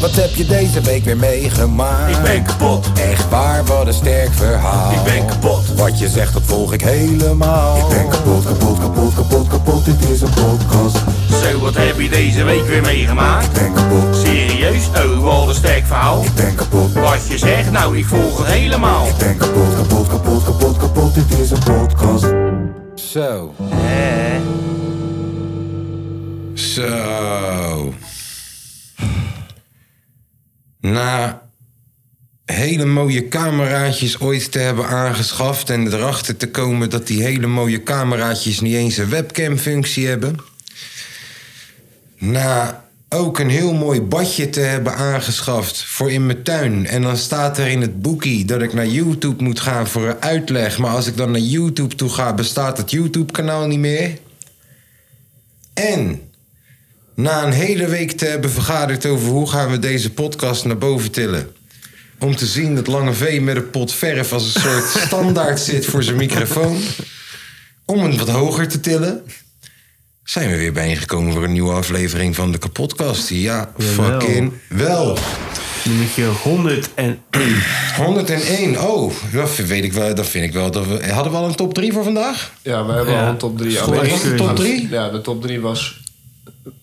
Wat heb je deze week weer meegemaakt? Ik ben kapot. Echt waar, wat een sterk verhaal. Ik ben kapot. Wat je zegt, dat volg ik helemaal. Ik ben kapot, kapot, kapot, kapot, kapot, dit is een podcast. Zo, wat heb je deze week weer meegemaakt? Ik ben kapot, Serieus? Oh, wat een sterk verhaal. ik ben kapot, Wat je zegt, nou, ik volg het helemaal. ik ben kapot, kapot, kapot, kapot, kapot, dit is een podcast. Zo. Zo. Na hele mooie cameraatjes ooit te hebben aangeschaft en erachter te komen dat die hele mooie cameraatjes niet eens een webcamfunctie hebben. Na ook een heel mooi badje te hebben aangeschaft voor in mijn tuin. En dan staat er in het boekie dat ik naar YouTube moet gaan voor een uitleg. Maar als ik dan naar YouTube toe ga, bestaat het YouTube-kanaal niet meer. En na een hele week te hebben vergaderd over hoe gaan we deze podcast naar boven tillen. Om te zien dat Lange V met een pot verf als een soort standaard zit voor zijn microfoon. Om hem wat hoger te tillen. Zijn we weer bijeengekomen voor een nieuwe aflevering van de kapotkast. Ja, Jawel. fucking wel. Nummertje 101. 101. Oh, dat weet ik wel. Dat vind ik wel. Dat we, hadden we al een top 3 voor vandaag? Ja, we hebben Ja. al een top 3. School- Was het de top 3? Ja, de top 3 was...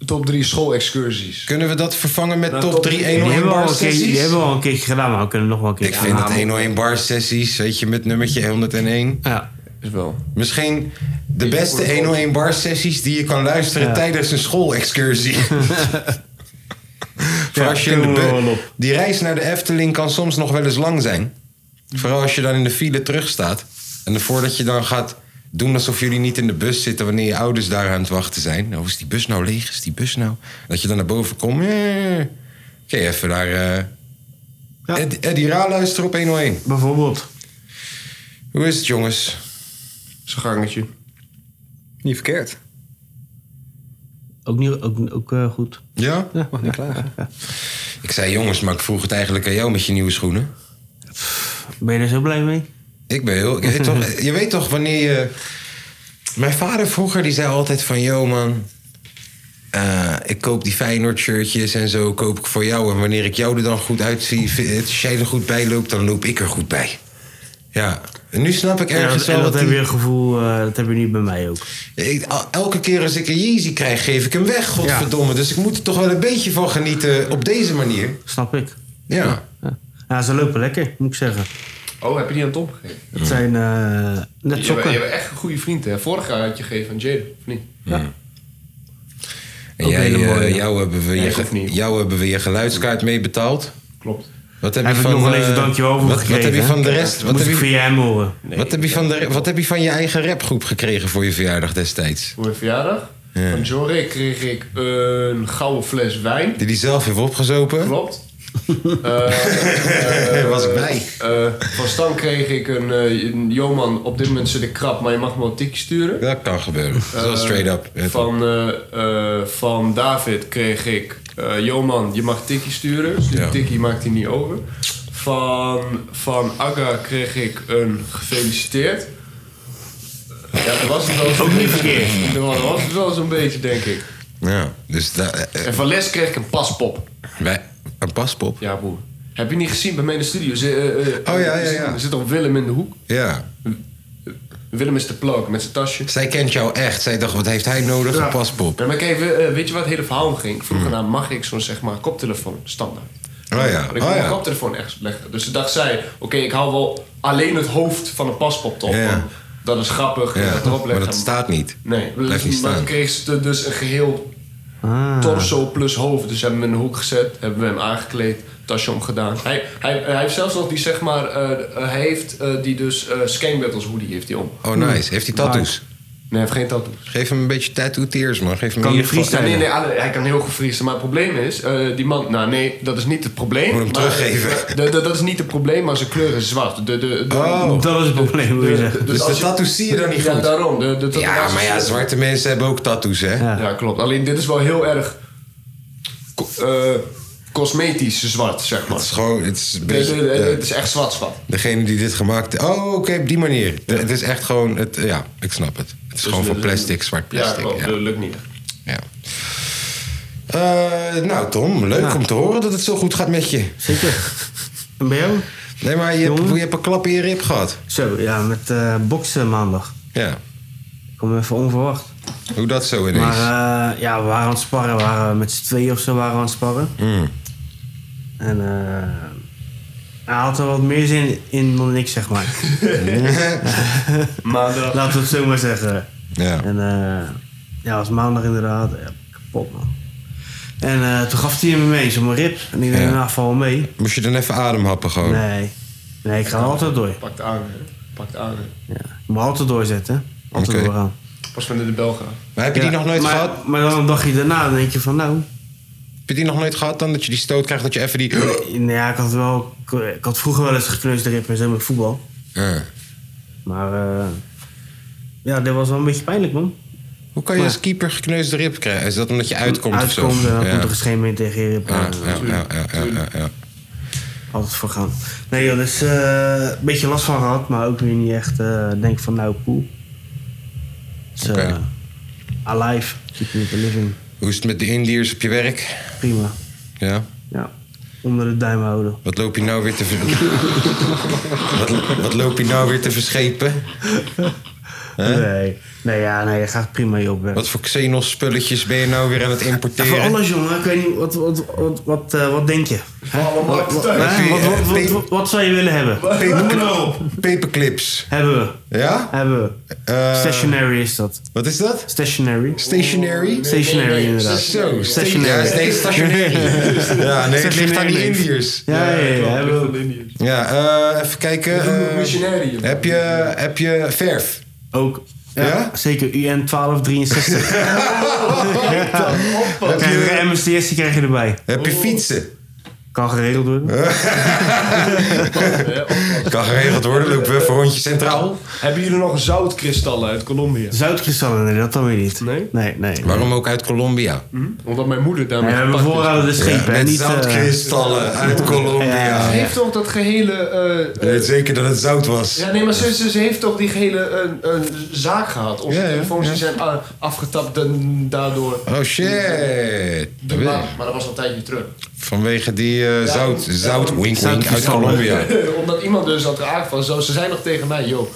Top 3 schoolexcursies. Kunnen we dat vervangen met Nou, top top 3 drie. Die 101 hebben, we al bar een keer, sessies? die hebben we al een keertje gedaan, maar we kunnen nog wel een keer Ik vind dat 101 bar sessies, weet je, met nummertje 101. Ja. Is wel. Misschien de beste 101 bar sessies die je kan luisteren Ja. tijdens een schoolexcursie. Voor als je in de kunnen we bu- wel op. die reis naar de Efteling kan soms nog wel eens lang zijn. Vooral als je dan in de file terugstaat. En dan voordat je dan gaat doen alsof jullie niet in de bus zitten wanneer je ouders daar aan het wachten zijn. Nou, is die bus nou leeg? Is die bus nou? Dat je dan naar boven komt. Eh, Oké, even naar eh Ja. Ed- Eddie Ra luisteren op 101. Bijvoorbeeld. Hoe is het jongens? Zijn gangetje. Niet verkeerd. Ook, niet, ook, ook eh, goed. Ja? Mag niet klagen. Ik zei jongens, maar ik vroeg het eigenlijk aan jou met je nieuwe schoenen. Ben je er zo blij mee? Ik ben heel... Je weet toch, je weet toch wanneer je... Mijn vader vroeger, die zei altijd van... Yo man, eh, ik koop die Feyenoord shirtjes en zo koop ik voor jou. En wanneer ik jou er dan goed uitzie, vind- als jij er goed bij loopt, dan loop ik er goed bij. Ja, en nu snap ik En dat, ergens wel en dat wat heb die- je een gevoel, eh, dat heb je niet bij mij ook. Ik- al- elke keer als ik een Yeezy krijg, geef ik hem weg, godverdomme. Dus ik moet er toch wel een beetje van genieten op deze manier. Snap ik. Ja. Ja, ja ze lopen lekker, moet ik zeggen. Oh, heb je die aan Tom gegeven? Het zijn eh, net Je bent, je sokken. bent echt een goede vriend, hè? Vorig jaar had je gegeven aan Jade, of niet? En Ook jij, hele eh, mooie. jou, hebben we Nee, je, dat hoeft ge- niet. jou hebben we je geluidskaart mee betaald. Klopt. Wat heb Hij je heeft nog van wel eens een eh, dankjewel voor wat, gekregen. Wat heb je hè? van de rest? Wat Moet heb ik van je, je hem horen. wat heb je van de wat heb je van je eigen rapgroep gekregen voor je verjaardag destijds? Voor mijn verjaardag van Jorre kreeg ik een gouden fles wijn. Die die zelf heeft opgezopen. Klopt. Eh, eh, was ik bij. eh, van Stan kreeg ik een, eh, een Joman, op dit moment zit ik krap, maar je mag me wel een tikje sturen. Dat kan gebeuren. Dat is wel Eh, straight up. Ja, Van, eh, eh, van David kreeg ik, eh Joman, je mag tikkie sturen. Dus die Ja. tikkie maakt hij niet over. Van, van Aga kreeg ik een gefeliciteerd. Ja, dat was het wel Ook niet verkeerd. Dat was het wel zo'n beetje, denk ik. Ja, dus da- eh, eh, En van Les kreeg ik een paspop. wij, een paspop. Ja, broer. Heb je niet gezien bij mij in de studio? Ze- eh, eh, Oh, ja, ja, ja. Er zit op Willem in de hoek. Ja. Willem is de plug met zijn tasje. Zij kent jou echt. Zij dacht, wat heeft hij nodig? Ja. Een paspop. Ja, maar kijk, we- eh, weet je waar het hele verhaal om ging? Vroeger naar mag ik zo'n zeg maar, koptelefoon standaard. Hmm. Oh ja. Maar ik Oh kon mijn ja. koptelefoon echt leggen. Dus toen dacht zij, oké, ik hou wel alleen het hoofd van een paspop op. Ja. want Dat is grappig, ik Ja, ga het erop Maar leggen. dat staat niet. Nee, Blijft niet maar staan. toen kreeg ze er dus een geheel torso plus hoofd. Dus hebben we hem in de hoek gezet, hebben we hem aangekleed, tasje omgedaan. Hij, hij, hij heeft zelfs nog die, zeg maar, eh, eh, hij heeft eh, die dus eh Skane Battles hoodie heeft hij om. Oh nice. Heeft hij tattoos? Nee, hij heeft geen tattoos. Geef hem een beetje tattoo tears man. Geef hem Kan in je ieder geval- Ja, nee, freestylen? nee, alle- hij kan heel goed vriezen. Maar het probleem is, eh, die man... Nou nee, dat is niet het probleem. Moet hem maar- teruggeven. De- de- dat is niet het probleem, maar zijn kleur is zwart. De, de, de- Oh. Dat is het probleem, wil je zeggen. Dus als de tattoos zie je dan niet ja, goed? daarom. De, de Ja, tatoeages- maar ja, zwarte mensen hebben ook tattoos, hè? Ja. Ja, klopt. Alleen dit is wel heel erg... co- eh, cosmetisch zwart, zeg maar. Het is gewoon, het is een De- de- beetje, de- ja, Het is echt zwart-zwart. degene die dit gemaakt heeft. Oh, oké, op die manier. De- Het is echt gewoon, het, eh, ja, ik snap het. Het is gewoon Dus van de- plastic, zwart Ja, plastic. klopt. Ja, Dat lukt niet. ja. Eh, nou, Tom, leuk Ja. om te horen dat het zo goed gaat met je. Zeker. En bij jou? Nee, maar je hebt, Jongen. je hebt een klap in je rib gehad. Zo, ja, met eh, boksen maandag. Ja. Kom even onverwacht. Hoe dat zo ineens? Maar eh, ja, we waren aan het sparren. We waren met z'n tweeën of zo waren we aan het sparren. Mm. En eh, hij had er wat meer zin in dan ik, zeg maar. Maandag. Laten we het zo maar zeggen. ja. En eh, ja, het was maandag inderdaad. Ja, kapot, man. En eh, toen gaf hij me mee, zo mijn rib. En ik denk, Ja. Oh. nou, val mee. Moest je dan even ademhappen gewoon? Nee. Nee, ik ga altijd door. Pakt aan, hè. Pakt aan, hè. Ja. Ik moet altijd doorzetten. Altijd Oké. doorgaan. Pas wanneer de bel gaat. Maar heb je die Ja, nog nooit maar, gehad? Maar dan een dagje daarna dan denk je van, nou... Heb je die nog nooit gehad dan? Dat je die stoot krijgt, dat je even die... Nou ja, ik had, wel, ik had vroeger wel eens gekneusde rib en zo met voetbal. Ja. Maar eh, ja, dit was wel een beetje pijnlijk, man. Hoe kan je als keeper gekneusde rib krijgen? Is dat omdat je uitkomt, of Uitkomt zo? en dan ja. komt er geen mee tegen je rib. ja, aan. ja, ja, ja, ja, ja, ja. Altijd voor gaan. Nee joh, dus eh, een beetje last van gehad, maar ook weer niet echt eh, denk van nou poe. Dus, eh, Oké. alive, keeping it living. Hoe is het met de Indiërs op je werk? Prima. Ja. Ja. Onder de duim houden. Wat loop je nou weer te... ver- wat, wat loop je nou weer te verschepen? Nee. Nee, ja, nee, je gaat prima je op weg. Wat voor Xenos-spulletjes ben je nou weer aan het Ja, voor importeren? alles jongen, ik weet niet, wat, wat, wat, wat, eh, wat denk je? Allemaal Wat, thuis. hè? Wat- wat- wat- wat- wat zou je willen hebben? Paper- Paperclips. Hebben we. Ja? Hebben we. Eh, Stationary is dat. wat is dat? Stationary. Stationary? Stationary inderdaad. Zo, Stationair. Ja, steeds stationair. ja, nee, het ligt aan die Stationair. Indiërs. Ja, ja, ja. Hebben hebben we. we Indiërs. Ja, eh, even kijken. eh, Missionary. joh. heb, je, heb je verf? Ook. Ja, Ja? Zeker UN 1263. Heb Krijg je je, een MSTS, die krijg je erbij. heb Oh. je fietsen? Kan geregeld worden. Kan geregeld worden, lopen we even rondje centraal. Hebben jullie nog zoutkristallen uit Colombia? Zuidkristallen, nee, dat dan weer niet. Nee? Nee, nee. Waarom ook uit Colombia? Mhm. Omdat mijn moeder Nee, daarmee we hebben gepakt is. voorraden de schepen, hè, Met niet... eh, zoutkristallen uit Colombia. Ja. Heeft toch dat gehele... eh, Je eh, weet zeker dat het zout was. Ja, nee, maar ze, ze, ze heeft toch die gele eh, eh, zaak gehad. Onze Ja, ja, telefoons die ja. zijn a- afgetapt en daardoor. Oh shit. Dat weet ik. Maar, maar dat was al een tijdje terug. Vanwege die eh, zout, Ja. zout, wink wink, uit Zoutkristallen. Colombia. Omdat iemand dus had geraakt van zo. Ze zei nog tegen mij, joh,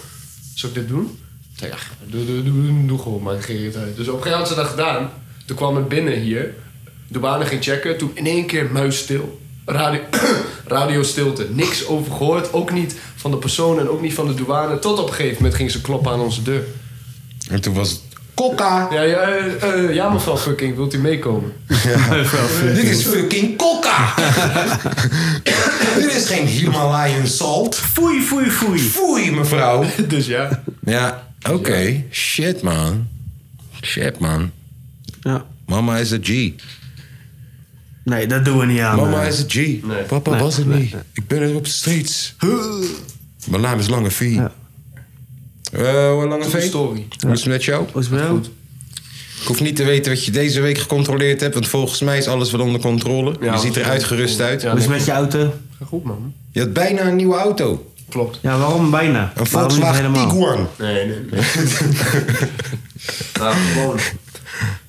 zal ik dit doen? Ik zei, ja, doe, doe, doe, doe gewoon, maar ik ging het uit. Dus op een gegeven moment had ze dat gedaan. Toen kwam het binnen hier. De banen ging checken. Toen in één keer muisstil. Radio, radio stilte. Niks over gehoord. Ook niet van de persoon en ook niet van de douane. Tot op een gegeven moment ging ze kloppen aan onze deur. En toen was het kokka. Ja, ja, eh, eh, ja mevrouw fucking, wilt u meekomen? Dit is fucking kokka. Dit is geen Himalayan salt. Foei, foei, foei. Foei, mevrouw. Dus ja. Ja, oké. Shit, man. Shit, man. Ja. Mama is een G. Nee, dat doen we niet aan. Mama eh. is een G. Papa Nee, was het nee, niet. Ik ben er op de streets. Mijn naam is Lange V. Eh, Ja. hoe Lange True V? story. Hoe is het met jou? Hoe is het bij jou? Ik hoef niet te weten wat je deze week gecontroleerd hebt, want volgens mij is alles wel onder controle. Ja, je ziet er ja. uitgerust uit. Hoe is het Dus met je auto? Goed man. Je had bijna een nieuwe auto. Klopt. Ja, waarom bijna? Een Waarom niet Volkswagen helemaal? Tiguan. Nee, nee. nee. nou, gewoon.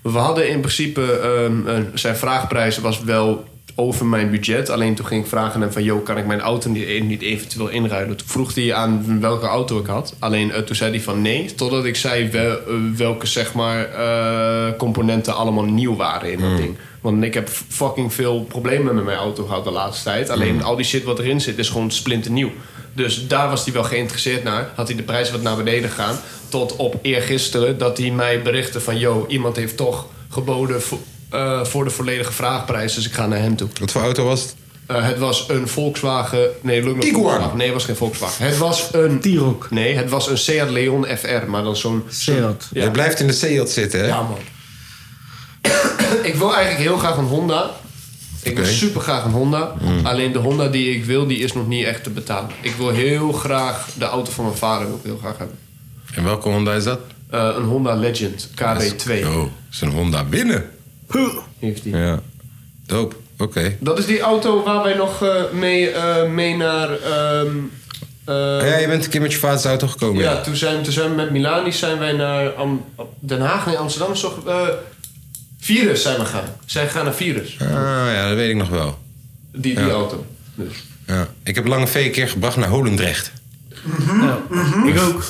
We hadden in principe, ehm, eh, zijn vraagprijs was wel over mijn budget. Alleen toen ging ik vragen aan hem van, joh, kan ik mijn auto niet, niet eventueel inruilen? Toen vroeg hij aan welke auto ik had. Alleen eh, toen zei hij van nee, totdat ik zei wel- eh, welke, zeg maar, eh, componenten allemaal nieuw waren in Hmm. dat ding. Want ik heb f- fucking veel problemen met mijn auto gehad de laatste tijd. Hmm. Alleen al die shit wat erin zit is gewoon splinternieuw. Dus daar was hij wel geïnteresseerd naar. Had hij de prijs wat naar beneden gegaan. Tot op eergisteren dat hij mij berichtte van... yo, iemand heeft toch geboden voor, eh, voor de volledige vraagprijs. Dus ik ga naar hem toe. Wat voor auto was het? Eh, het was een Volkswagen... Nee, Lugno Tiguan. Volkswagen. Nee, het was geen Volkswagen. Het was een... T-Roc. Nee, het was een Seat Leon FR. Maar dan zo'n... Seat. Ja. Je blijft in de Seat zitten, hè? Ja, man. ik wil eigenlijk heel graag een Honda. Ik wil Oké. super graag een Honda. Mm. Alleen de Honda die ik wil, die is nog niet echt te betalen. Ik wil heel graag de auto van mijn vader wil ik heel graag hebben. En welke Honda is dat? Eh, een Honda Legend KB2 Oh, is een Honda binnen. heeft die. Ja. Doop. Oké. Dat is die auto waar wij nog eh, mee, eh, mee naar. ehm, eh, Ja, je bent een keer met je vaders auto gekomen. ja, Ja. toen zijn, toen zijn we met Milani zijn wij naar Am- Am- Den Haag, nee, Amsterdam. Zo, eh, Virus zijn we gaan. Zijn we gaan naar Virus. Ah ja, dat weet ik nog wel. Die, die Ja. auto. Dus. Ja. Ik heb Lange V een keer gebracht naar Holendrecht. Mhm. Ik ook.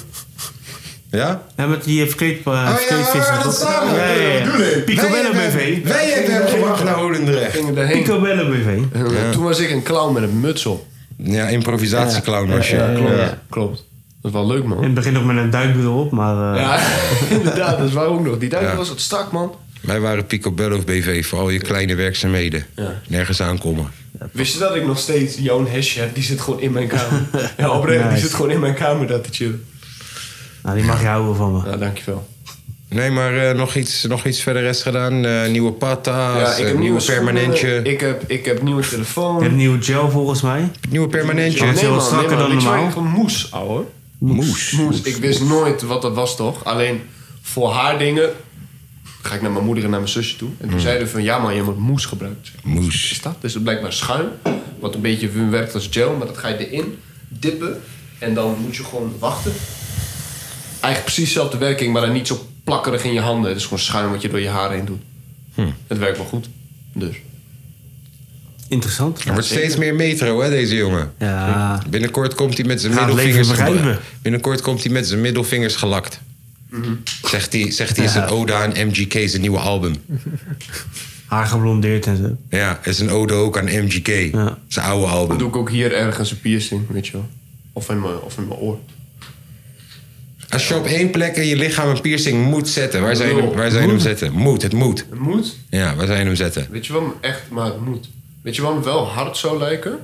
Ja? Ja, met die verkleed... Uh, Oh ja, we waren dat samen. Ja, ja, ja. Bedoel ik. Picobello Wij hebben- BV. Wij hebben hem gebracht naar Holendrecht. Gingen daarheen. Picobello BV. Eh, Toen was ik een clown met een muts op. Ja, improvisatieclown was je. Ja, klopt. klopt. Dat is wel leuk, man. In het begin nog met een duikbril op, maar... eh, Ja, inderdaad. Dat is waar ook nog. Die duivel Ja. was het strak, man. Wij waren Picobello BV voor al je kleine werkzaamheden. Nergens aankomen. Wist je dat ik nog steeds Joon Hesje heb? Die zit gewoon in mijn kamer. Ja, oprecht. Die Nice. zit gewoon in mijn kamer dat te chillen. Nou, die mag je houden van me. Nou, dankjewel. Nee, maar eh, nog, iets, nog iets verder rest gedaan. Eh, nieuwe pata's, eh, nieuwe schoenen, permanentje. Ik heb, ik heb nieuwe telefoon. Je hebt een nieuwe gel volgens mij. Nieuwe permanentje. is wel strakker dan Ik zwaai normaal. gewoon moes, ouwe. Moes. Moes. Ik wist nooit wat dat was, toch? Alleen voor haar dingen ga ik naar mijn moeder en naar mijn zusje toe. Hmm. En toen zeiden ze van, ja man, je moet moes gebruiken. Moes. is dat? Dus het is blijkbaar schuim, wat een beetje werkt als gel, maar dat ga je erin dippen en dan moet je gewoon wachten. Eigenlijk precies dezelfde werking, maar dan niet zo plakkerig in je handen. Het is gewoon schuim wat je door je haren heen doet. Hmm. Het werkt wel goed. Dus. Interessant. Er wordt steeds meer metro, hè, deze jongen. Ja. Binnenkort komt hij met zijn Gaat het middelvingers leven gela- begrijpen. Binnenkort komt hij met zijn middelvingers gelakt. Mhm. Zegt hij, zegt hij is een ode aan MGK, zijn nieuwe album. Haar geblondeerd en zo. Ja, is een ode ook aan MGK, Ja. zijn oude Dan album. doe ik ook hier ergens een piercing, weet je wel. Of in mijn, of in mijn oor. Als je op één plek in je lichaam een piercing moet zetten, waar zou je hem, waar zou je hem zetten? Moet, het moet. Het moet, Ja, waar zou je hem zetten? weet je wel, echt, maar het moet. Weet je wat me wel hard zou lijken?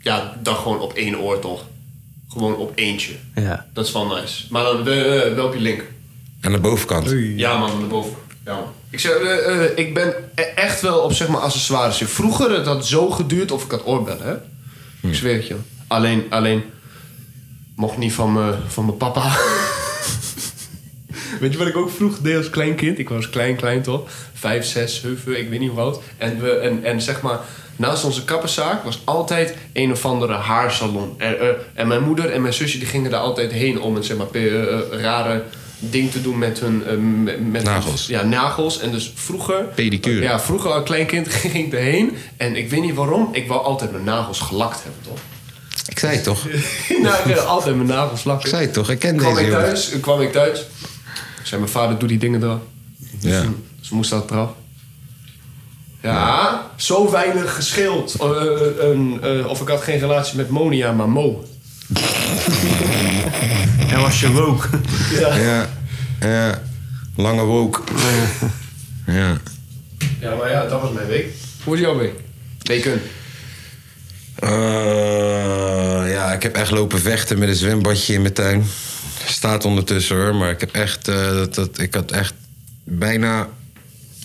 Ja, dan gewoon op één oor toch. Gewoon op eentje. Ja. Dat is wel nice. Maar dan eh, eh, wel op je linker. Aan de bovenkant. Ja, man, naar boven. Ja, man. Ik, zeg, eh, eh, ik ben e- echt wel op zeg maar, accessoires. Vroeger het had zo geduurd of ik had oorbellen, hè? Hm. Ik zweer het je. Alleen, alleen mocht niet van mijn van mijn papa. Weet je wat ik ook vroeg deed als klein kind? Ik was klein, klein toch? Vijf, zes, zeven, ik weet niet hoe oud. En, we, en, en zeg maar, naast onze kapperszaak was altijd een of andere haarsalon. En, eh, en mijn moeder en mijn zusje die gingen daar altijd heen om een zeg maar, pe- eh, eh, rare ding te doen met hun... eh, met- met Nagels. ja, nagels. En dus vroeger... Pedicure. Ja, vroeger als klein kind ging ik erheen. En ik weet niet waarom, ik wou altijd mijn nagels gelakt hebben, toch? Ik zei het toch? nou, ik eh, altijd mijn nagels Ik lakken. zei het toch? Ik ken kwam deze ik jongen. thuis, eh, kwam ik thuis. Zei mijn vader, doe die dingen eraf. Ja. Dus, dus moest dat eraf. Ja, zo weinig gescheeld. Eh, eh, eh, of ik had geen relatie met Monia, maar Mo. En was je woke. Ja. ja. Lange woke. Ja. Ja, maar ja, dat was mijn week. Hoe was jouw week? Weken. Eh, ja, ik heb echt lopen vechten met een zwembadje in mijn tuin. Staat ondertussen hoor, maar ik heb echt, eh, dat, dat, ik had echt bijna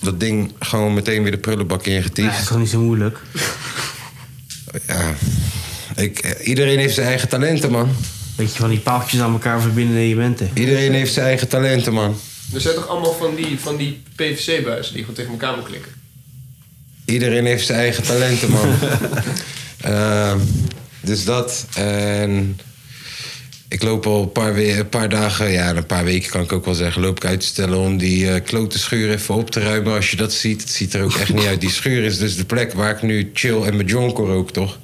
dat ding gewoon meteen weer de prullenbak Ja, is ingetiefd. toch niet zo moeilijk? Ja. Ik, eh, iedereen heeft zijn eigen talenten, man. Weet je, van die paaltjes aan elkaar verbinden en je bent er. Iedereen heeft zijn eigen talenten, man. Er zijn toch allemaal van die, van die PVC-buizen die gewoon tegen elkaar moeten klikken? Iedereen heeft zijn eigen talenten, man. Ehm, dus dat. En ik loop al een paar, we- een paar dagen, ja, een paar weken kan ik ook wel zeggen, loop ik uit te stellen om die eh, klote schuur even op te ruimen. Als je dat ziet, het ziet er ook echt niet uit. Die schuur is dus de plek waar ik nu chill en mijn jonker rook, toch?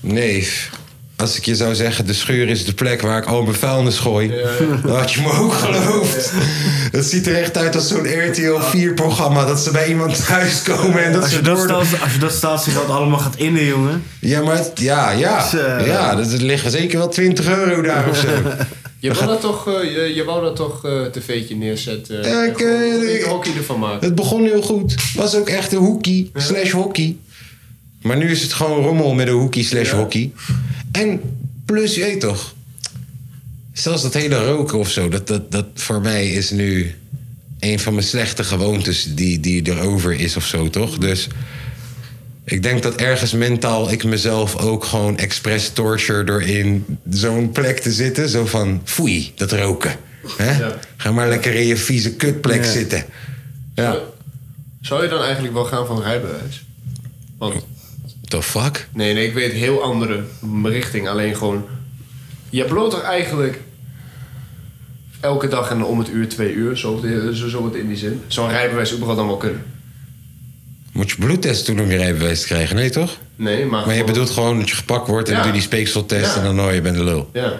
Nee. Als ik je zou zeggen, de schuur is de plek waar ik al mijn vuilnis gooi, dan had je me ook geloofd. Het ziet er echt uit als zo'n RTL 4-programma, dat ze bij iemand thuis komen en dat Als ze je dat, door de- staat, als je dat staat, zich dat allemaal gaat innen, jongen. ja, maar het- ja, ja. Dus, eh, ja, dat, er liggen zeker wel 20 euro daar of zo. Je wou dat toch, eh, je, je wou dat toch eh tv'tje neerzetten? Ja, ik, En gewoon eh, een ik- hockey ervan maken. het begon heel goed. Was ook echt een hoekie slash hockey. Maar nu is het gewoon rommel met een hoekie slash hockey. En plus, je weet toch... Zelfs dat hele roken of zo, dat, dat, dat voor mij is nu... een van mijn slechte gewoontes die, die erover is of zo, toch? Dus ik denk dat ergens mentaal ik mezelf ook gewoon expres torture door in zo'n plek te zitten. Zo van, foei, dat roken. Hè? Ja. Ga maar lekker in je vieze kutplek zitten. Ja. Zou je dan eigenlijk wel gaan van rijbewijs? Want, The fuck? nee, nee, ik weet heel andere richting. Alleen gewoon, je bloot toch eigenlijk... elke dag en om het uur twee uur, zo, zo, zo wat in die zin. Zo'n rijbewijs überhaupt dan wel kunnen. Moet je bloedtest doen om je rijbewijs te krijgen, nee toch? Nee, maar... Maar je gewoon- bedoelt gewoon dat je gepakt wordt en Ja. doe die speekseltest Ja. en dan hoor je bent de lul. Ja.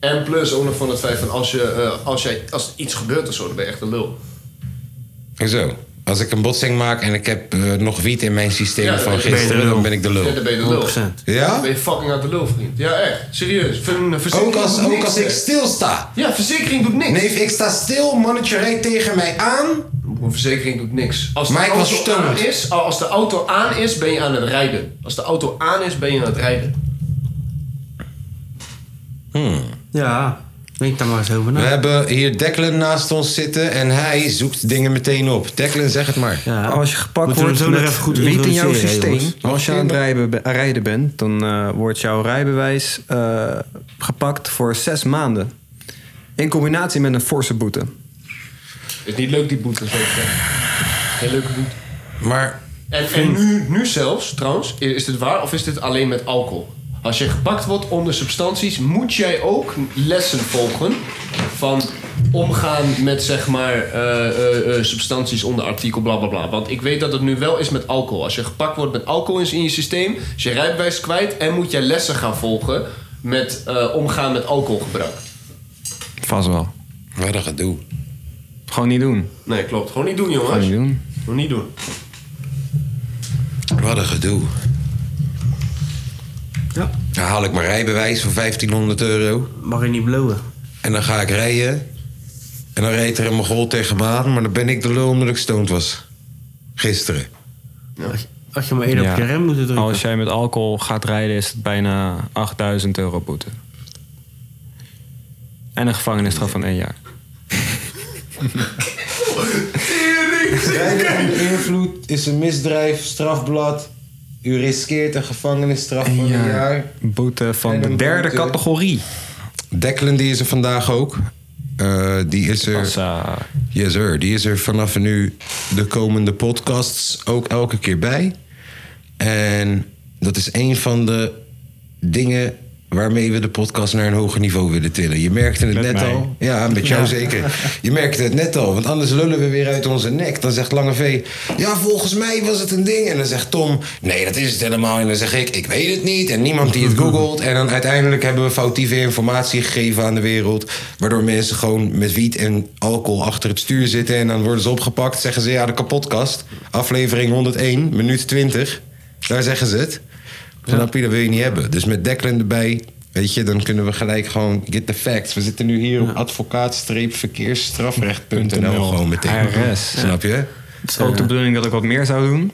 En plus ook nog van het feit van als, je, eh, als, jij, als er iets gebeurt of zo, dan ben je echt een lul. En zo. Als ik een botsing maak en ik heb eh, nog wiet in mijn systeem Ja, van dan ben je gisteren, de lul. dan ben ik de Ja, lul. dan ben je de lul. 100%. Ja? Dan ben je fucking aan de lul, vriend. Ja, echt. Serieus. Ver- Ook verzekering als, doet ook niks, als ik hè. stilsta. Ja, verzekering doet niks. Neef, ik sta stil, mannetje rijdt tegen mij aan. Een verzekering doet niks. Als de, Maar ik was auto aan stoned. is, als de auto aan is, ben je aan het rijden. Als de auto aan is, ben je aan het rijden. Ja, denk daar maar eens over na. Hmm. We hebben hier Declan naast ons zitten en hij zoekt dingen meteen op. Declan, zeg het maar. Ja. Als je gepakt Moeten we wordt hem zo nog met even goed wiet in jouw introduceren, systeem, jongens? als je aan het rijden, be- aan rijden bent, dan eh, wordt jouw rijbewijs eh, gepakt voor zes maanden. In combinatie met een forse boete. Is niet leuk die boete, zo te zeggen. Geen leuke boete. Maar En, en nu, nu zelfs, trouwens, i- is dit waar of is dit alleen met alcohol? Als je gepakt wordt onder substanties, moet jij ook lessen volgen van omgaan met zeg maar eh, eh, eh, substanties onder artikel bla bla bla. Want ik weet dat het nu wel is met alcohol. Als je gepakt wordt met alcohol is in je systeem, is je rijbewijs kwijt en moet jij lessen gaan volgen met eh, omgaan met alcoholgebruik. Vast wel. wat een gedoe. Gewoon niet doen. Nee, klopt. Gewoon niet doen, Gewoon jongens. niet doen. Gewoon niet doen. Wat een gedoe. Ja. Dan haal ik mijn rijbewijs voor 1500 euro. Mag je niet blowen. En dan ga ik rijden. En dan reed er een mogol tegen me aan. Maar dan ben ik de lul omdat ik stoned was. Gisteren. Als, als je maar één op je rem moet drukken. Als jij met alcohol gaat rijden, is het bijna 8000 euro boete. En een gevangenisstraf van één jaar. Rijden onder invloed is een misdrijf, strafblad. U riskeert een gevangenisstraf van een jaar. Boete van En de een derde boete. categorie. Declan die is er vandaag ook. Eh, die is er. Massa. Yes, sir. Die is er vanaf nu de komende podcasts ook elke keer bij. En dat is een van de dingen waarmee we de podcast naar een hoger niveau willen tillen. Je merkte het net mij. al. Ja, met jou zeker. Je merkte het net al, want anders lullen we weer uit onze nek. Dan zegt Lange V, ja, volgens mij was het een ding. En dan zegt Tom, nee, dat is het helemaal. En dan zeg ik, ik weet het niet. En niemand die het googelt. En dan uiteindelijk hebben we foutieve informatie gegeven aan de wereld. Waardoor mensen gewoon met wiet en alcohol achter het stuur zitten. En dan worden ze opgepakt. Zeggen ze, ja, de kapotkast. Aflevering 101, minuut 20. Daar zeggen ze het. Snap je, dat wil je niet hebben. Dus met Declan erbij, weet je, dan kunnen we gelijk gewoon get the facts. We zitten nu hier op advocaat-verkeersstrafrecht.nl gewoon meteen. ARS. Snap je? Het is Ook de bedoeling dat ik wat meer zou doen.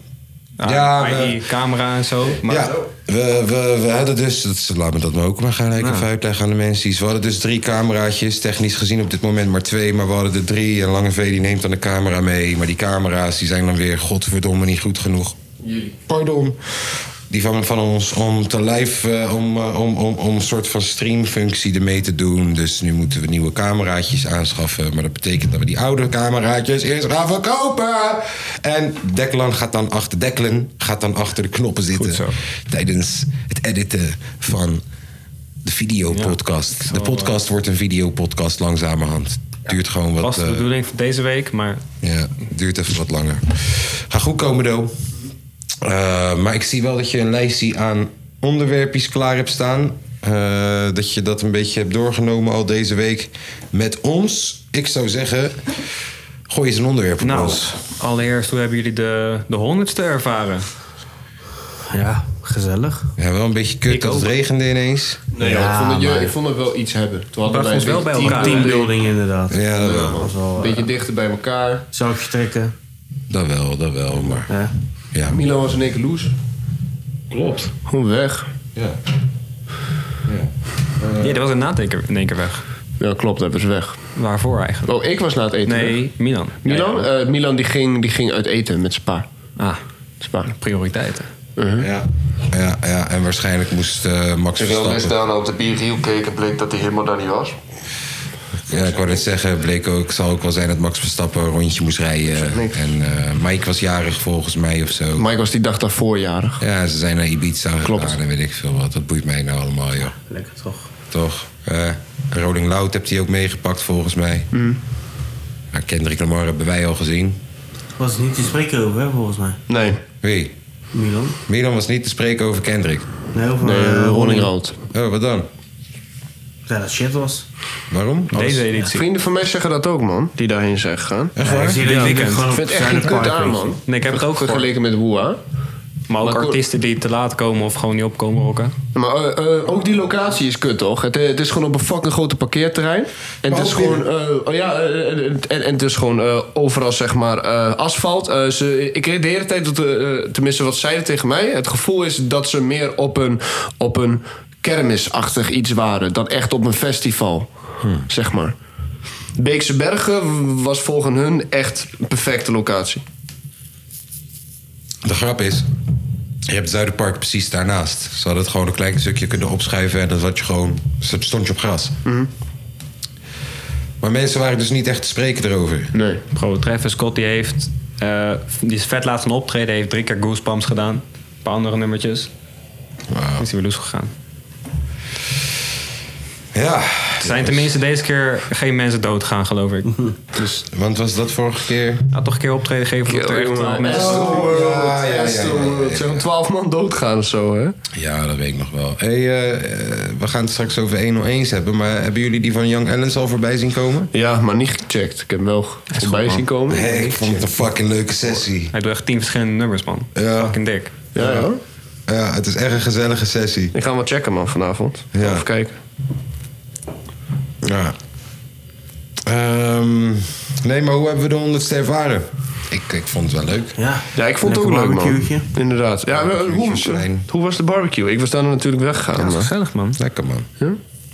Ja, maar we- die camera en zo. Maar ja, we, we, we hadden dus, dat, is- laat me dat maar ook maar gelijk even uitleggen aan de mensen. We hadden dus drie cameraatjes, technisch gezien op dit moment maar twee, maar we hadden er drie. En Lange V die neemt dan de camera mee, maar die camera's die zijn dan weer godverdomme niet goed genoeg. Jullie. Pardon. Die van, van ons om te live, eh, om, eh, om, om, om een soort van streamfunctie ermee te doen. Dus nu moeten we nieuwe cameraatjes aanschaffen. Maar dat betekent dat we die oude cameraatjes eerst gaan verkopen. En Declan gaat dan achter, Declan gaat dan achter de knoppen zitten. zo. Tijdens het editen van de videopodcast. de podcast wordt een videopodcast langzamerhand. Duurt gewoon wat... was de eh, bedoeling van deze week, maar ja, het duurt even wat langer. Ga goed komen, Do. Eh, maar ik zie wel dat je een lijstje aan onderwerpjes klaar hebt staan. Eh, dat je dat een beetje hebt doorgenomen al deze week met ons. Ik zou zeggen, gooi eens een onderwerp op nou, ons. allereerst, hoe hebben jullie de, de honderdste ervaren? Ja, gezellig. Ja, wel een beetje kut Ik dat het ook. regende ineens. Nee, Ja, ik, vond het, je- maar- ik vond het wel iets hebben. Toen bracht ons een wel bij beetje elkaar. teambuilding. Teambuilding inderdaad. Ja, dat wel. eh, was wel, Een beetje dichter bij elkaar. Zakje trekken. Dat wel, dat wel. Maar Ja. ja, Milan was in één keer loes. klopt. Gewoon weg. Ja. Nee, dat was een nadenker in één keer weg. Ja, klopt, hebben ze weg. Waarvoor eigenlijk? Oh, ik was na het eten. weg. Nee, Milan. Milan, Ja, eh, Milan die ging, die ging uit eten met zijn pa. ja. Ah, Spa. prioriteiten. Uh-huh. Ja. Ja, ja, en waarschijnlijk moest eh, Max Terwijl Verstappen... mensen daarna op de bierhiel keken, bleek dat hij helemaal daar niet was. Ja, ik wou net zeggen, bleek ook, zal ook wel zijn dat Max Verstappen een rondje moest rijden. En eh, Mike was jarig volgens mij of zo. Mike was die dag daarvoor jarig. Ja, ze zijn naar Ibiza Klopt. gegaan en weet ik veel wat. Dat boeit mij nou allemaal, joh. Lekker toch? Toch? Eh, En Rolling Loud hebt hij ook meegepakt volgens mij. Mhm. Maar Kendrick Lamar hebben wij al gezien. Was niet te spreken over, hè, volgens mij. Nee. Wie? Milan. Milan was niet te spreken over Kendrick. Nee, over, Nee, eh, Rolling Loud. Oh, wat dan? Ja, dat shit was. Waarom? Deze editie. Vrienden van mij zeggen dat ook, man. Die daarheen zijn gegaan. Echt waar? Ja, die zien Ja, dit ik weekend. vind het echt Zijn geen een kut paar aan, feestjes. man. Nee, ik heb het ook gehoord. Vergeleken met Woeha. Maar ook Maar cool. artiesten die te laat komen of gewoon niet opkomen rocken. Maar eh, eh, ook die locatie is kut, toch? Het, eh, het is gewoon op een fucking grote parkeerterrein. En het Maar is ook in- gewoon, eh, oh ja, eh, eh, en, en het is gewoon eh, overal, zeg maar, eh, asfalt. Eh, ze, ik kreeg de hele tijd, dat, eh, eh, tenminste wat zeiden tegen mij... het gevoel is dat ze meer op een, op een kermisachtig iets waren... dan echt op een festival, zeg maar. Beekse Bergen was volgens hun echt een perfecte locatie. De grap is, je hebt het Zuiderpark precies daarnaast. Ze hadden het gewoon een klein stukje kunnen opschuiven en dat had je gewoon, stond je op gras. Mhm. Maar mensen waren dus niet echt te spreken erover. Nee. Bro, Travis Scott die heeft... eh, die is vet laat gaan optreden. heeft drie keer Goosebumps gedaan. Een paar andere nummertjes. Is hij weer los gegaan. Ja. Er zijn tenminste deze keer geen mensen doodgaan, geloof ik. Mhm. Dus, Want was dat vorige keer? Had toch een keer optreden gegeven voor Kill echt your wel mensen. Astroworld, ja, ja, ja, ja. Astroworld. Zijn er 12 man doodgaan of zo, hè? Ja, dat weet ik nog wel. Hey, eh, eh, we gaan het straks over 101's hebben, maar hebben jullie die van Young Ellens al voorbij zien komen? Ja, maar niet gecheckt. Ik heb hem wel voorbij zien komen. Hey, ik vond het een fucking leuke sessie. Hij doet echt tien verschillende nummers, man. Ja. Fucking dik. Ja, ja. Ja, het is echt een gezellige sessie. Ik ga hem wel checken, man, vanavond. Ja. Even kijken. Ja. Ehm, nee, maar hoe hebben we de 100ste ervaren? Ik, ik vond het wel leuk. Ja, Ja, ik vond het ook leuk, man. Inderdaad. Ja, maar eh, hoe, hoe was de barbecue? Ik was daar natuurlijk weggegaan. maar- gezellig, man. Lekker, man. Ja?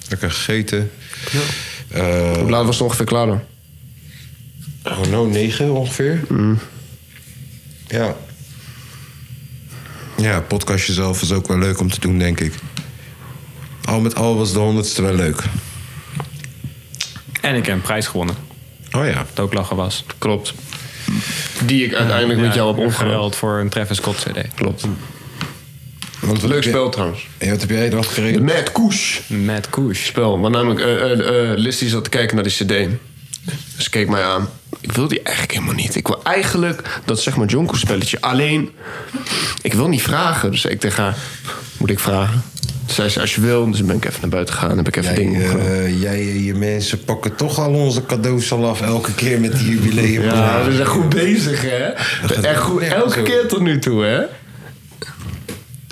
Lekker gegeten. Ja. Hoe laat was het ongeveer klaar dan? Oh, nou, negen ongeveer. Mhm. Ja. Ja, het podcastje zelf is ook wel leuk om te doen, denk ik. Al met al was de 100ste wel leuk. En ik heb een prijs gewonnen. Oh ja. Dat ook lachen was. Klopt. Die ik uiteindelijk met jou heb opgenomen. opgeruild voor een Travis Scott CD. Hm. Klopt. Want Leuk spel trouwens. En wat heb jij dan De gekregen? Mad Koes. Mad Koes. Spel. Maar namelijk, eh eh, eh, Liz die zat te kijken naar die cd. Ze keek mij aan. Ik wil die eigenlijk helemaal niet. Ik wil eigenlijk dat zeg maar Jonko spelletje. Alleen, ik wil niet vragen. Dus ik tegen haar, moet ik vragen? Toen zei ze, als je wil. Dus ben ik even naar buiten gegaan. Heb ik even Jij, dingen opgenomen. eh, jij en je mensen pakken toch al onze cadeaus al af elke keer met die jubileum. Ja, we zijn goed bezig, hè? Echt goed, elke keer tot nu toe, hè?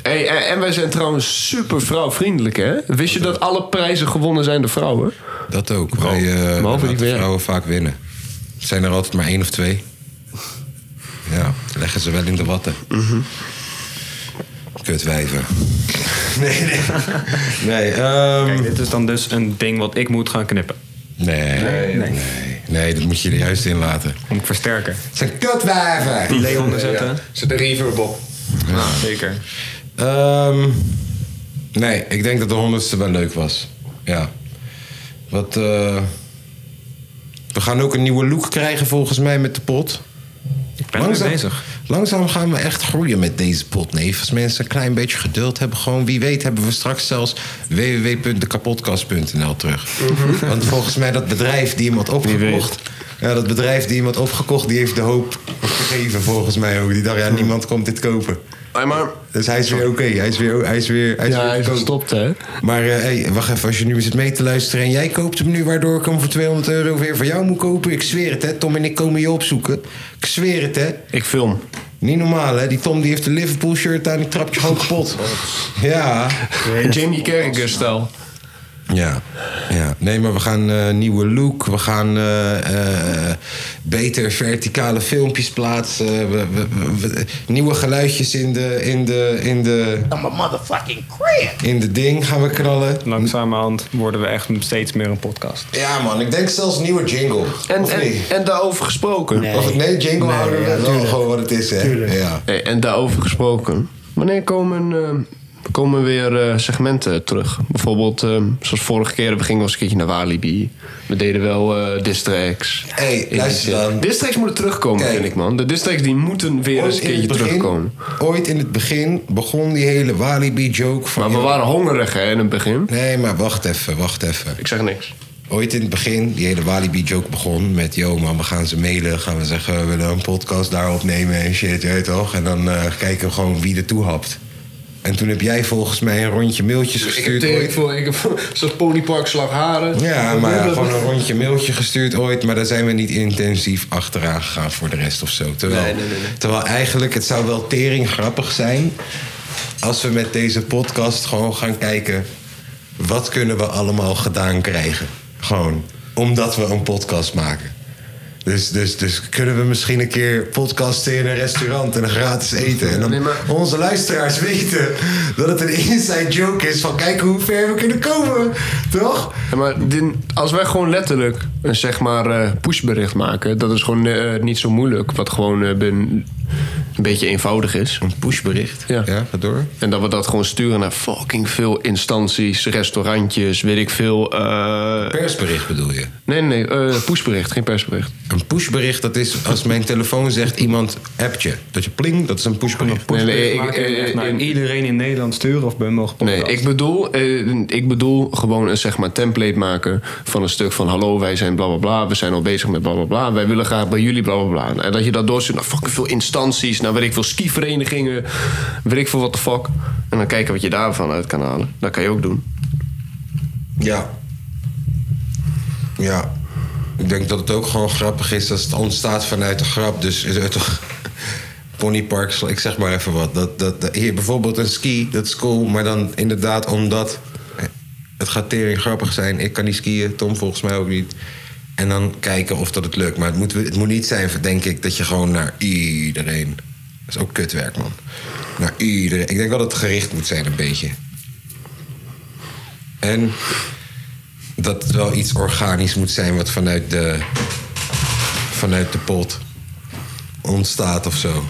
Hey, en, en wij zijn trouwens super vrouwvriendelijk, hè? Wist je dat alle prijzen gewonnen zijn door vrouwen? Dat ook. Wij Behalve eh, die laten van jou. vrouwen vaak winnen. Het zijn er altijd maar één of twee. Ja, leggen ze wel in de watten. Kutwijven. Nee, nee. Nee, ehm, Kijk, dit is dan dus een ding wat ik moet gaan knippen. nee, nee, nee. dat moet je er juist in laten. Om te versterken. Het zijn kutwijven! Delay onderzetten. Zet de reverb op. Ja, zeker. Ehm, nee, ik denk dat de honderdste wel leuk was. Ja. Wat, eh, we gaan ook een nieuwe look krijgen volgens mij met de pot. Ik ben ermee bezig. Langzaam gaan we echt groeien met deze pot. Nee, als mensen een klein beetje geduld hebben, gewoon wie weet hebben we straks zelfs www.dekapodcast.nl terug. Mhm. Want volgens mij dat bedrijf die iemand opgekocht. Ja, dat bedrijf die iemand opgekocht, die heeft de hoop gegeven volgens mij ook. Die dacht, ja, niemand komt dit kopen. Hey, maar... Dus hij is weer oké. Hij is weer. Hij is weer, hij is Ja, weer hij is koop. gestopt, hè? Maar eh, hey, wacht even, als je nu zit mee te luisteren en jij koopt hem nu, waardoor ik hem voor 200 euro weer van jou moet kopen. Ik zweer het, hè? Tom en ik komen je opzoeken. Ik zweer het, hè? Ik film. Niet normaal, hè? Die Tom die heeft een Liverpool shirt aan, die trapt je gewoon kapot. Ja. Oh, Jamie Carragher-stijl. Ja, ja. Nee, maar we gaan eh, nieuwe look. We gaan eh, eh, beter verticale filmpjes plaatsen. We- we- we- we- nieuwe geluidjes in de, in, de, in, de, I'm a motherfucking crib. in de ding gaan we knallen. Langzamerhand worden we echt steeds meer een podcast. Ja, man, ik denk zelfs een nieuwe jingle. En, of en, nee? en daarover gesproken. Of nee, jingle houden we wel gewoon wat het is, hè? Ja. Hey, en daarover gesproken. Wanneer komen eh, Er komen weer eh, segmenten terug. Bijvoorbeeld, eh, zoals vorige keer, we gingen wel eens een keertje naar Walibi. We deden wel eh distracts. Hey, luister dan. Distracts moeten terugkomen, vind ik, man. De distracts die moeten weer eens een keertje terugkomen. Ooit in het begin begon die hele Walibi-joke van... Maar we waren hongerig, hè, in het begin. Nee, maar wacht even, wacht even. Ik zeg niks. Ooit in het begin, die hele Walibi-joke begon met... Yo, man, we gaan ze mailen, gaan we zeggen... we willen een podcast daar opnemen en shit, je weet toch? En dan eh, kijken we gewoon wie er toe hapt. En toen heb jij volgens mij een rondje mailtjes Ik heb gestuurd ooit. tering voor, ik heb zo'n ponypark slagharen. Ja, maar ja, gewoon een rondje mailtje gestuurd ooit. Maar daar zijn we niet intensief achteraan gegaan voor de rest of zo. Terwijl, Nee, nee, nee, nee. terwijl eigenlijk, het zou wel tering grappig zijn... als we met deze podcast gewoon gaan kijken... wat kunnen we allemaal gedaan krijgen? Gewoon, omdat we een podcast maken. Dus, dus, dus kunnen we misschien een keer podcasten in een restaurant en gratis eten. En dan onze luisteraars weten dat het een inside joke is van kijk hoe ver we kunnen komen. Toch? Ja, maar dit- als wij gewoon letterlijk een zeg maar eh, pushbericht maken, dat is gewoon eh, niet zo moeilijk. Wat gewoon eh, ben- een beetje eenvoudig is. Een pushbericht? Ja. ja, door. En dat we dat gewoon sturen naar fucking veel instanties, restaurantjes, weet ik veel. eh, persbericht bedoel je? Nee, nee, eh, pushbericht, geen persbericht. Een pushbericht, dat is als mijn telefoon zegt iemand appt je. Dat je pling, dat is een pushbericht. iedereen in Nederland sturen of bij mogen Nee, ik bedoel, eh, ik bedoel gewoon een zeg maar, template maken van een stuk van... hallo, wij zijn bla bla bla, we zijn al bezig met bla bla bla... wij willen graag bij jullie bla bla bla. En dat je dat doorstuurt naar fucking veel instanties... naar weet ik veel skiverenigingen, weet ik veel wat de fuck. En dan kijken wat je daarvan uit kan halen. Dat kan je ook doen. Ja. Ja. Ik denk dat het ook gewoon grappig is als het ontstaat vanuit de grap. Dus is het toch... Ponypark, ik zeg maar even wat. Dat, dat, dat- hier bijvoorbeeld een ski, dat is cool. Maar dan inderdaad omdat... Het gaat tering grappig zijn. Ik kan niet skiën, Tom volgens mij ook niet. En dan kijken of dat het lukt. Maar het moet, het moet niet zijn, denk ik, dat je gewoon naar iedereen... Dat is ook kutwerk, man. Naar iedereen. Ik denk wel dat het gericht moet zijn, een beetje. En dat het wel iets organisch moet zijn wat vanuit de, vanuit de pot ontstaat of zo.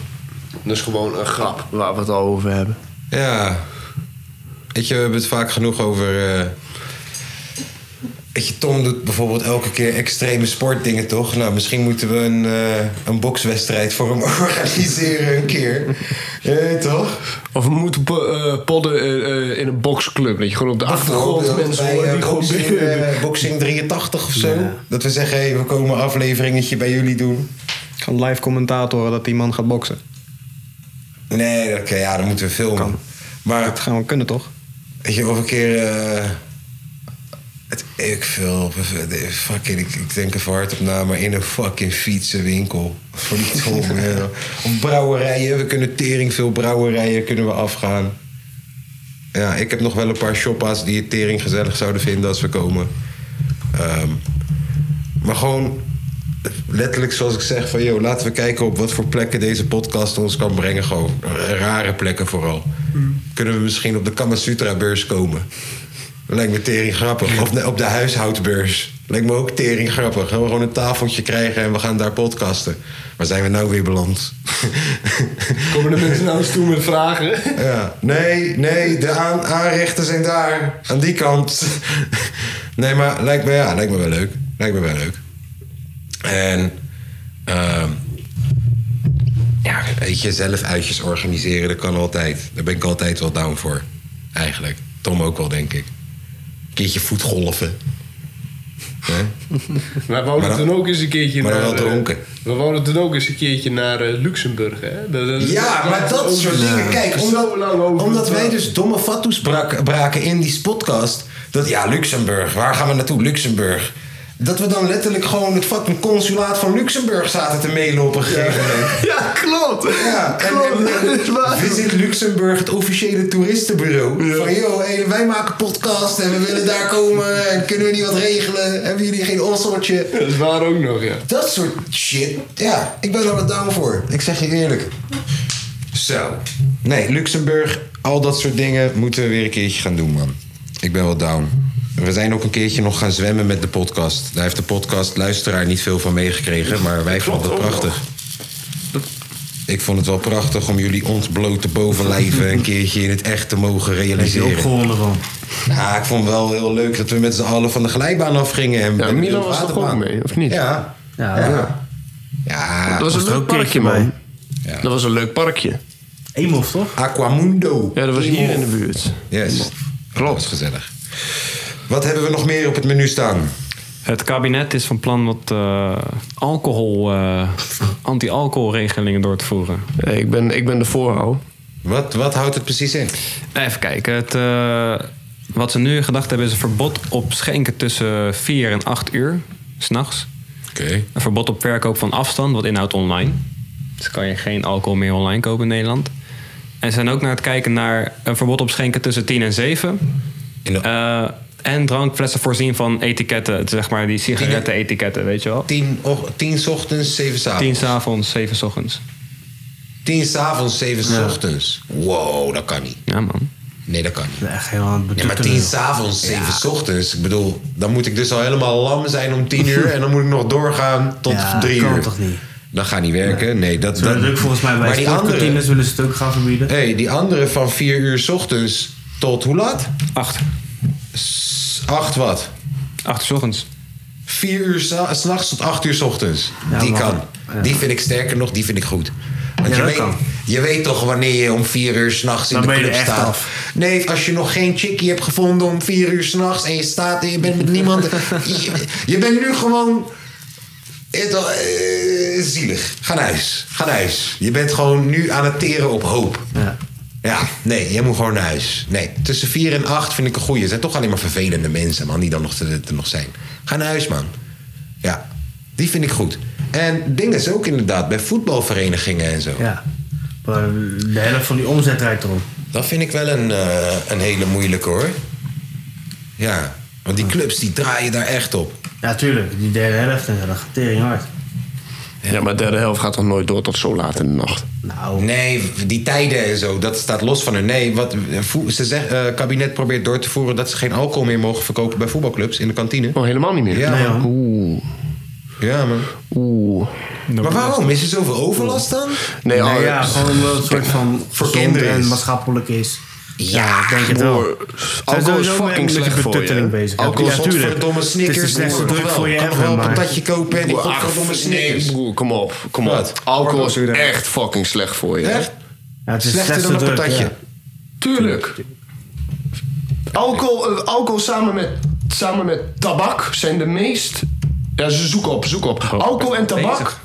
Dus gewoon een grap waar we het al over hebben. Ja. Weet je, we hebben het vaak genoeg over. eh Weet je, Tom doet bijvoorbeeld elke keer extreme sportdingen, toch? Nou, misschien moeten we een, eh, een bokswedstrijd voor hem organiseren een keer. Eh, toch? Of we moeten po- eh, podden eh, eh, in een boxclub. Dat je gewoon op de achtergrond Bijvoorbeeld mensen bij, hoort eh, die gewoon boxing, eh, boxing 83 of zo. Dat we zeggen, hey, we komen een afleveringetje bij jullie doen. Gewoon live commentatoren dat die man gaat boksen. Nee, oké, ja, dan moeten we filmen. Maar dat gaan we kunnen, toch? Weet je, of een keer... eh, het, ik veel... eh, Fucking, ik, ik denk even hard op na, maar in een fucking fietsenwinkel. Voor die trom, ja. Of brouwerijen. We kunnen tering veel brouwerijen kunnen we afgaan. Ja, ik heb nog wel een paar shoppa's die het tering gezellig zouden vinden als we komen. Ehm, maar gewoon letterlijk zoals ik zeg van... joh, laten we kijken op wat voor plekken deze podcast ons kan brengen. Gewoon rare plekken vooral. Hmm. Kunnen we misschien op de Kamasutra-beurs komen? Lijkt me tering grappig. Of nee, op de huishoudbeurs. Lijkt me ook tering grappig. Gaan we gewoon een tafeltje krijgen en we gaan daar podcasten. Waar zijn we nou weer beland? Komen de mensen nou eens toe met vragen? Ja. Nee, nee, de aan aanrechten zijn daar. Aan die kant. Nee, maar lijkt me, ja, lijkt me wel leuk. Lijkt me wel leuk. En... ehm, ja, weet je, zelf uitjes organiseren, dat kan altijd. Daar ben ik altijd wel down voor. Eigenlijk. Tom ook wel, denk ik. Een keertje voetgolven. Hè? Maar we wouden Maar dan- toen ook eens een keertje maar dan naar... wel eh, dronken. we wouden toen ook eens een keertje naar eh, Luxemburg, hè? Dat- dat- Ja, maar dat soort dingen. Kijk, omdat, omdat wij dus domme fatsoes brak- braken in die podcast. Dat ja, Luxemburg, waar gaan we naartoe? Luxemburg. Dat we dan letterlijk gewoon het fucking consulaat van Luxemburg zaten te mailen op een gegeven moment. Ja, klopt. Ja, en, en- Visit Luxemburg, het officiële toeristenbureau. Van joh, hey, wij maken podcast en we willen daar komen. En kunnen we niet wat regelen? Hebben jullie geen onsortje? Dat is waar ook nog, ja. Dat soort shit. Ja, ik ben er wat down voor. Ik zeg je eerlijk. Zo. Nee, Luxemburg, al dat soort dingen moeten we weer een keertje gaan doen, man. Ik ben wel down. We zijn ook een keertje nog gaan zwemmen met de podcast. Daar heeft de podcast luisteraar niet veel van meegekregen, maar wij vonden het prachtig. Ik vond het wel prachtig om jullie ontblote bovenlijven een keertje in het echt te mogen realiseren. Beetje opgewonden van. Nou, ik vond wel heel leuk dat we met z'n allen van de glijbaan afgingen. En en Milan de was toch ook waterbaan. mee, of niet? Ja. Ja. ja. Ah, dat was een leuk parkje, man. Dat was een leuk parkje. Emof, toch? Aquamundo. Ja, dat was hier in de buurt. Yes. Klopt. Dat was gezellig. Wat hebben we nog meer op het menu staan? Het kabinet is van plan wat eh, alcohol, eh, anti-alcoholregelingen door te voeren. Ik ben, ik ben de voorhou. Wat, wat houdt het precies in? Even kijken. Het, eh, wat ze nu in gedachten hebben is een verbod op schenken tussen 4 en 8 uur, s'nachts. Oké. Een verbod op verkoop van afstand, wat inhoudt online. Dus kan je geen alcohol meer online kopen in Nederland. En ze zijn ook naar het kijken naar een verbod op schenken tussen 10 en 7. Eh, en drankflessen voorzien van etiketten, zeg maar die sigaretten-etiketten, weet je wel. 10 tien ochtends, 7 avonds. 10 avonds, 7 ochtends. 10 s'avonds, 7 Ja. ochtends. Wow, dat kan niet. Ja, man. Nee, dat kan niet. Echt helemaal aan het Ja, maar betoeteren, 10 joh. s'avonds, 7 ochtends. Ik bedoel, dan moet ik dus al helemaal lam zijn om 10 uur. En dan moet ik nog doorgaan tot Ja, 3 kan uur. toch niet? Dat gaat niet werken. Nee, dat, Ze willen dat- het ook volgens mij bij maar die andere, sportkantines willen ze het ook gaan verbieden. hey, die andere van 4 uur 's ochtends tot hoe laat? 8. 8 wat? 8 ochtends. 4 uur sa- s'nachts tot 8 uur 's ochtends. Ja, die maar- kan. ja. Die vind ik sterker nog, die vind ik goed. Want Ja, je, dat weet, kan. je weet toch wanneer je om 4 uur s'nachts in Dan de ben je club er echt staat. Nee, als je nog geen chickie hebt gevonden om 4 uur s'nachts en je staat en je bent met niemand. je, je bent nu gewoon. Het, eh, zielig. Ga naar huis. Ga naar huis. Je bent gewoon nu aan het teren op hoop. Ja. Ja, nee, jij moet gewoon naar huis. Nee, tussen 4 en 8 vind ik een goeie. Het zijn toch alleen maar vervelende mensen, man, die dan nog te, te nog zijn. Ga naar huis, man. Ja, die vind ik goed. En dingen is ook inderdaad bij voetbalverenigingen en zo. Ja. Maar de helft van die omzet rijdt erom. Dat vind ik wel een, eh, een hele moeilijke hoor. Ja, want die clubs die draaien daar echt op. Ja, tuurlijk. Die derde helft en dat gaat tering hard. Ja, maar de derde helft gaat toch nooit door tot zo laat in de nacht? Nou. Nee, die tijden en zo, dat staat los van hun. Nee, wat, vo- ze zeg, eh, kabinet probeert door te voeren dat ze geen alcohol meer mogen verkopen bij voetbalclubs in de kantine. Oh, helemaal niet meer? Ja, Nee, man. hoor. Oeh. Ja, man. Oeh. Maar waarom? Is er zoveel overlast dan? Nee, Nee, oh, ja, het- gewoon wel een soort van Voor voor kinderen kinderen en is- maatschappelijk is. Ja, ik denk het broer, wel. alcohol is fucking slecht voor je. Alcohol Alcohol is ja, godverdomme tuurlijk. Snickers, Het is de slechtste broer. druk Kan voor je nog ever, wel een maar- patatje kopen en die Broer, godverdomme ach, Snickers. Nee, broer, kom op. Kom op. Alcohol is echt fucking slecht voor je. Echt? Ja, het is Slechter slechtste dan een druk, patatje. Tuurlijk. Alcohol, eh, alcohol samen, met, samen met tabak zijn de meest... Ja, ze zoek op, zoek op. Alcohol en tabak...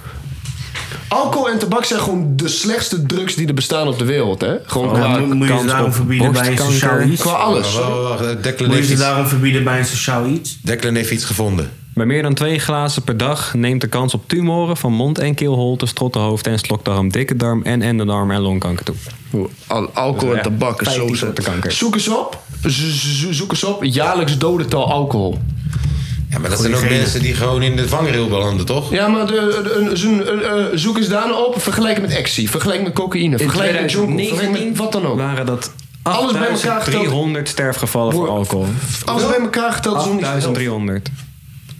Alcohol en tabak zijn gewoon de slechtste drugs die er bestaan op de wereld, hè? Gewoon Oh, qua ja, moet- moet je ze kans daarom op verbieden bij een borstkanker, sociaal iets? Qua alles. Wacht, Oh, wacht, wacht, eh, Declan Moet je heeft ze iets- daarom verbieden bij een sociaal iets? Declan heeft iets gevonden. Bij meer dan twee glazen per dag neemt de kans op tumoren van mond- en keelholte, strottenhoofd en slokdarm, dikke darm en endendarm en longkanker toe. Al alcohol en tabak is zo soorten kanker. Zoek eens op. Zo- zo- Zoek eens op. Jaarlijks dodental alcohol. Ja, maar dat zijn ook mensen die gewoon in de vangrail belanden, toch? Ja, maar de, de- een- zo'n- een- eh, zoek eens daarna op. Vergelijk met actie. Vergelijk met cocaïne. Vergelijk met jonkel. Vergelijk met wat dan ook. Waren dat Alles bij elkaar geteld. 300 Ah, sterfgevallen voor alcohol. Alles bij elkaar geteld is nog niet 8300.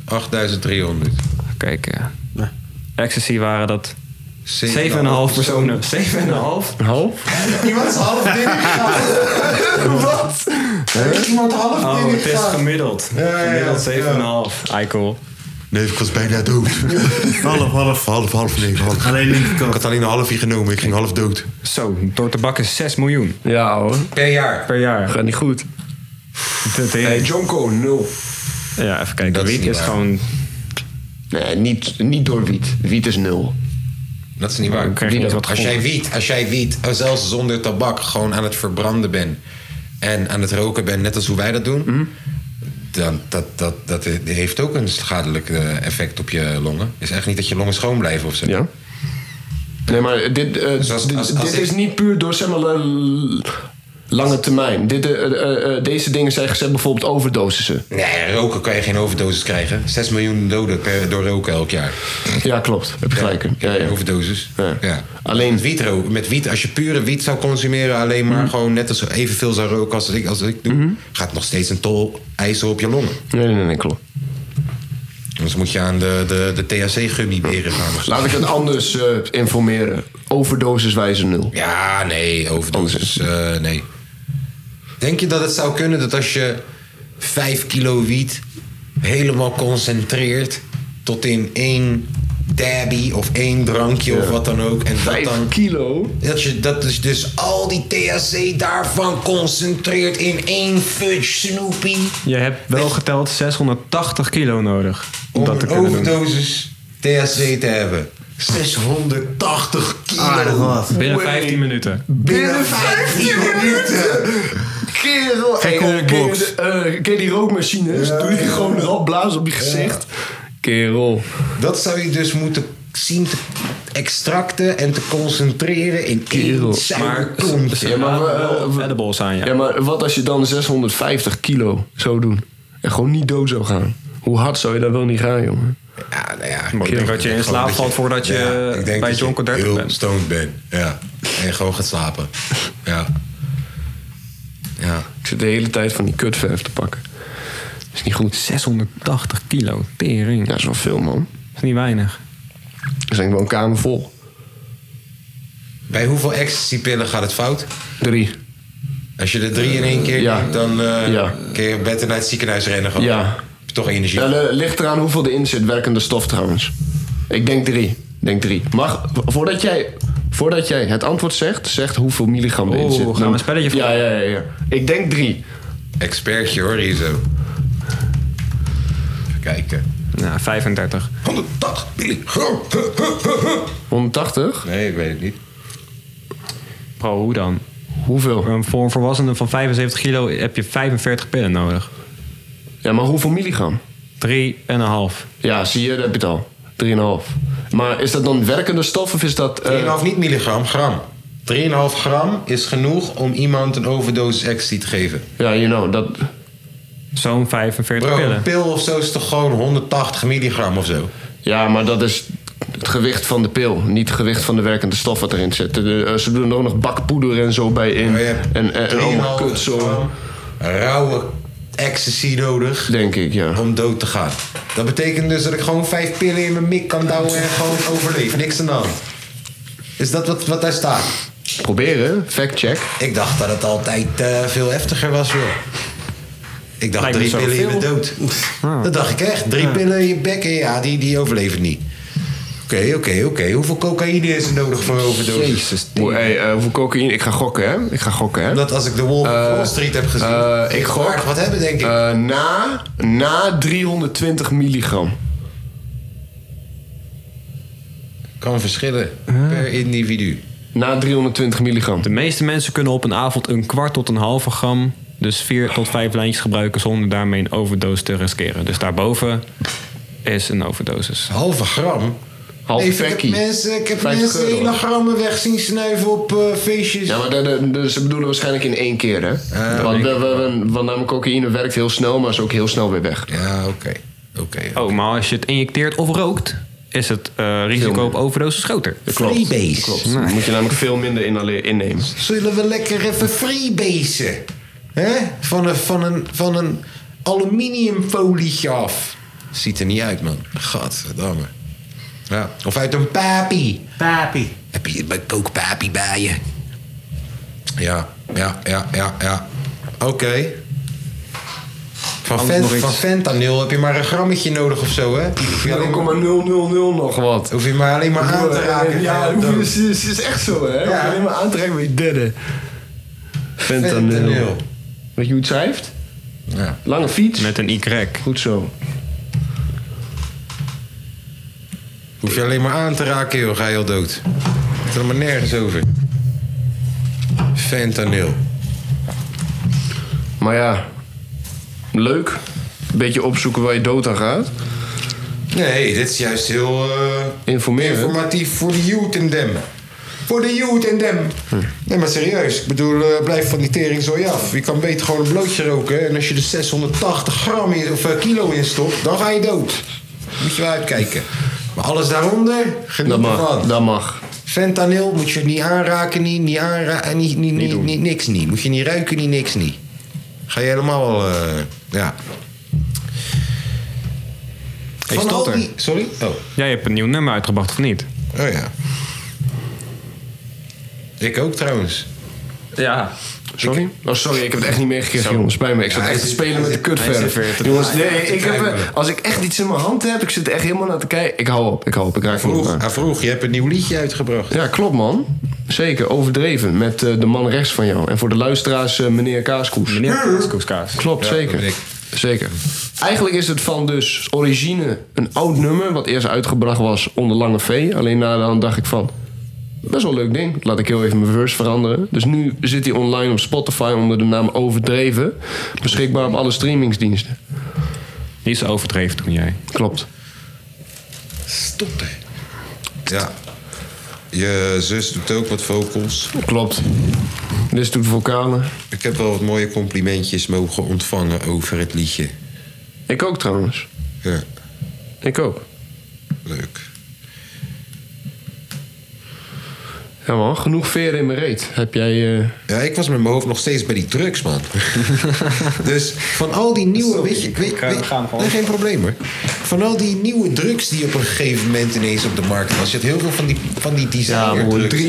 8300. Kijk, ja. Ecstasy waren dat 7,5 7,5 personen. 7,5? Iemand is half binnengegaan. Wat? Heeft iemand half Oh, het is gemiddeld. ja, Gemiddeld ja. 7,5. Eikel. Nee, ik was bijna dood. half, half. Half, half, nee. Half. Alleen linkerkant. Ik had alleen een halfje genomen, ik ging half dood. Zo, door te bakken 6 miljoen. Ja hoor. Per jaar. Per jaar. Gaat niet goed. Hey, Jonko, nul. Ja, even kijken. Wiet is gewoon... Nee, niet, niet door wiet. Wiet is nul. Dat is niet waar. Dan krijg je niet wat als jij gevoel. wiet, als jij wiet, eh, zelfs zonder tabak, gewoon aan het verbranden bent en aan het roken bent, net als hoe wij dat doen, Mhm. dan dat, dat, dat heeft ook een schadelijk eh, effect op je longen. Is echt niet dat je longen schoon blijven of zo. Ja. Nee, maar dit, eh, Dus als- dit- als- als dit ik- is niet puur door zeg maar, l- lange termijn. Dit, eh, eh, eh, deze dingen zijn gezet bijvoorbeeld overdosissen. Nee, roken kan je geen overdosis krijgen. 6 miljoen doden per, door roken elk jaar. Ja, klopt. Heb je gelijk. in. Ja, ja. Overdosis. Ja. Alleen wiet roken. Met wiet, als je pure wiet zou consumeren, alleen Mhm. maar gewoon net als evenveel zou roken als ik, als ik doe, gaat nog steeds een tol ijzer op je longen. Nee, nee, nee, klopt. En Anders Dus moet je aan de, de, de THC-gummiberen gaan. Laat ik het anders eh, informeren. Overdosis wijze nul. Oh, Ja, nee, overdosis, eh, nee. Denk je dat het zou kunnen dat als je 5 kilo wiet helemaal concentreert tot in één dabby of één drankje of wat dan ook. En dat dan, kilo? Dat, je, dat is dus al die THC daarvan concentreert in één fudge snoepie. Je hebt wel geteld 680 kilo nodig om, dat te Een kunnen doen. overdosis THC te hebben. 680 kilo. Binnen 15 minuten. Binnen 15 minuten! Kerel, Gekke eh, ken je hotbox. de, eh, ken je die rookmachines? Doe je gewoon erop, blaas op je gezicht. Kerel. Dat zou je dus moeten zien te extracten en te concentreren in één Maar- suikerkontje. Ja, maar we, eh, we- Ja, maar wat als je dan 650 kilo zou doen? En gewoon niet dood zou gaan. Hoe hard zou je dat wel niet gaan, jongen? Ja, nou ja. ik denk dat je in slaap valt voordat je bij John Conderton Conderton heel bent. stoned bent. Ja. En je gewoon gaat slapen. Ja. Ja. Ik zit de hele tijd van die kutverf te pakken. Is niet goed. 680 kilo, tering. Ja, dat is wel veel, man. is niet weinig. Dat is denk ik wel een kamer vol. Bij hoeveel ecstasy-pillen gaat het fout? Drie. Als je er drie in één keer Ja. neemt, dan eh Ja. kun je beter naar het ziekenhuis rennen. Gewoon. Ja. Heb je toch energie. Ja, eh, ligt eraan hoeveel erin zit, werkende stof trouwens. Ik denk drie. Ik denk drie. Mag, voordat jij, voordat jij het antwoord zegt, zegt hoeveel milligram erin Oeh, zit. gaan we Dan- een spelletje ja, ja, ja, ja. Ik denk drie. Expertje hoor, hier zo. Even kijken. Nou, 35. 180 milligram. 180? Nee, ik weet het niet. Pro, hoe dan? Hoeveel? voor een volwassene van 75 kilo heb je 45 pillen nodig. Ja, maar hoeveel milligram? 3,5. Ja, zie je, dat heb je het al. 3,5. Maar is dat dan werkende stof of is dat... eh, 3,5 niet milligram, gram. 3,5 gram is genoeg om iemand een overdosis ecstasy te geven. Ja, you know, dat... Zo'n 45 Bro, pillen. een pil of zo is toch gewoon 180 milligram of zo? Ja, maar dat is het gewicht van de pil, niet het gewicht van de werkende stof wat erin zit. De- eh, ze doen er ook nog bakpoeder en zo bij in. en en, en allemaal 3,5 kut zo. Rauwe ecstasy nodig. Denk ik, ja. Om dood te gaan. Dat betekent dus dat ik gewoon vijf pillen in mijn mik kan douwen en gewoon overleef. Niks aan de hand. Is dat wat, wat daar staat? Proberen, fact check. Ik dacht dat het altijd eh, veel heftiger was, joh. Ik dacht Lijkt me drie zo pillen je bent veel. dood. Ah. Dat dacht ik echt. Drie pillen in je bek en ja, die, die overleven niet. Oké, oké, oké. Hoeveel cocaïne is er nodig voor een overdosis? Hoe, hey, eh, hoeveel cocaïne? Ik ga gokken, hè? Ik ga gokken, hè? Omdat als ik de Wolf Eh, of Wall Street heb gezien... eh, ik ik gok. waard wat hebben, denk ik. eh, na, na 320 milligram. Kan verschillen per individu. Na 320 milligram. De meeste mensen kunnen op een avond een kwart tot een halve gram, dus vier tot vijf lijntjes gebruiken zonder daarmee een overdosis te riskeren. Dus daarboven is een overdosis. Halve gram? Half Nee, ik heb fekkie. mensen, ik heb 50 mensen euro. hele grammen weg zien snuiven op eh, feestjes. Ja, maar dat- dat- dat- ze bedoelen waarschijnlijk in één keer, hè? want, we, we, we- want namelijk cocaïne werkt heel snel, maar is ook heel snel weer weg. Ja, oké. Oké. Oh, maar als je het injecteert of rookt, is het eh, risico op overdosis groter. Klopt. Freebase. Klopt. Dan moet je namelijk veel minder inhale- innemen. Zullen we lekker even freebasen? Hè? Van een, van een, van een aluminiumfolietje af. Ziet er niet uit, man. Gadverdamme. Ja. Of uit een papie. Papi. Heb je bij kookpapie bij je? Ja, ja, ja, ja, ja. Oké. Van, Anders fen- nog iets? van fentanyl heb je maar een grammetje nodig of zo, hè? Hoef je alleen maar, 0,000 nog wat. hoef je maar, alleen maar aan te raken. Ja, ga je het dood. is, is, is echt zo, hè? Hoef je alleen maar aan te raken, ben je derde. Fentanyl. Fentanyl. Weet je hoe het schrijft? Ja. Lange fiets. Met een Y. Goed zo. Hoef je alleen maar aan te raken, joh, ga je al dood. Het is er maar nergens over. Fentanyl. Maar ja, leuk. Een beetje opzoeken waar je dood aan gaat. Nee, dit is juist heel eh, Informeren. informatief voor de youth en dem. Voor de youth en dem. Hm. Nee, maar serieus. Ik bedoel, eh, blijf van die tering zo af. Je kan beter gewoon een blootje roken. En als je er 680 gram in, of eh, kilo in stopt, dan ga je dood. Moet je wel uitkijken. Maar alles daaronder, geniet Dat mag. ervan. Dat mag. Fentanyl moet je niet aanraken, niet, niet aanraken, niet, niet, niet, niet- niks niet. Moet je niet ruiken, niet, niks niet. Ga je helemaal, eh, ja. Hey, Stotter. Sorry? Oh. Jij hebt een nieuw nummer uitgebracht, of niet? Oh ja. Ik ook trouwens. Ja. Sorry? Oh, sorry, ik heb het echt niet meegekregen, jongens. Spijt me. Ik zat Ja, echt te hij zit- spelen met de hij zit- hij zit weer kutverf. te- Jongens, hij zit nee, te ik heb, kijken. eh, als ik echt iets in mijn hand heb, ik zit er echt helemaal naar te kijken. Ik hou op, ik hou op. Ik raak Vroeg- niet meer. hij vroeg, je hebt een nieuw liedje uitgebracht. Ja, klopt man. Zeker, overdreven. Met eh, de man rechts van jou. En voor de luisteraars, eh, meneer Kaaskoes. Meneer Kaaskoes, Klopt, Ja, dat Oh, zeker. ben ik. Zeker. Eigenlijk is het van dus origine een oud nummer... wat eerst uitgebracht was onder Lange V. Alleen daarna dacht ik van... Best wel een leuk ding. Laat ik heel even mijn verse veranderen. Dus nu zit hij online op Spotify onder de naam Overdreven. Beschikbaar op alle streamingsdiensten. Die is overdreven toen jij. Klopt. Stotter. Ja. Je zus doet ook wat vocals. Klopt. Dus doet vocalen. Ik heb wel wat mooie complimentjes mogen ontvangen over het liedje. Ik ook trouwens. Ja. Ik ook. Leuk. Ja man, genoeg veren in mijn reet. Heb jij... eh, Ja, ik was met mijn hoofd nog steeds bij die drugs, man. dus van al die nieuwe, weet je... Weet, eh, weet- nee, geen probleem, hoor. Van al die nieuwe drugs die op een gegeven moment ineens op de markt was. Je had heel veel van die, van die designer drugs.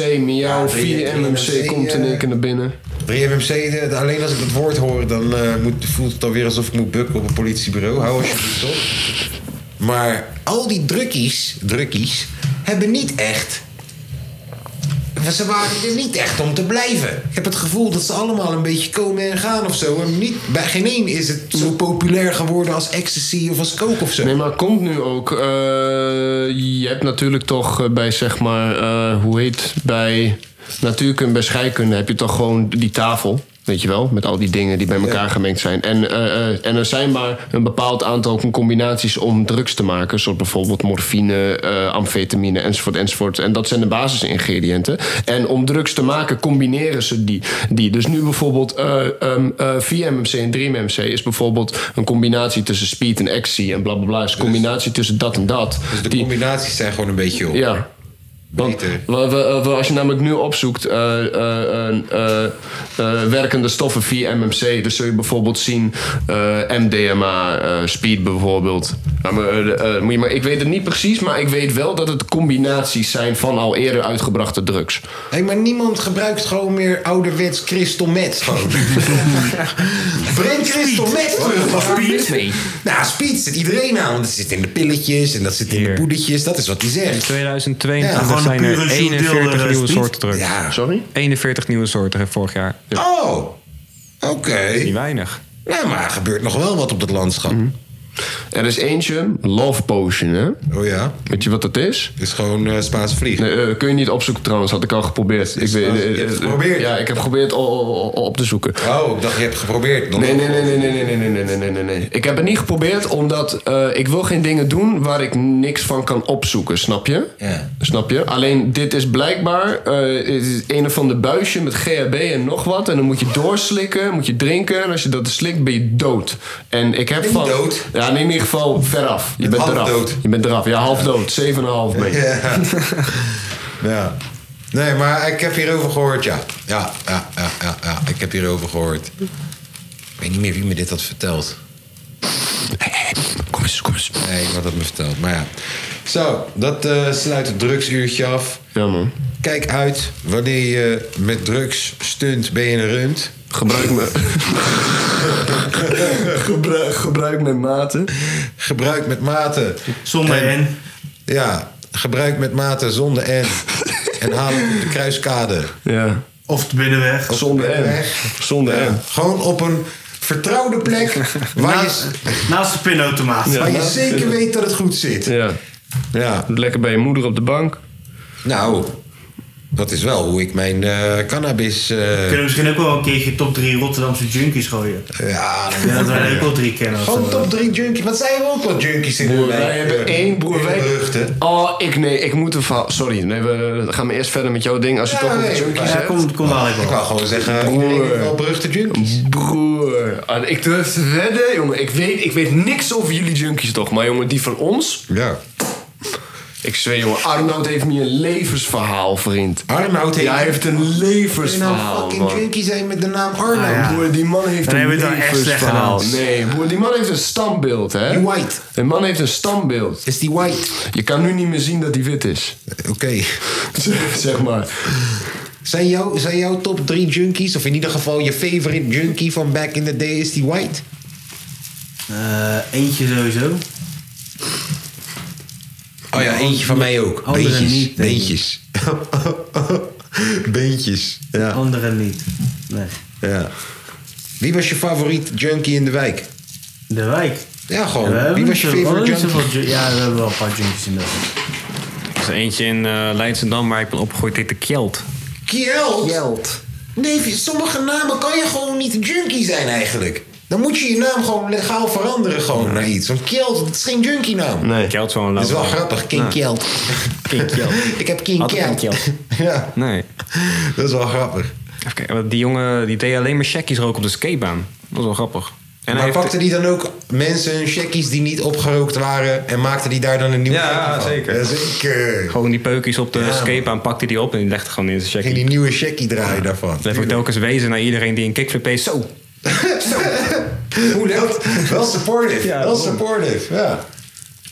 3MMC, miauw, Ja, 4MMC komt in één keer naar binnen. 3MMC, de- de- eh, alleen als ik dat woord hoor, dan eh, moet, voelt het alweer alsof ik moet bukken op een politiebureau. Hou alsjeblieft op. Maar al die drukkies, drukkies hebben niet echt. Ze waren er niet echt om te blijven. Ik heb het gevoel dat ze allemaal een beetje komen en gaan of zo. En niet, bij geen één is het zo populair geworden als ecstasy of als coke of zo. Nee, maar komt nu ook. eh, je hebt natuurlijk toch eh, bij zeg maar, eh, hoe heet bij natuurkunde, bij scheikunde heb je toch gewoon die tafel. Weet je wel, met al die dingen die bij elkaar gemengd zijn. En, eh, eh, en er zijn maar een bepaald aantal combinaties om drugs te maken. Zoals bijvoorbeeld morfine, eh, amfetamine, enzovoort, enzovoort. En dat zijn de basisingrediënten. En om drugs te maken combineren ze die. die. Dus nu bijvoorbeeld eh ehm, eh, 4-MMC en 3-MMC is bijvoorbeeld een combinatie tussen speed en ecstasy en blablabla. Bla, bla. is een combinatie tussen dat en dat. Dus de combinaties zijn gewoon een beetje op. Ja. Want wa- wa- wa- als je namelijk nu opzoekt eh, eh, eh, eh, eh, werkende stoffen via MMC, dan zul je bijvoorbeeld zien eh, MDMA, eh, speed bijvoorbeeld. Nou, maar, eh, eh, moet je maar, ik weet het niet precies, maar ik weet wel dat het combinaties zijn van al eerder uitgebrachte drugs. Hé, maar niemand gebruikt gewoon meer ouderwets crystal meth gewoon. Breng crystal meth terug. Wat man. speed? Nou, speed zit iedereen aan. Want het zit in de pilletjes en dat zit in de poedertjes. Dat is wat hij zegt. In 2022 zijn er eh, 41 nieuwe soorten drugs. Sorry? 41 nieuwe soorten hè, vorig jaar. Dus Oh, oké. Niet weinig. Mhm. Ja, maar er gebeurt nog wel wat op dat landschap. Er is eentje, Love Potion, hè? Oh ja. Weet je wat dat is? eh, Is gewoon eh, Spaanse vlieg. kun je niet opzoeken trouwens, had ik al geprobeerd. Ik weet, Spaanse- eh, je hebt het eh, geprobeerd? Ja, ik heb geprobeerd o- o- o- op te zoeken. Oh, ik dacht je hebt geprobeerd. Dan- Nee, nee, nee, nee, nee, nee, nee, nee, nee, nee, nee, nee. Ik heb het niet geprobeerd omdat eh, ik wil geen dingen doen waar ik niks van kan opzoeken, snap je? Ja. Snap je? Alleen dit is blijkbaar eh, het is een of ander buisje met GHB en nog wat. En dan moet je doorslikken, moet je drinken. En als je dat slikt, ben je dood. En ik heb Ben je van. dood? Ja, in ieder geval veraf. Je bent half eraf. dood. Je bent eraf. Ja, half dood. 7,5 ben je. Ja. ja. Nee, maar ik heb hierover gehoord, ja. Ja, ja, ja, ja, ja. Ik heb hierover gehoord. Ik weet niet meer wie me dit had verteld. Kom eens, kom eens. Nee, iemand had me verteld, maar ja. Zo, dat eh, sluit het drugsuurtje af. Ja, man. Kijk uit wanneer je met drugs stunt, ben je een runt. Gebruik me. gebruik, gebruik met mate. Gebruik met mate. Zonder en. Ja, gebruik met mate zonder en. en haal het op de kruiskade. Ja. Of de binnenweg. Zonder en. Zonder en. Gewoon op een vertrouwde plek waar je, Naast, naast de pinautomaat. waar je zeker weet dat het goed zit. Ja. ja. Lekker bij je moeder op de bank. Nou, dat is wel hoe ik mijn eh, cannabis... eh, Kunnen we misschien ook wel een keertje top 3 Rotterdamse junkies gooien? Ja, Ja, dat zijn ook wel drie kennen. of Gewoon zo. top 3 junkies. Wat zijn we ook wel junkies in Broer, de wij hebben één broer. Wij... Oh, ik nee, ik moet een verhaal. Sorry, nee, we we gaan maar eerst verder met jouw ding. Als je Ja, toch nee, een junkies ja, hebt. kom- kom wel even Ik wou gewoon zeggen, eh, iedereen heeft wel beruchte junkies. Broer, ah, ik durf te wedden, jongen. Ik weet, ik weet niks over jullie junkies toch, maar jongen, die van ons. Ja. Ik zweer, jongen. Arnoud heeft me een levensverhaal, vriend. Arnoud heeft- Ja, hij heeft een nou levensverhaal, fucking man. junkie zijn met de naam Arnoud? Broer, die man heeft Ah, Dan een hebben we het al echt slecht levensverhaal. gedaan. Nee, broer, die man heeft een standbeeld, hè? Die white. Die man heeft een standbeeld. Is die white? Eh, Je kan nu niet meer zien dat hij wit is. Oké. zeg maar. Zijn, jou, zijn jouw top drie junkies, of in ieder geval je favorite junkie van back in the day, is die white? Eh, eentje sowieso. Oh ja, eentje van mij ook. Anderen Beentjes. niet, denk ik. Beentjes. Beentjes. Ja. Anderen niet. Nee. Ja. Wie was je favoriet junkie in de wijk? De wijk? Ja, Ja, gewoon. we hebben Wie was je niet zo- we favorite hebben niet junkie? zoveel ju- Ja, we hebben wel een paar junkies in de wijk. Er is eentje in eh Leidsendam waar ik ben opgegroeid, heette Kjeld. Kjeld. Nee, sommige namen kan je gewoon niet een junkie zijn eigenlijk. Dan moet je je naam gewoon legaal veranderen gewoon naar iets. Want Kjeld, dat is geen junkie naam. Nee. Kjeld zo'n Dat is wel grappig, King Kjeld. Nou, King Kjeld. Ik heb King Altijd Kjeld. King Kjeld. ja. Nee. Dat is wel grappig. Even kijken, want die jongen die deed alleen maar checkies roken op de skatebaan. Dat is wel grappig. En maar pakte die dan ook mensen hun checkies die niet opgerookt waren... en maakte die daar dan een nieuw checkie Ja, van? zeker. Ja, zeker. Gewoon die peukjes op de Ja, man. skatebaan pakte die op en die legde gewoon in zijn checkie. Ging die nieuwe checkie draaien daarvan. Dat heb ik telkens wezen naar iedereen die een kickflip deed. Zo! Hoe dat? Wel supportive. Ja, wel daarom. supportive, ja.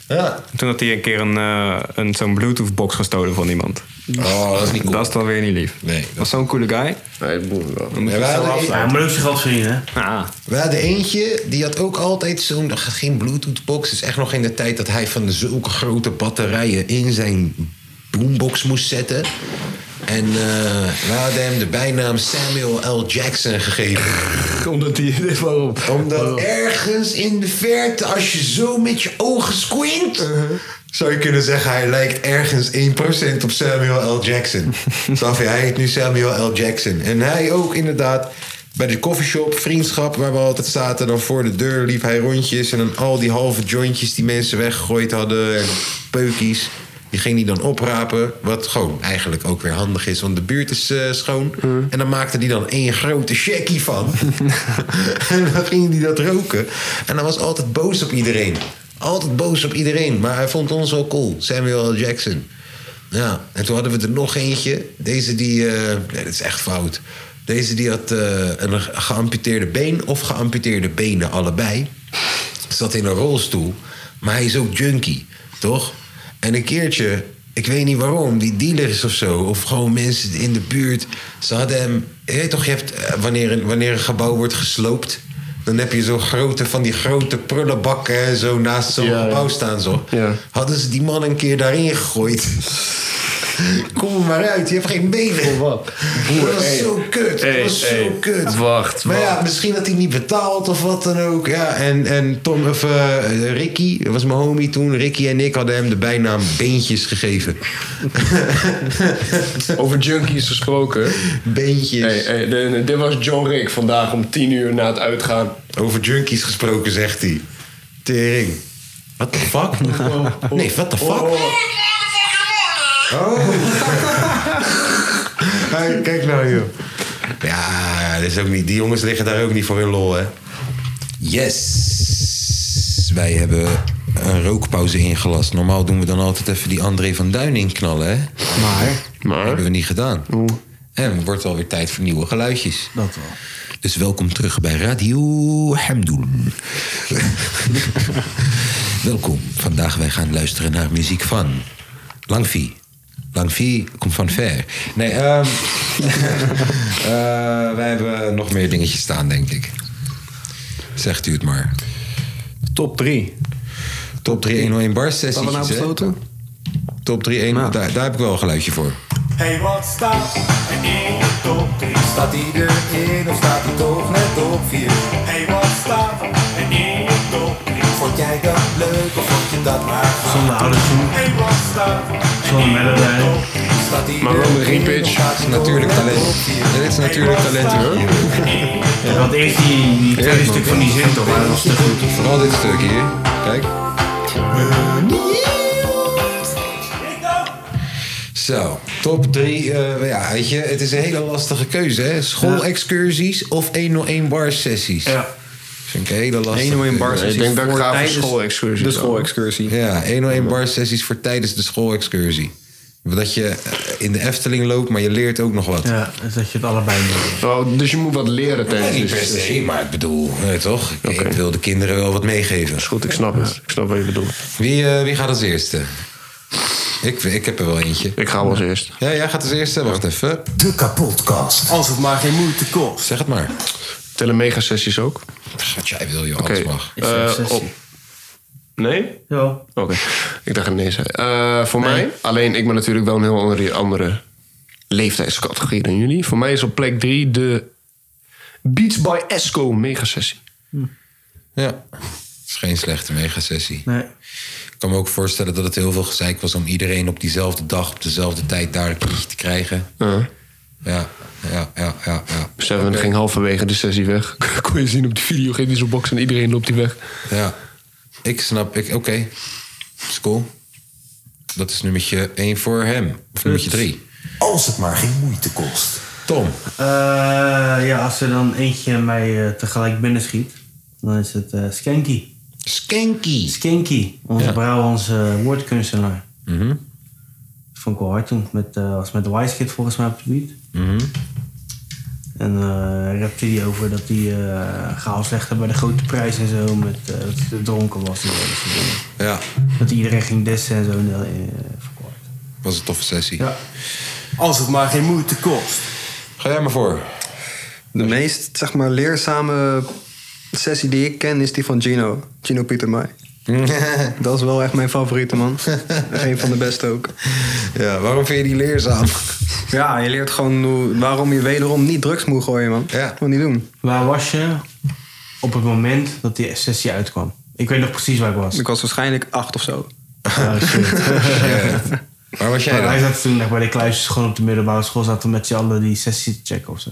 Ja. Toen had hij een keer een, eh, een, zo'n Bluetooth-box gestolen van iemand. Oh, dat is niet Dat is dan weer niet lief. Nee. Was zo'n coole guy. Nee, boer wel. Dan moet je Ja, het zo wij- afsluiten. Ja, maar ook zijn geld verdienen, hè? Ah, We hadden eentje, die had ook altijd zo'n... Geen Bluetooth-box. Het is echt nog in de tijd dat hij van de zulke grote batterijen... in zijn boombox moest zetten. En eh we hadden hem de bijnaam Samuel L. Jackson gegeven. Omdat hij... Waarom? Oh. Oh. Omdat ergens in de verte, als je zo met je ogen squint... Uh-huh. zou je kunnen zeggen, hij lijkt ergens 1% op Samuel L. Jackson. Snap je? Hij heet nu Samuel L. Jackson. En hij ook inderdaad bij de coffeeshop, vriendschap... waar we altijd zaten, dan voor de deur liep hij rondjes... en dan al die halve jointjes die mensen weggegooid hadden... en peukies... Die ging hij dan oprapen, wat gewoon eigenlijk ook weer handig is, want de buurt is eh, schoon. En dan maakte hij dan één grote checkie van. en dan ging hij dat roken. En hij was altijd boos op iedereen. Altijd boos op iedereen, maar hij vond ons wel cool. Samuel L. Jackson. Ja, en toen hadden we er nog eentje. Deze die, eh, nee, dat is echt fout. Deze die had eh, een geamputeerde been of geamputeerde benen, allebei zat in een rolstoel. Maar hij is ook junkie, toch? En een keertje, ik weet niet waarom, die dealers of zo... of gewoon mensen in de buurt, ze hadden hem... Je weet toch, je hebt, eh, wanneer, een, wanneer een gebouw wordt gesloopt... dan heb je zo'n grote, van die grote prullenbakken... hè, zo naast zo'n Ja, ja. gebouw staan, zo. Ja. Hadden ze die man een keer daarin gegooid... Kom er maar uit, je hebt geen benen. dat was hey. zo kut. Hey, dat was hey. zo kut. Wacht, Maar ja, wacht. misschien dat hij niet betaalt of wat dan ook. Ja, en, en Tom, of eh, Ricky, dat was mijn homie toen. Ricky en ik hadden hem de bijnaam Beentjes gegeven. Over junkies gesproken. Beentjes. Hey, hey, de- de- dit was John Rick vandaag om 10 uur na het uitgaan. Over junkies gesproken, zegt hij. Tering. What the fuck? Nee, what the fuck? Oh. Hey, Kijk nou, joh. Ja, dat is ook niet, die jongens liggen daar ook niet voor hun lol, hè? Yes! Wij hebben een rookpauze ingelast. Normaal doen we dan altijd even die André van Duin inknallen, hè? Maar? Dat hebben we niet gedaan. En het wordt alweer tijd voor nieuwe geluidjes. Dat wel. Dus welkom terug bij Radio Hemdoen. welkom. Vandaag wij gaan luisteren naar muziek van Langvi. Langvi komt van ver. Nee, ehm eh, wij hebben nog meer dingetjes staan, denk ik. Zegt u het maar. top 3. Top 3 101 bar Hadden we nou sessies. besloten? Nou. Top 3 1 daar, daar heb ik wel een geluidje voor. Hey, wat staat er in de top 3? Staat hij erin of staat hij toch net op 4? Hey, wat staat er in de top 3? Vond jij dat leuk of vond je dat maar gaaf? Zonder autotune, Hey, wat staat zonder melody. Staat hij Maar waarom geen erin of pitch? staat hij toch Natuurlijk net talent. op vier? Dit is Hey, natuurlijk wat talent, staat hoor. er in de Want eerst die, die tweede stuk van die zin toch, maar dat was te goed. Vooral dit stuk hier. Kijk. Zo, top 3. ja, weet je, het is een hele lastige keuze. hè? Schoolexcursies of 101 bar sessies. Ja. vind ik een hele lastige. 101 bar sessies Ik denk dat ik voor ga voor tijdens schoolexcursie. de schoolexcursie. Ja, 101 bar sessies voor tijdens de schoolexcursie. Dat je eh, in de Efteling loopt, maar je leert ook nog wat. Ja, dus dat je het allebei doet. Oh, dus je moet wat leren tijdens nee, niet de per se, maar ik bedoel, nee, toch? Ik- Ik wil de kinderen wel wat meegeven. Is goed, ik snap het. Ik snap wat je bedoelt. Wie, eh, wie gaat als eerste? Ik, ik heb er wel eentje. Ik ga wel als eerste. Ja, jij gaat als eerste. Wacht even. De kapotkast. Als het maar geen moeite kost. Zeg het maar. Tellen megasessies ook? Wat jij wil, joh. Oké. Alles mag. eh, op- Nee? Ja. Oké. Ik dacht nee. zei- Eh voor mij, alleen ik ben natuurlijk wel een heel andere, andere leeftijdscategorie dan jullie. Voor mij is op plek 3 de Beats by Esco megasessie. Ja. is geen slechte megasessie. Nee. Ik kan me ook voorstellen dat het heel veel gezeik was om iedereen op diezelfde dag, op dezelfde tijd daar een knietje te krijgen. Ja, ja, ja, ja. ja. Seven ging halverwege de sessie weg. Kon je zien op de video, geen die zo'n box en iedereen loopt die weg. Ja, ik snap. Ik, Oké, is cool. Dat is nummertje 1 voor hem. Of nummertje 3. Als het maar geen moeite kost. Tom. Eh, ja, als er dan eentje mij eh, tegelijk binnenschiet, dan is het eh Skanky. Skanky. Skanky, onze Ja. Brabantse woordkunstenaar. Vond ik wel hard toen. Met, eh, was met Wisekid volgens mij op het gebied. En eh rapte hij over dat hij eh chaos legde bij de grote prijs en zo. Met, eh, dat hij te dronken was en zo. dat soort dingen. Ja, Dat iedereen ging dessen en zo. En, dat, eh, was een toffe sessie. Ja. Als het maar geen moeite kost. Ga jij maar voor. De meest zeg maar, leerzame sessie die ik ken is die van Gino. Gino Pietermaai. dat is wel echt mijn favoriete man. Een van de beste ook. Ja, waarom vind je die leerzaam? ja, je leert gewoon hoe- waarom je wederom niet drugs moet gooien, man. Ja. Moet niet doen. Waar was je op het moment dat die sessie uitkwam? Ik weet nog precies waar ik was. Ik was waarschijnlijk acht of zo. Ja, Oh, shit. Waar was jij dan? Wij zaten toen echt bij de kluisjes gewoon op de middelbare school. Zaten we met z'n allen die sessie te checken of zo.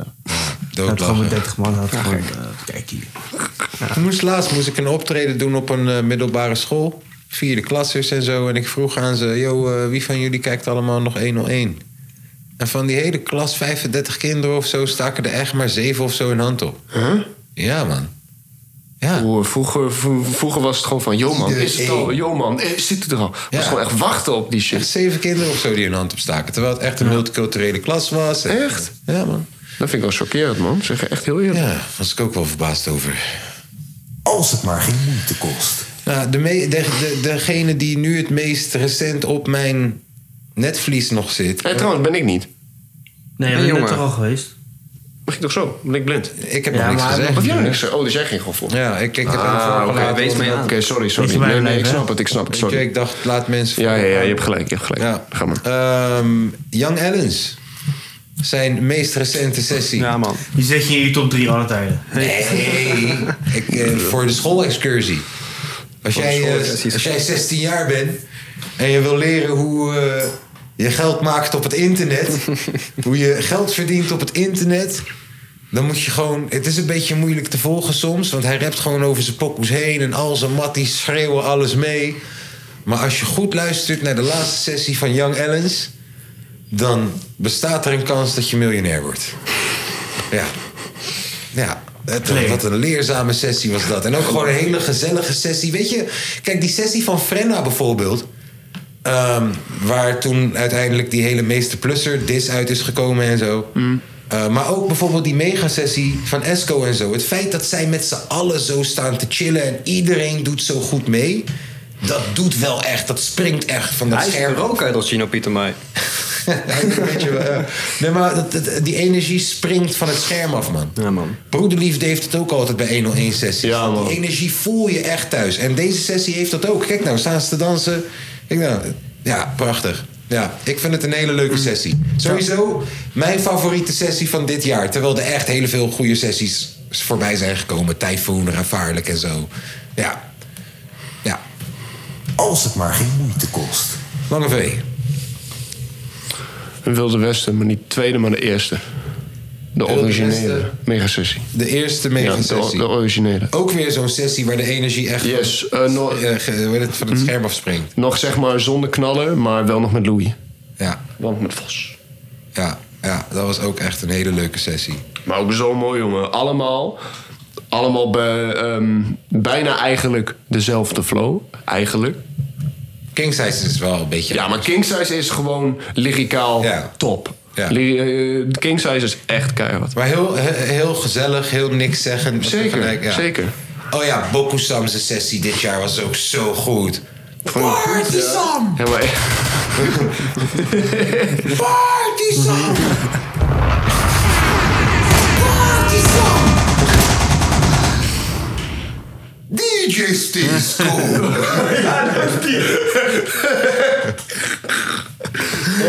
doodlachen. Dat gewoon met 30 man. Zaten Ja, gewoon, gek. eh, kijk hier. Ik moest laatst moest ik een optreden doen op een eh, middelbare school. Vierde klassers en zo. En ik vroeg aan ze: Yo, eh, wie van jullie kijkt allemaal nog 101? En van die hele klas, 35 kinderen of zo, staken er echt maar zeven of zo hun hand op. Ja, man. Oeh, eh, Vroeger, v- vroeger was het gewoon van, yo man, is het al? Yo man, eh, zit het er al? Was Ja. gewoon echt wachten op die shit. Echt zeven kinderen of zo die hun hand opstaken. Terwijl het echt een multiculturele klas was. Echt? Ja, man. Dat vind ik wel chockerend, man. Zeg echt heel eerlijk. Ja, was ik ook wel verbaasd over. Als het maar geen moeite kost. Nou, de me- de, de, degene die nu het meest recent op mijn netvlies nog zit. Hé, Eh, trouwens, ben ik niet. Nee, Hey, we jongen. bent er al geweest. Mag ik toch zo? Ben ik blind? Ik heb Ja, nog niks maar- gezegd. Wat jij nog niks gezegd? Oh, dus jij ging gewoon voor. Ja, ik, ik heb Ah, even oké, gelaten wees om- mij aan. Oké, sorry, sorry. Niet voor mij Nee, nee, blijven, ik hè? snap het, ik snap het, Weet sorry. je, ik dacht, laat mensen... Ja, ja, ja, je hebt gelijk, je hebt gelijk. Ja. Ga maar. Ehm, Young Ellens. Zijn meest recente sessie. Ja, man. Die zet je in je top 3 alle tijden. Nee, ik, eh, voor de schoolexcursie. Als Voor de jij, eh, schoolexcursie. als jij 16 jaar bent en je wil leren hoe eh, je geld maakt op het internet, hoe je geld verdient op het internet, dan moet je gewoon. Het is een beetje moeilijk te volgen soms, want hij rapt gewoon over zijn pokoes heen en al zijn matties schreeuwen alles mee. Maar als je goed luistert naar de laatste sessie van Young Ellens, dan bestaat er een kans dat je miljonair wordt. Ja. Ja. het- Wat een leerzame sessie was dat. En ook gewoon een hele gezellige sessie. Weet je, kijk, die sessie van Frenna bijvoorbeeld. ehm, waar toen uiteindelijk die hele meester plusser dis uit is gekomen en zo. Eh, maar ook bijvoorbeeld die megasessie van Esco en zo. Het feit dat zij met z'n allen zo staan te chillen en iedereen doet zo goed mee. Dat doet wel echt, dat springt echt van dat Hij is scherm. er ook uit als Gino Pietermaai. Weet je wel, ja. Nee, maar dat- dat- die energie springt van het scherm af, man. Ja, man. Broederliefde heeft het ook altijd bij 101 sessies. Ja, man. Die energie voel je echt thuis. En deze sessie heeft dat ook. Kijk nou, staan ze te dansen. Kijk nou. Ja, prachtig. Ja, ik vind het een hele leuke sessie. Sowieso mijn favoriete sessie van dit jaar. Terwijl er echt heel veel goede sessies voorbij zijn gekomen. Typhoon, gevaarlijk en zo. Ja. Ja. Als het maar geen moeite kost. Lange V. Een Wilde Westen, maar niet de tweede, maar de eerste. De Wilde originele Westen. megasessie. De eerste megasessie. Ja, de, de originele. Ook weer zo'n sessie waar de energie echt eh, yes, eh, nog, het, van het scherm afspringt. Nog zeg maar zonder knallen, maar wel nog met Louis. Ja. Want met Vos. Ja, ja, dat was ook echt een hele leuke sessie. Maar ook zo mooi, jongen. Allemaal allemaal bij, ehm, bijna eigenlijk dezelfde flow. Eigenlijk. King Size is wel een beetje... Ja, maar King Size is gewoon lyricaal top. Ly- eh, King Size is echt keihard. Maar heel, he- heel gezellig, heel niks zeggen. Zeker, Tegelijk, zeker. Oh ja, Bokusam's sessie dit jaar was ook zo goed. Party Sam! Ja, maar... Party song! Party song! DJ Stisco! ja, dat is die.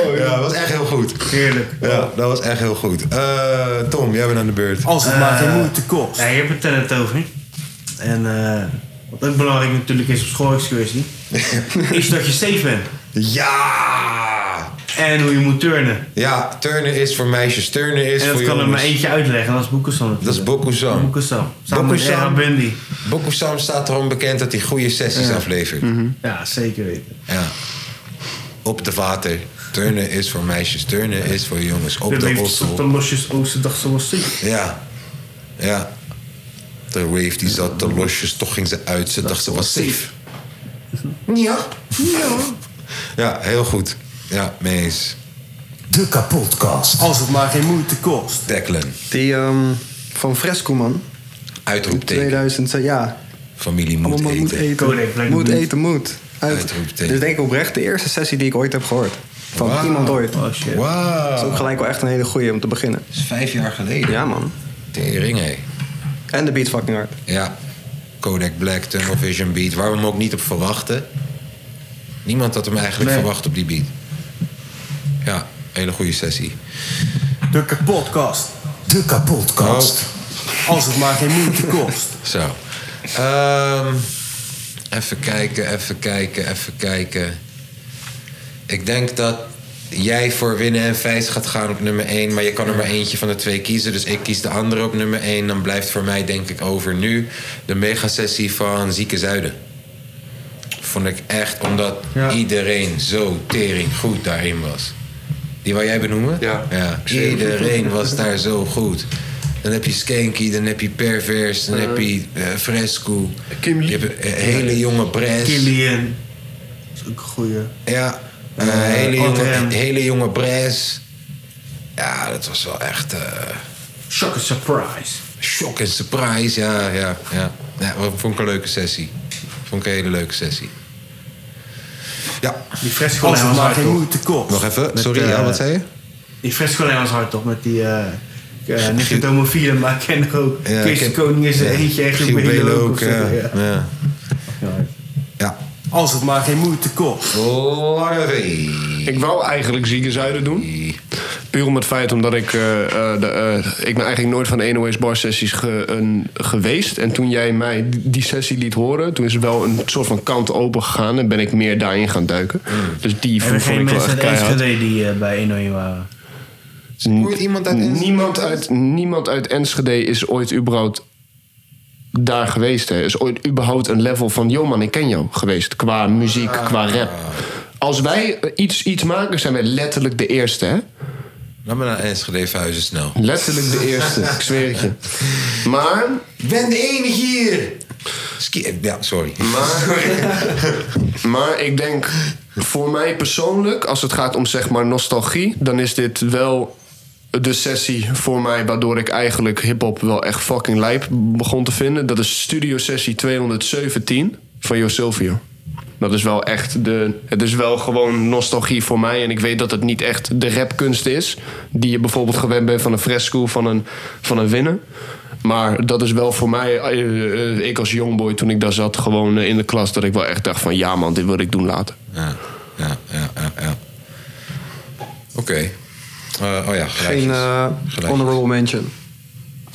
Oh, ja, dat was echt heel goed. Heerlijk. Ja, dat was echt heel goed. Eh, Tom, jij bent aan de beurt. Eh, Ja, je hebt het net over. En eh, wat ook belangrijk natuurlijk is op schoolexcursie, is dat je safe bent. Ja! En hoe je moet turnen. Ah. Ja, turnen is voor meisjes, turnen is en dat voor kan er jongens. maar eentje uitleggen, dat is Boekusam. Dat is Bokusam. Bokusam. Samen met Bokusam- Era Bundy. Bokusam staat erom bekend dat hij goede sessies Ja. Mhm. aflevert. Ja, zeker weten. Ja. Op de water. Turnen is voor meisjes, turnen is voor jongens. Op de Dan ossel. losjes Oosterdag zoals ziek. Ja. Ja. De wave die zat te losjes, toch ging ze uit. Ze dacht ze was safe. Ja, ja. Ja, heel goed. Ja, mee eens. De kapotkast. Als het maar geen moeite kost. Declan. Die ehm, van Fresco, man. Uitroepteken. 2000, ja. Familie moet Allemaal eten. moet eten. moet eten, moet. Uit. Uitroepteken. Dit is denk ik oprecht de eerste sessie die ik ooit heb gehoord. Van Wauw. iemand ooit. Oh, shit. Wauw. Dat is ook gelijk wel echt een hele goeie om te beginnen. Dat is vijf jaar geleden. Ja, man. Tering, hé. En de beat fucking hard. Ja. Kodak Black, Tunnel Vision Beat. Waar we hem ook niet op verwachten. Niemand had hem eigenlijk verwacht op die beat. Ja, hele goede sessie. De kapotkast. De kapotkast. Als het maar geen moeite kost. Zo. Ehm, even kijken, even kijken, even kijken. Ik denk dat jij voor winnen en vijs gaat gaan op nummer 1. Maar je kan er maar eentje van de twee kiezen. Dus ik kies de andere op nummer 1. Dan blijft voor mij denk ik over nu de megasessie van Zieke Zuiden. Vond ik echt omdat iedereen zo tering goed daarin was. Die wou jij benoemen? Ja. zie hem. Iedereen was daar zo goed. Dan heb je Skanky, dan heb je Pervers, dan Eh. heb je eh, Fresco. Je hebt een hele jonge Bres. eh, Killian. Dat is ook een goeie. Ja, Eh, een hele, Adrem. jonge, hele jonge Bres. Ja, dat was wel echt... eh, Shock and surprise. Shock en surprise, ja, ja, ja. ja. Vond ik een leuke sessie. Vond ik een hele leuke sessie. Ja. Die Frescolijn was hard, toch? Nog even, Met, sorry, eh, ja, wat zei je? Die Frescolijn was hard, toch? Met die... eh eh niet het homofiele, maar ik ken er ook. Ja, Kees de ik- Koning is er ja, eentje. Echt Giel Belen ook, ja. ja, ja. Ja. Als het maar geen moeite kost. Ik wou eigenlijk Zieke Zuiden doen. Puur om het feit omdat ik... eh, eh, de, eh, ik ben eigenlijk nooit van de NOS Bar sessies ge- een- geweest. En toen jij mij die- die sessie liet horen... toen is er wel een soort van kant open gegaan... en ben ik meer daarin gaan duiken. Dus die Er vond, vond geen ik wel mensen echt uit keihard. Enschede die eh, bij 1 waren. Ooit iemand uit Enschede? Niemand uit, niemand uit Enschede is ooit überhaupt daar geweest. Hè. Is ooit überhaupt een level van... Yo man, ik ken jou geweest. Qua muziek, Ah. qua rap. Als wij eh, iets, iets maken, zijn wij letterlijk de eerste. Hè? Laat me naar Enschede verhuizen snel. Letterlijk de eerste, ik zweer het je. Maar... Ik ben de enige hier! Ski- eh, ja, sorry. Maar, maar ik denk, voor mij persoonlijk, als het gaat om zeg maar nostalgie, dan is dit wel de sessie voor mij waardoor ik eigenlijk hip-hop wel echt fucking lijp begon te vinden. Dat is Studio Sessie 217 van Jo Silvio. Dat is wel echt de. Het is wel gewoon nostalgie voor mij. En ik weet dat het niet echt de rapkunst is. Die je bijvoorbeeld gewend bent van een fresco, van een, van een winnen. Maar dat is wel voor mij, eh, eh, ik als jongboy toen ik daar zat, gewoon eh, in de klas, dat ik wel echt dacht van ja man, dit wil ik doen later. Ja, ja, ja, ja. ja. Oké. Eh, oh ja, Geen gelijk. eh, honorable mention.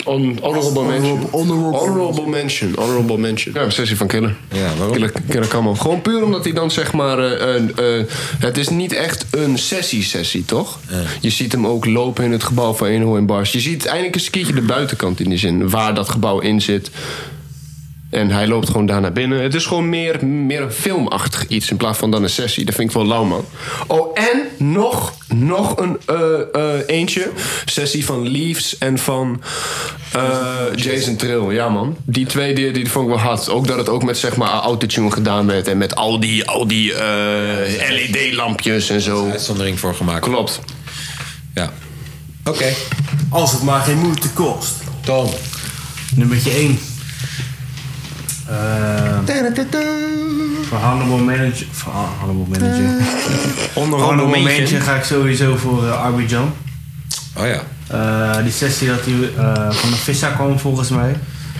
On, honorable mention. Honorable, mention. Honorable mention. Ja, een sessie van Killer. Ja, waarom? Killer, Killer Camo. Gewoon puur omdat hij dan zeg maar... eh, een, eh, het is niet echt een sessie-sessie, toch? Je ziet hem ook lopen in het gebouw van Eno en Bars. Je ziet eindelijk eens een keertje de buitenkant in die zin. Waar dat gebouw in zit. En hij loopt gewoon daar naar binnen. Het is gewoon meer, meer een filmachtig iets in plaats van dan een sessie. Dat vind ik wel lauw, man. Oh, en nog, nog een eh, eh, eentje. Sessie van Leaves en van... Eh, Jason Trill, ja man. Die twee die, die vond ik wel hard. Ook dat het ook met zeg maar autotune gedaan werd. En met al die, al die eh, LED-lampjes en zo. Uitzondering voor gemaakt. Klopt. Ja. Oké. Als het maar geen moeite kost. Dan. Nummertje 1. Eh, Voor Hannibal Manager. Voor Han- Hannibal Manager. Honorable Honorable mention. Mention ga ik sowieso voor eh, Abidjan. Oh ja. Eh, die sessie dat hij eh, van de Vissa kwam volgens mij.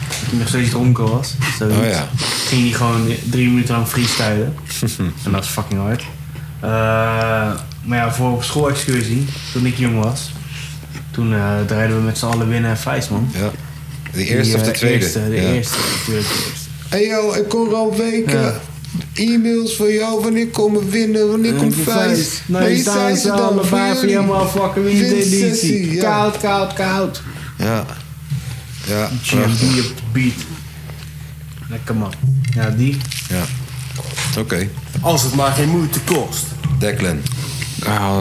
Dat hij nog steeds dronken was. Zoiets. Oh ja. Ging hij gewoon drie minuten lang freestylen. en dat is fucking hard. Eh, maar ja, voor op schoolexcursie, toen ik jong was. Toen eh, draaiden we met z'n allen winnen en vijs, man. Ja. De eerste of de tweede? Eerste, de Ja. eerste, natuurlijk de eerste. Hey yo, ik kom al weken. Ja. E-mails van jou, wanneer komen we winnen, wanneer komt vijf? Nou, Maar hier hier staan ze dan voor vijf voor je jullie. motherfucker wie Dit de is sessie, editie. ja. Koud, koud, koud. Ja. Ja, GMD prachtig. op de beat. Lekker man. Ja, die. Ja. Oké. Als het maar geen moeite kost. Declan.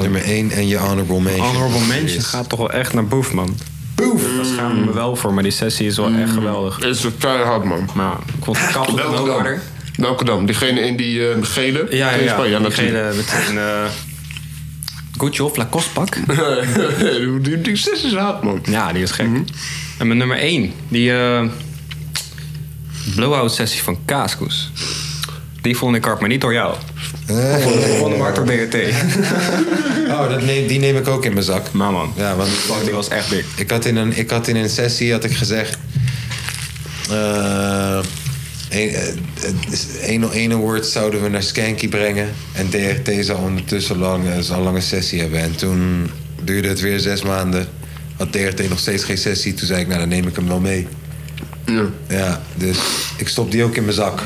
Nummer 1 en je honorable mention. Honorable Mention gaat toch wel echt naar Boef, man. Boef! Daar schaam ik me wel voor, maar die sessie is wel echt Mm. geweldig. Is het vrij hard, man. Nou, ik vond het kapot Welke ook dan? harder. Welke dan? Diegene in die eh, gele? Ja, ja, In ja. Spanje, ja natuurlijk. Diegene met zijn eh Gucci of Lacoste pak. die, die zes is hard, man. Ja, die is gek. Mhm. En mijn nummer 1, die eh, blowout sessie van Kaaskoes. Die vond ik hard, maar niet door jou. Ik vond- ik vond hem hard door BRT. Oh, dat neem, die neem ik ook in mijn zak. Maar man. Ja, want die was echt dik. Ik had in een, ik had in een sessie had ik gezegd. eh, een- eh, het is- een ene woord zouden we naar Skanky brengen. En DRT zou ondertussen lang, eh, zou een lange sessie hebben. En toen duurde het weer zes maanden. Had DRT nog steeds geen sessie. Toen zei ik, nou dan neem ik hem wel mee. Ja. Ja, dus ik stop die ook in mijn zak.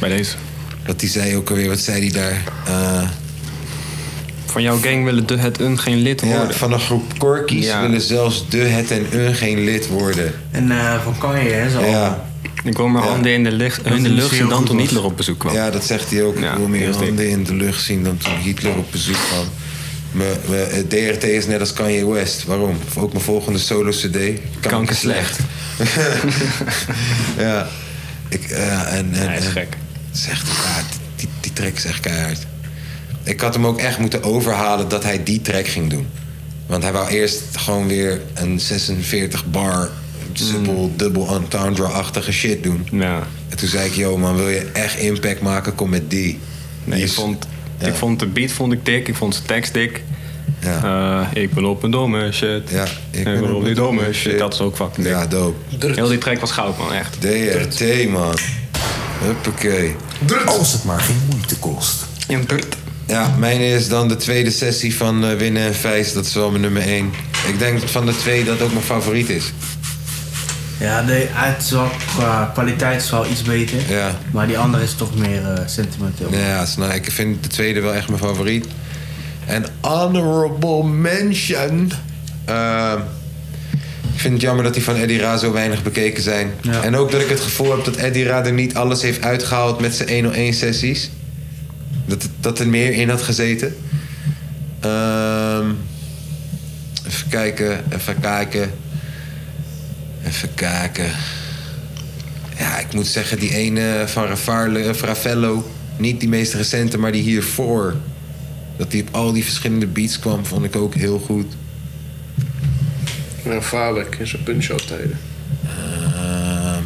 Bij deze. Dat die zei ook alweer, wat zei die daar? Eh, Van jouw gang willen de het een geen lid worden. ja, van een groep korkies Ja. willen zelfs de het en een geen lid worden. En eh, van Kanye, hè, zo. Ja. Ik wil maar handen in de lucht, in de is lucht heel zien dan goed toen was. Hitler op bezoek kwam. Ja, dat zegt hij ook. ik wil meer handen in de lucht zien dan toen Hitler op bezoek kwam. eh, Me, me- het DRT is net als Kanye West. Waarom? Ook mijn volgende solo-cd. Kanker slecht. ja. Ik, ja, en, en, Hij is en- gek. het is echt- ja, die, die track is echt keihard. Ik had hem ook echt moeten overhalen dat hij die track ging doen. Want hij wou eerst gewoon weer een 46 bar dubbel, dubbel entendre-achtige shit doen. Mm. Ja. En toen zei ik, yo man, wil je echt impact maken, kom met die. Nee, Die ik, is- vond, ja. ik vond de beat vond ik dik, ik vond zijn tekst dik. Eh, ik ben op een domme shit. Ja, ik ben, op die domme shit. Dat is ook fucking dik. Ja, dope. Heel die track was goud, man, echt. DRT, man. Huppakee. Als het maar geen moeite kost. Ja, Ja, mijn is dan de tweede sessie van eh, Winnen en Vijs. Dat is wel mijn nummer één. Ik denk dat van de twee dat ook mijn favoriet is. Ja, de, het is wel, qua kwaliteit is wel iets beter. Ja. Maar die andere is toch meer eh, sentimenteel. Ja, nou, ik vind de tweede wel echt mijn favoriet. En honorable mention. Ehm, ik vind het jammer dat die van Eddie Ra zo weinig bekeken zijn. Ja. En ook dat ik het gevoel heb dat Eddie Ra er niet alles heeft uitgehaald met zijn 101-sessies. Dat, dat er meer in had gezeten. Ehm, even kijken, even kijken. Even kijken. Ja, ik moet zeggen, die ene van Rafarle- Ravello. Niet die meest recente, maar die hiervoor. Dat die op al die verschillende beats kwam, vond ik ook heel goed. Ja, vaarlijk in zijn punch-out tijden. Ehm,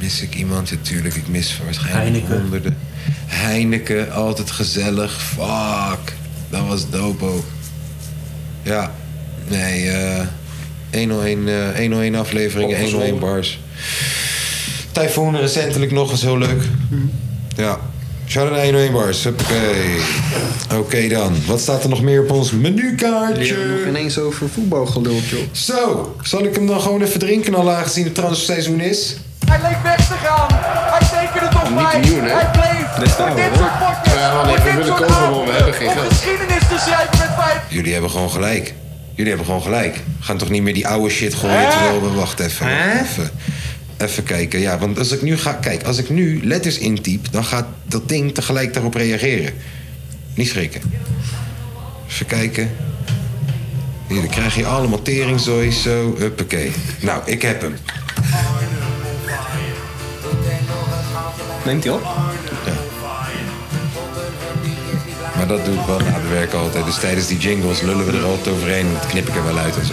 mis ik iemand? Natuurlijk, ik mis waarschijnlijk Heineken. honderden. Heineken, altijd gezellig. Fuck, dat was dope ook. Ja, nee, eh 101, eh 101 afleveringen, 101 bars. Typhoon recentelijk nog eens heel leuk. Ja, shout out 101 bars, huppakee. Oké dan, wat staat er nog meer op ons Jullie menukaartje? hebben nog ineens over voetbal geluld, joh. Zo, zal ik hem dan gewoon even drinken al aangezien het transseizoen is? Hij leek weg te gaan. Hij tekende toch Niet bij. nieuw, hè? Hij bleef. Daar staan voor we, dit hoor. soort potjes. Ja, want voor even dit willen soort kopen, want we avonden, hebben geen om geld. geschiedenis te schrijven met vijf. Jullie hebben gewoon gelijk. Jullie hebben gewoon gelijk. We gaan toch niet meer die oude shit gooien terwijl we... Wacht even, wacht even. Even kijken, ja, want als ik nu ga... Kijk, als ik nu letters intyp, dan gaat dat ding tegelijk daarop reageren. Niet schrikken. Even kijken. Ja. Hier, dan krijg je allemaal teringzooi, zo, huppakee. Nou, ik heb hem. Neemt hij op? Maar dat doe ik wel na het werk altijd. Dus tijdens die jingles lullen we er altijd overheen. Dat knip ik er wel uit en zo.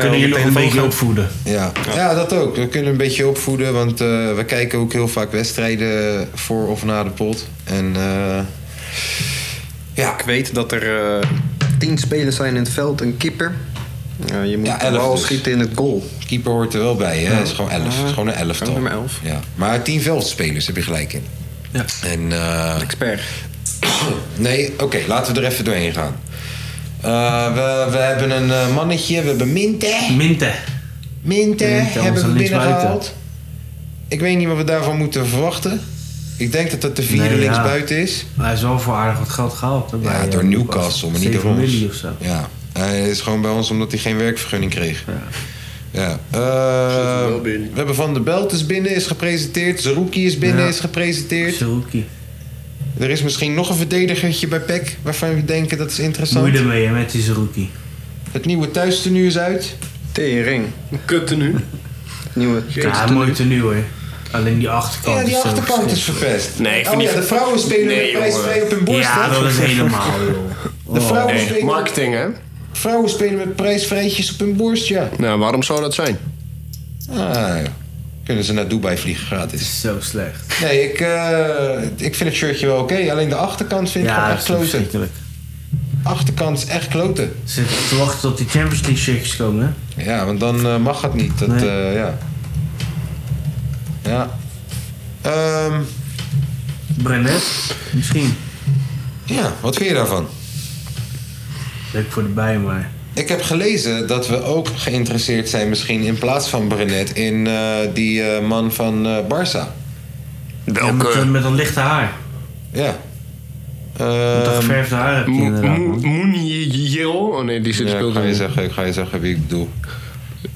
Kunnen jullie ook een beetje opvoeden? Ja. ja, dat ook. We kunnen een beetje opvoeden, want eh, we kijken ook heel vaak wedstrijden voor of na de pot. En eh, ja. Ik weet dat er eh, tien spelers zijn in het veld, een keeper. Ja, je moet Ja, de elf bal dus. schieten in het goal. keeper hoort er wel bij, hè? Ja. Het is gewoon elf. Het is gewoon een elftal. Gewoon nummer elf. Ja. Maar tien veldspelers heb je gelijk in. Ja. En, Expert. nee, oké, laten we er even doorheen gaan. Eh, we, we hebben een eh, mannetje, we hebben Minte. Minte. Minte, Minte, onze hebben we linksbuiten. binnengehaald. Ik weet niet wat we daarvan moeten verwachten. Ik denk dat dat de vierde Nee, ja. linksbuiten is. Maar Hij is wel voor aardig wat geld gehaald. hè, bij, Ja, door eh, Newcastle, maar niet door 7 ons. miljoen of zo. Ja, hij is gewoon bij ons omdat hij geen werkvergunning kreeg. Ja. Eh, we hebben Van der Belt is binnen, is gepresenteerd. Zerouki is binnen, Ja. is gepresenteerd. Zerouki. Er is misschien nog een verdedigertje bij PEC waarvan we denken dat is interessant. Moeite mee hè, met die Zerouki. Het nieuwe thuistenu is uit. Tering. Kut tenue. Nieuwe Ja, kuttenue. mooi tenue hoor. Alleen die achterkant Ja, die zo achterkant is verschrikkelijk. verpest. oh, ja, de vrouwen spelen met prijs jongen. vrij op hun borst. Ja, hè? dat is helemaal, Oh, De vrouwen Nee, spelen... Oh. Marketing, hè? Vrouwen spelen met prijsvrijtjes op hun borst, ja. Nou, waarom zou dat zijn? Ah, ja. Kunnen ze naar Dubai vliegen gratis. Zo slecht. Nee, ik, eh, ik vind het shirtje wel oké. Alleen de achterkant vind ik Ja, gewoon dat echt is kloten. verschrikkelijk. Achterkant is echt kloten. Zit te wachten tot die Champions League shirtjes komen hè. Ja, want dan eh, mag het niet. Dat, Nee. eh, ja. Ja. Ehm Brenet, misschien. ja, wat vind je daarvan? Leuk voor de bij, maar... Ik heb gelezen dat we ook geïnteresseerd zijn misschien in plaats van Brenet in eh, die eh, man van eh Barça. Ja, met, eh, met een lichte haar. Ja. Ehm, Met een geverfde haar heb je inderdaad. Moeniel? Oh nee, die zit Ja, ik speelt ga je niet. zeggen, ik ga je zeggen wie ik bedoel.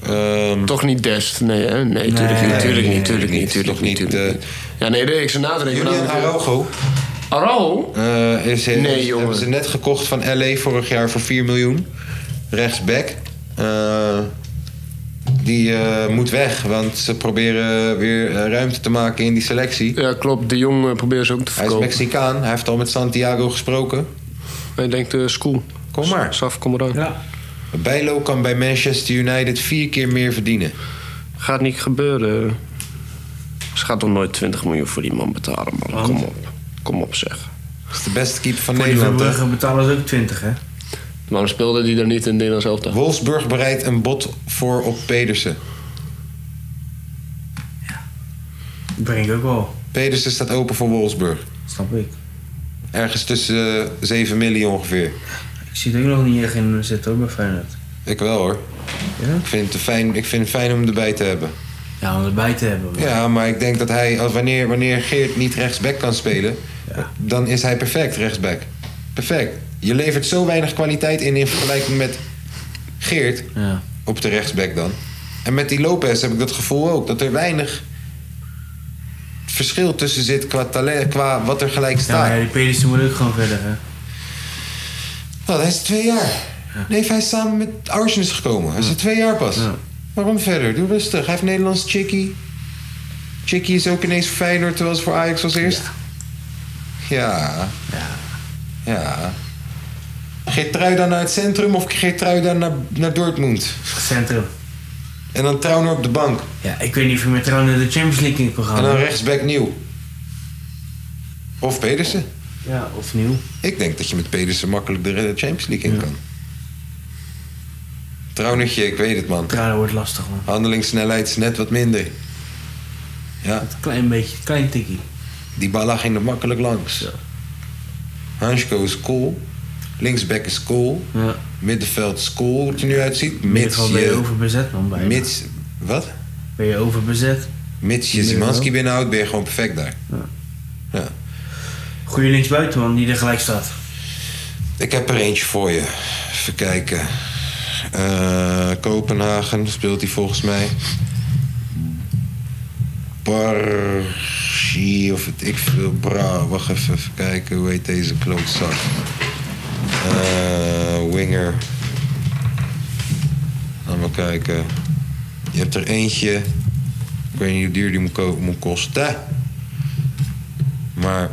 Ehm, Toch niet Dest? Nee, hè? Nee, tuurlijk niet. Tuurlijk niet, tuurlijk niet, tuurlijk niet. tuurlijk niet. Ja, nee, nee, ik zijn nadruk. Julian eh, Araujo. Araujo? Eh, is, Nee, is- jongen. Hebben ze net gekocht van LA vorig jaar voor 4 miljoen. Rechtsback. Eh, die eh, moet weg, want ze proberen weer eh, ruimte te maken in die selectie. Ja, klopt. De Jong eh, probeert ze ook te Hij is verkopen. Mexicaan, hij heeft al met Santiago gesproken. Hij denkt, eh, school. Kom maar. Saf, kom eraan. Ja. Bijlo kan bij Manchester United vier keer meer verdienen. Gaat niet gebeuren. Ze gaat toch nooit 20 miljoen voor die man betalen, man. Kom op. Kom op, zeg. Dat is de beste keeper van Voor die Nederland. hè? Verbrugge betalen ze ook 20 hè. Waarom speelde die dan niet in Nederland zelf dan? Wolfsburg bereidt een bod voor op Pedersen. Breng ik ook wel. Pedersen staat open voor Wolfsburg. Snap ik. Ergens tussen eh, 7 miljoen ongeveer. Ik zie het ook nog niet echt in zitten hoor, bij Feyenoord. Ik wel hoor. Ik, vind het fijn, ik vind het fijn om hem erbij te hebben. Ja, om erbij te hebben. maar- Ja, maar ik denk dat hij, als wanneer, wanneer Geert niet rechtsback kan spelen, dan is hij perfect rechtsback. Perfect. Je levert zo weinig kwaliteit in in vergelijking met Geert Ja. op de rechtsback dan. En met die Lopez heb ik dat gevoel ook, dat er weinig verschil tussen zit qua talent, qua wat er gelijk Ja, staat. maar ja, die Pedersen moet ook gewoon verder hè. Nou, hij is twee jaar. Nee, hij is samen met Arsen is gekomen. Hij is er twee jaar pas. Waarom verder? Doe rustig. Hij heeft Nederlands Chickie. Chickie is ook ineens voor Feyenoord, terwijl ze voor Ajax was eerst. Ja. Ja. ja. Geertrui dan naar het centrum of Geertrui dan naar, naar Dortmund? Centrum. En dan Trauner op de bank. Ja, ik weet niet of je met trouwens naar de Champions League in kan gaan. En dan hè. rechtsback nieuw. Of Pedersen. Ja, of nieuw. Ik denk dat je met Pedersen makkelijk de Champions League in kan. Trouwnertje, ik weet het man. Trouwen wordt lastig man. Handelingssnelheid is net wat minder. Ja, Klein beetje, klein tikkie. die balla ging er makkelijk langs. Hansko is cool. Linksback is cool. Ja. Middenveld is cool, hoe het er nu uitziet. Mits Mits van ben je je... overbezet man bij. Mits... Wat? Ben je overbezet? Mits je Zimanski binnenhoudt, ben je gewoon perfect daar. Ja. Goede linksbuitenman die er gelijk staat. Ik heb er eentje voor je. Even kijken. Eh, Kopenhagen speelt hij volgens mij. Barshi of het ik veel bra. Wacht even, even kijken hoe heet deze klootzak. Eh, winger. Laat maar kijken. Je hebt er eentje. Ik weet niet hoe duur die moet, ko- moet kosten. Maar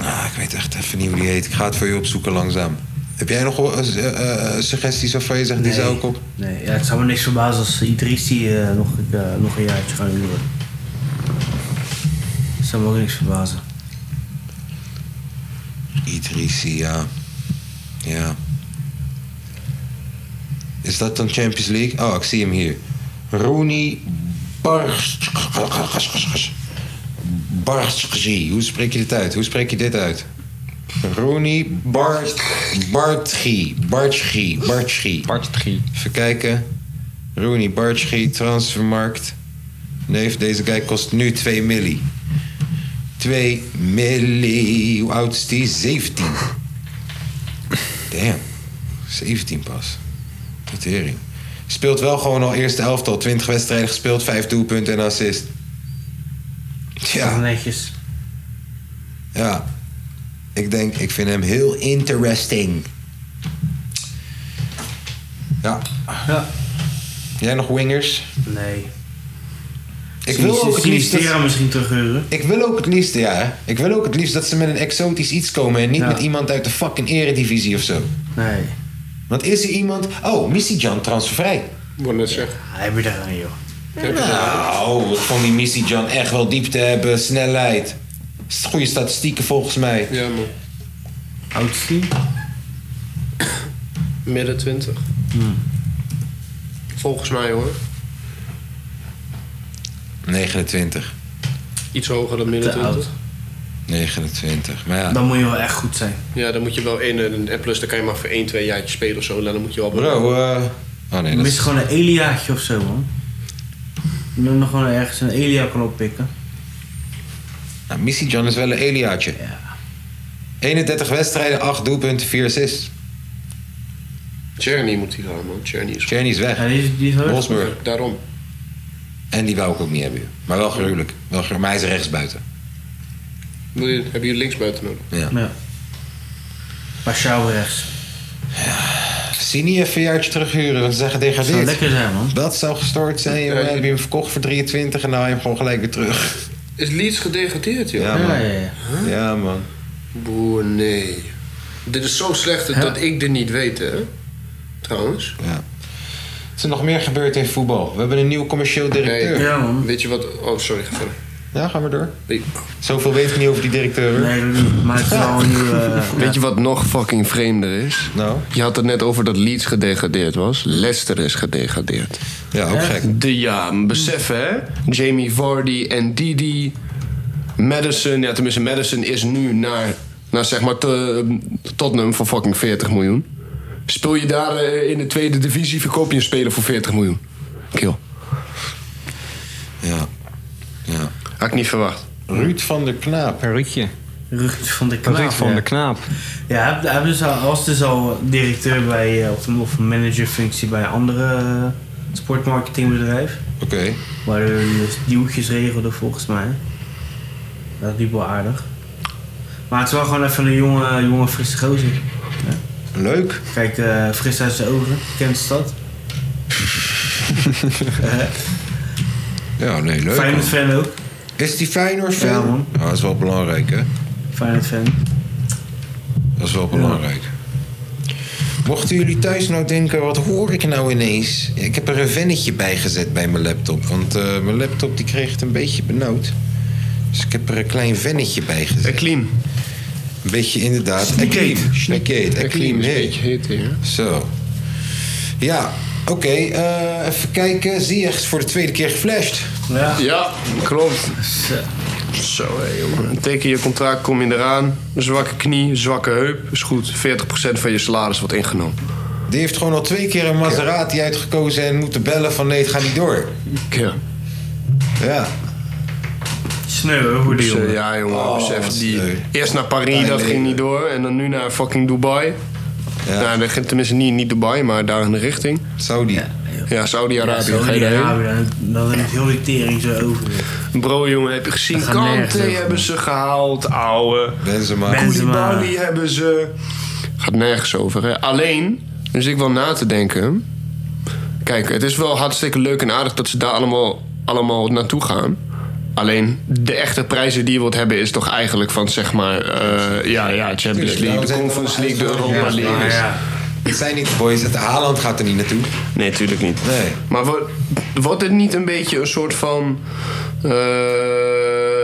Ah, ik weet echt even niet hoe die heet. Ik ga het voor je opzoeken langzaam. Heb jij nog wel, eh, eh, eh, suggesties of je zegt, die Nee. zou ik op? Nee, ja, het zou me niks verbazen als Idrissi eh, nog, een- eh, nog een jaartje gaat huren. Het zou me ook niks verbazen. Oh, Idrissi, ja. Ja. Is dat dan Champions League? Oh, ik zie hem hier. Rooney Barst. Barstgi. Hoe spreek je dit uit? Hoe spreek je dit uit? Rooney Bart, Bartgi. Bartgi. Bartgi. Bartgi. Even kijken. Rooney Bartgi, transfermarkt. Nee, deze guy kost nu 2 milli. 2 milli. Hoe oud is die? 17. Damn. 17 pas. Tot hering. Speelt wel gewoon al eerste elftal. 20 wedstrijden gespeeld, 5 doelpunten en assist. Ja. Netjes. Ja. Ik denk, ik vind hem heel interesting. Ja. ja. Jij nog wingers? Nee. Ik wil ook het liefst... dat- Sinistera misschien terughuren. Ik wil ook het liefst, ja. hè. Ik wil ook het liefst dat ze met een exotisch iets komen en niet met iemand uit de fucking eredivisie of zo. Nee. Want is er iemand. Oh, Missy Jan transfervrij. Wordt net zeggen. Hij biedt er aan, joh. Nou, ik vond die Missy Jan echt wel diepte hebben, snelheid. S- Goede statistieken volgens mij. Ja, man. Oudste? Midden 20. Hmm. Volgens mij hoor. 29. Iets hoger dan midden Te 20. 29, maar ja. Dan moet je wel echt goed zijn. Ja, dan moet je wel in. En en plus, dan kan je maar voor 1, 2 jaartjes spelen of zo. Dan moet je wel. Bro, eh. Oh nee, Je dat mist is. gewoon een Eliaatje of zo, man. Je moet nog gewoon ergens een Elia kan oppikken. Nou, Missy Jan is wel een Eliaatje. 31 wedstrijden, 8 doelpunten, 4 assists. Czerny moet hij gaan, man. Czerny is Czerny is weg. Ja, die is, die is weg. Wolfsburg. Daarom. En die wou ik ook niet hebben. joh. Maar wel gruwelijk. Wel gruwelijk. Maar hij is rechtsbuiten. Wil je- Hebben jullie linksbuiten nodig? Ja. ja. Warschau rechts. Sini even een jaartje terughuren, want ze zijn gedegradeerd. Zou lekker zijn, man. Dat zou gestoord zijn. jongen. heb je hem verkocht voor 23 en nou heb je hem gewoon gelijk weer terug. Is Leeds gedegradeerd, joh? Ja, man. Ja, ja, ja. Ja, man. Boer, nee. Dit is zo slecht dat ik dit niet weet, hè? Trouwens. Ja. Is er nog meer gebeurd in voetbal? We hebben een nieuwe commercieel directeur. Nee. Ja, man. Weet je wat... Oh, sorry, ga verder. Ja, ga maar door. Nee. Zoveel weet ik niet over die directeur. Nee, maar het is wel een nieuwe... eh, Weet je wat nog fucking vreemder is? Nou? Je had het net over dat Leeds gedegradeerd was. Leicester is gedegradeerd. Ja, ook gek. De, ja, besef hè. Jamie Vardy en Didi. Madison, ja tenminste Madison is nu naar, naar zeg maar te- Tottenham voor fucking 40 miljoen. Speel je daar eh, in de tweede divisie, verkoop je een speler voor 40 miljoen. Kill. Ja. ja. Had ik niet verwacht. Ruud van der Knaap. Ruudje. Ruud van der Knaap. ja. Knaap. Ja, hij- hij was al- was dus al directeur bij, eh, of een- of een managerfunctie bij een andere eh, sportmarketingbedrijf. Oké. Waar hij dus duwtjes regelde volgens mij. Dat liep wel aardig. Maar het is wel gewoon even een jonge, jonge frisse gozer. Leuk. Kijk, eh, fris uit zijn ogen. Kent de stad. Ja, nee, leuk. Feyenoord man. fan ook. Is die Feyenoord fan? Ja, man. Ja, dat is wel belangrijk, hè? Feyenoord fan. Dat is wel belangrijk. Mochten jullie thuis nou denken, wat hoor ik nou ineens? Ik heb er een vennetje bij gezet bij mijn laptop. Want eh, mijn laptop die kreeg het een beetje benauwd. Dus ik heb er een klein vennetje bij gezet. Eklim. Een beetje inderdaad. Eklim. Sneakgate. Eklim. Hey. Zo. Ja, oké. eh, even kijken. Zie je, is voor de tweede keer geflasht. Ja. Ja, klopt. Zo, hé, jongen. Teken je contract, kom je eraan. Zwakke knie, zwakke heup. Is goed, 40% van je salaris wordt ingenomen. Die heeft gewoon al twee keer een Maserati uitgekozen en moeten bellen van nee, het gaat niet door. Ja. Ja. Sneu, hoe die jongen. Dus, eh, Ja, jongen, Oh, besef wat die. sneu. Eerst naar Parijs, Klein dat ging leven. niet door. En dan nu naar fucking Dubai. Nou, dat ging- tenminste niet, niet Dubai, maar daar in de richting. Saudi. Ja, Saudi-Arabië. Ja, ga je daarheen? Saudi-Arabië, dan is heel die tering zo over. Bro, jongen, heb je gezien? Dat gaat nergens Kante over. hebben ze gehaald, ouwe. Benzema. Benzema. Koulibaly hebben ze. Gaat nergens over, hè. Alleen, dus ik wel na te denken. Kijk, het is wel hartstikke leuk en aardig dat ze daar allemaal, allemaal naartoe gaan. Alleen, de echte prijzen die je wilt hebben is toch eigenlijk van, zeg maar... eh, ja, ja, Champions Tuurlijk, daarom League, de zijn Conference League, de Ja, Europa League. maar ja. Het zijn niet de boys, het Haaland gaat er niet naartoe. Nee, tuurlijk niet. Nee. Maar wordt, wordt dit niet een beetje een soort van eh,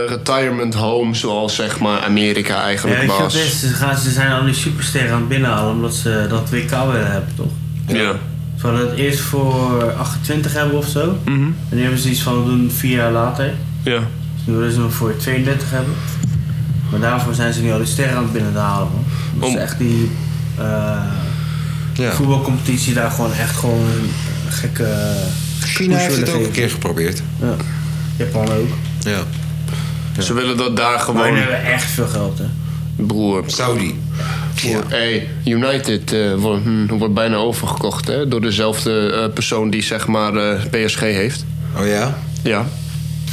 retirement home, zoals zeg maar Amerika Ja, eigenlijk weet je wat het is? was? Ze, gaan, ze zijn al die supersterren aan het binnenhalen omdat ze dat WK willen hebben, toch? Ja. Ze hadden het eerst voor 28 hebben of zo. Mhm. En nu hebben ze iets van we doen vier jaar later. Ja. Dus nu willen ze hem voor 32 hebben. Maar daarvoor zijn ze nu al die sterren aan het binnenhalen. man. Omdat ze echt die eh, Ja. voetbalcompetitie daar gewoon echt gewoon een gekke... eh, China heeft het ook een keer geprobeerd. Ja. Japan ook. Ja. Ze willen dat daar gewoon. Maar die hebben echt veel geld, hè? Broer. Saudi. Broer, Hey, United eh, wordt, hm, wordt bijna overgekocht hè, door dezelfde eh, persoon die zeg maar eh, PSG heeft. Oh ja? Ja.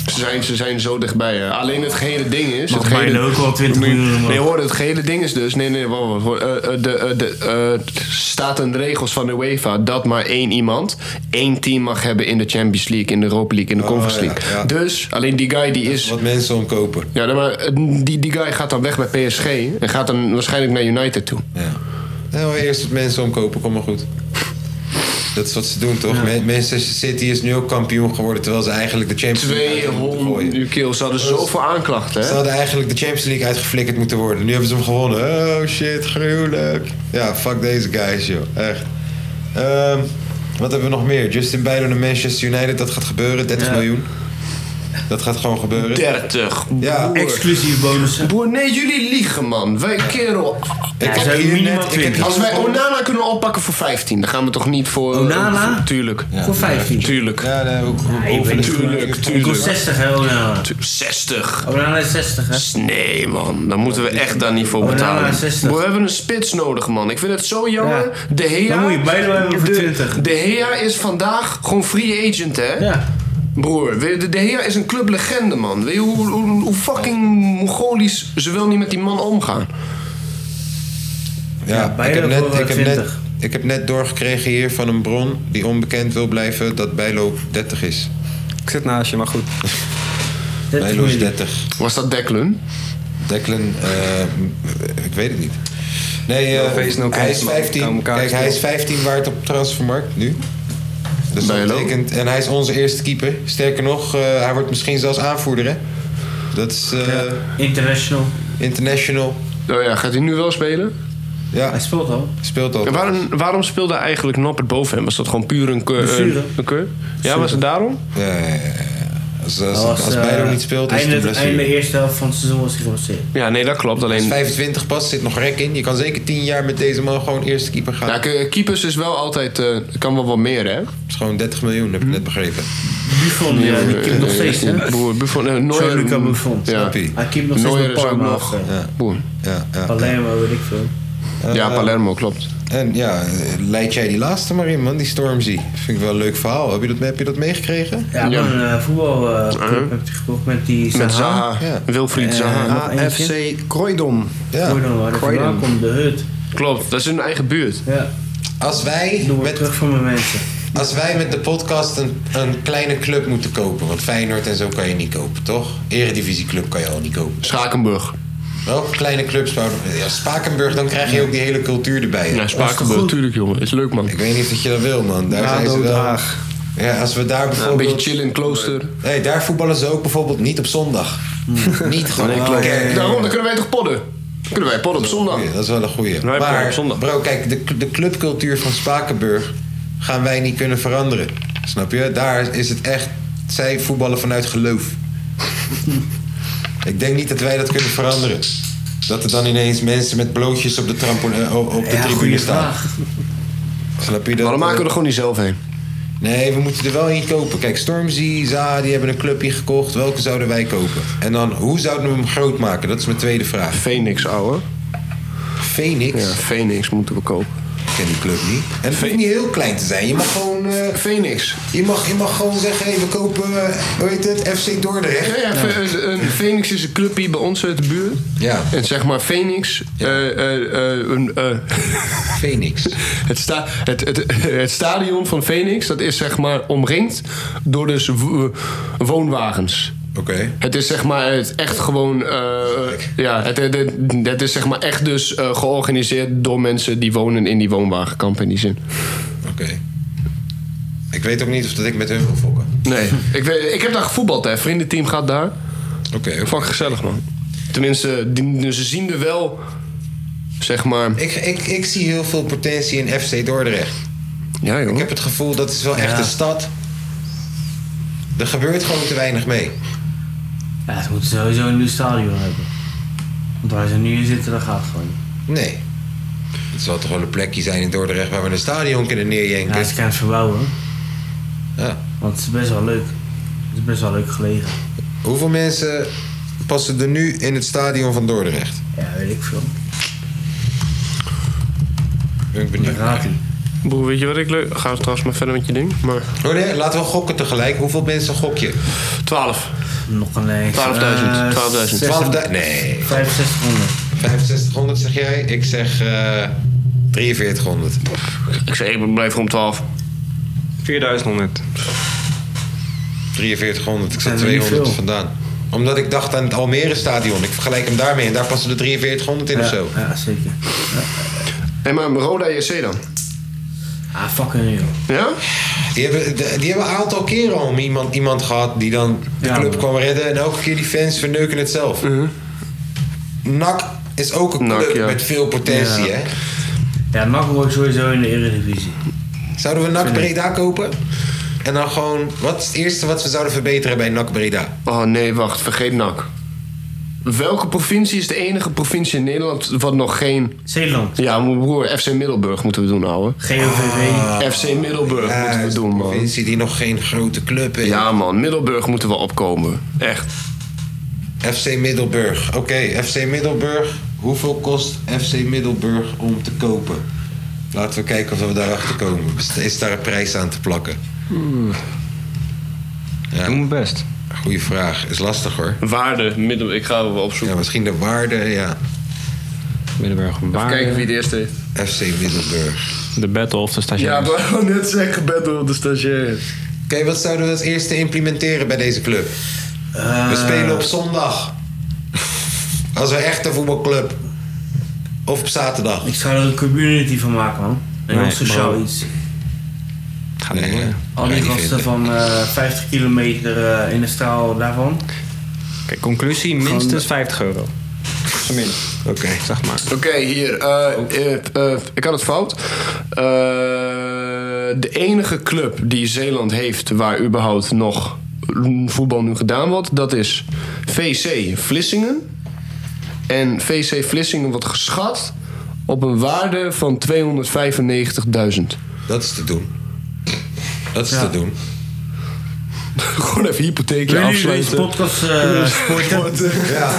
Ze zijn, ze zijn zo dichtbij. hè. Alleen het gele ding is. Mag het gele, mijn loco al 20 miljoen omhoog? Nee hoor, het gele ding is dus. Nee, nee, wacht, wacht, wacht, eh, eh, de, eh, de, eh, t- staat in de regels van de UEFA dat maar één iemand één team mag hebben in de Champions League, in de Europa League, in de Oh, Conference ja, League. ja. Dus alleen die guy die is. Wat mensen omkopen. Ja, nee, maar eh, die, die guy gaat dan weg bij PSG en gaat dan waarschijnlijk naar United toe. Nou, eerst wat mensen omkopen, kom maar goed. Dat is wat ze doen, toch? Man- Manchester City is nu ook kampioen geworden... terwijl ze eigenlijk de Champions League... uit moeten gooien. 200 uur kills. Ze hadden zoveel aanklachten, Ze hè? hadden eigenlijk de Champions League uitgeflikkerd moeten worden. Nu hebben ze hem gewonnen. Oh shit, gruwelijk. Ja, fuck deze guys, joh. Echt. Ehm, wat hebben we nog meer? Justin Bieber naar Manchester United. Dat gaat gebeuren. 30 miljoen. Dat gaat gewoon gebeuren. 30. Ja. Exclusieve bonussen. Boer, nee, jullie liegen, man. Wij, kerel. Ik heb hier net- ik heb hier Oh, Als wij Onana kunnen oppakken voor 15, dan gaan we toch niet voor... eh, Onana? voor- tuurlijk. Voor 15? Tuurlijk. Ja, nee, hoe, tuurlijk, Ik kost tuurlijk. 60, hè? Onana. Tu- 60. Onana is 60, hè? Nee, man. Daar moeten we echt daar niet voor Onana betalen. is 60. Boer, We hebben een spits nodig, man. Ik vind het zo jammer. Ja. De Hea... Dan moet je bijna hebben voor de- 20. De Hea is vandaag gewoon free agent, hè? Ja. Broer, weet je, de, de Gea is een clublegende, man. Weet je hoe, hoe, hoe fucking Mongolisch ze wil niet met die man omgaan? Ja, ik Bijlo heb, net, voor, eh, ik, heb net, 20. ik heb net doorgekregen hier van een bron die onbekend wil blijven dat Bijlo 30 is. Ik zit naast je, maar goed. 30 Bijlo is miljoen. 30. Was dat Declan? Declan, eh, ik weet het niet. Nee, eh, No face, no hij case, is man. Hou 15. elkaar Kijk, stil. hij is 15 waard op transfermarkt nu. Dus dat Bijlo. betekent, en hij is onze eerste keeper. Sterker nog, eh, hij wordt misschien zelfs aanvoerder, hè? Dat is eh, International. international. Oh ja, gaat hij nu wel spelen? Ja, Hij speelt al. speelt al. En waarom, waarom speelde eigenlijk Noppert boven hem? Was dat gewoon puur een keur? Blessure. eh, Een, een keur? Ja, was het daarom? Ja, ja, ja, ja. Als, als, Hij was, als eh, Bijlo niet speelt, is het einde, een Einde blessure. eerste helft van het seizoen was hij geblesseerd. Ja, nee, dat klopt. Hij is Alleen 25 pas, zit nog rek in. Je kan zeker 10 jaar met deze man gewoon eerste keeper gaan. ja, ke- keepers is wel altijd... eh, kan wel wat meer, hè? Het is gewoon 30 miljoen, Hm? heb ik net begrepen. Buffon, ja, die eh, kipt nog steeds, hè? Boer, Buffon... eh, Neuer- Gianluca Buffon. Ja. Happy. Hij kipt nog steeds Neuer met is ook Parma nog... af. hè. Boer. Ja, ja. Eh, Palermo, weet ik veel. Ja, Palermo, klopt. En ja, leid jij die laatste maar in, man, die Stormzy. Vind ik wel een leuk verhaal. Heb je dat, heb je dat meegekregen? Ja, Ja. Uh-huh. maar een eh, voetbalclub heb je gekocht met die Zaha. Met Zaha. Ja. Ah, Wilfried Eh, Zaha. nog eentje. AFC Croydon. Ja. Croydon, waar de vandaan komt, de hut. Klopt, dat is hun eigen buurt. Ja, Als wij doe het met, terug voor mijn mensen. als wij met de podcast een, een kleine club moeten kopen. Want Feyenoord en zo kan je niet kopen, toch? Eredivisieclub kan je al niet kopen. Schakenburg. Welke kleine clubs? zouden- Ja, Spakenburg, dan krijg je ook die hele cultuur erbij. hè? Ja, Spakenburg, tuurlijk jongen. Is leuk man. Ik weet niet of je dat wil, man. Daar zijn ze wel... Ja, als we daar een bijvoorbeeld... beetje chillen in het klooster. Nee, daar voetballen ze ook bijvoorbeeld niet op zondag. Hmm. niet gewoon. Kijk, Daarom, dan kunnen wij toch podden? Kunnen wij podden op zondag? Goeie, dat is wel een goeie. Wij maar, hebben op zondag. bro, kijk, de, de clubcultuur van Spakenburg gaan wij niet kunnen veranderen. Snap je? Daar is het echt... Zij voetballen vanuit geloof. Ik denk niet dat wij dat kunnen veranderen. Dat er dan ineens mensen met blootjes op de, trampo- eh, op op de Ja, tribune goede staan. vraag. Snap je dat? eh, Maar dan maken we er gewoon niet zelf heen. Nee, we moeten er wel in kopen. Kijk, Stormzy, Za, die hebben een clubje gekocht. Welke zouden wij kopen? En dan, hoe zouden we hem groot maken? Dat is mijn tweede vraag. Phoenix, ouwe. Phoenix? Ja, Phoenix moeten we kopen. Ik ken die club niet. En het hoeft niet heel klein te zijn. Je mag gewoon... eh, Phoenix. Je mag, je mag gewoon zeggen, hey, we kopen, eh, hoe heet het, FC Dordrecht. Ja, ja, Ve- een Phoenix is een clubje bij ons uit de buurt. Ja. En zeg maar Phoenix. eh, eh, eh, een, eh, Phoenix. het, sta, het, het, het stadion van Phoenix dat is zeg maar omringd door dus wo- woonwagens. Oké. Het is zeg maar het echt gewoon. eh, ja, het, het, het- het is zeg maar echt dus eh, georganiseerd door mensen die wonen in die woonwagenkamp in die zin. Oké. Ik weet ook niet of dat ik met hun wil fokken. Nee, ik, weet, ik heb daar gevoetbald, hè. Vriendenteam gaat daar. Oké. Fuck gezellig, man. Tenminste, die, dus ze zien er wel, zeg maar... Ik, ik, ik zie heel veel potentie in FC Dordrecht. Ja, joh. Ik heb het gevoel, dat is wel echt Ja. een stad. Er gebeurt gewoon te weinig mee. Ja, ze moeten sowieso een nieuw stadion hebben. Want waar ze nu in zitten, dat gaat gewoon. Nee. Het zal toch wel een plekje zijn in Dordrecht waar we een stadion kunnen neerjenken. Ja, ze kan het verbouwen. Ja. Want het is best wel leuk. Het is best wel leuk gelegen. Hoeveel mensen passen er nu in het stadion van Dordrecht? Ja, weet ik veel. Ben ik benieuwd. Raad Broer, weet je wat ik leuk... Ga trouwens maar verder met je ding, maar... Oh nee, laten we gokken tegelijk. Hoeveel mensen gok je? 12. Nog een Eh, lijst. 12.000. 12.000. 12.000. Nee. 6500. 6500 zeg jij? Ik zeg eh 4300. Ik zeg, ik blijf gewoon 12. 4100. 4300. Ik Zijn zat er niet 200 veel. vandaan. Omdat ik dacht aan het Almere stadion. Ik vergelijk hem daarmee en daar passen er 4300 in of zo. Ja, zeker. Hé, maar Roda JC dan? Ah, fucking joh. Ja? Die hebben, de- die hebben een aantal keren al iemand, iemand gehad die dan de Ja, club man. kwam redden. En elke keer die fans verneuken het zelf. NAC is ook een club met veel potentie, Ja. hè? Ja, NAC wordt sowieso in de Eredivisie. Zouden we NAC Vind ik. Breda kopen? En dan gewoon, wat is het eerste wat we zouden verbeteren bij NAC Breda? Oh nee, wacht. Vergeet NAC. Welke provincie is de enige provincie in Nederland wat nog geen... Zeeland. Ja, mijn broer, FC Middelburg moeten we doen, nou, ouwe. GOVV. FC Middelburg moeten we doen, man. provincie die nog geen grote club heeft. Ja, man. Middelburg moeten we opkomen. Echt. FC Middelburg. Oké, FC Middelburg. Hoeveel kost FC Middelburg om te kopen? Laten we kijken of we daarachter komen. Is daar een prijs aan te plakken? Ja. Doe mijn best. Goeie vraag. Is lastig hoor. Waarde, middel, ik ga wel opzoeken. Ja, misschien de waarde, ja. Middelburg, Even kijken wie de eerste is. FC Middelburg. De battle of de stagiaires. maar wou net zeggen, battle op de stagiair. Oké, wat zouden we als eerste implementeren bij deze club? We spelen op zondag. Als we echt een voetbalclub. Of op zaterdag. Ik zou er een community van maken, man. Een heel Nee, sociaal bro. iets. Ga niet worden. Al die gasten van eh, 50 kilometer eh, in de straal daarvan. Kijk, conclusie, minstens 50 euro. Gemiddeld. Oké. Zeg maar. Oké, hier. eh, eh, eh, ik had het fout. Eh, de enige club die Zeeland heeft waar überhaupt nog voetbal nu gedaan wordt, dat is VC Vlissingen. En VC Vlissingen wordt geschat op een waarde van 295.000. Dat is te doen. Dat is te doen. Gewoon even hypotheekje Wil jullie afsluiten. deze podcast eh, sporten? Ja.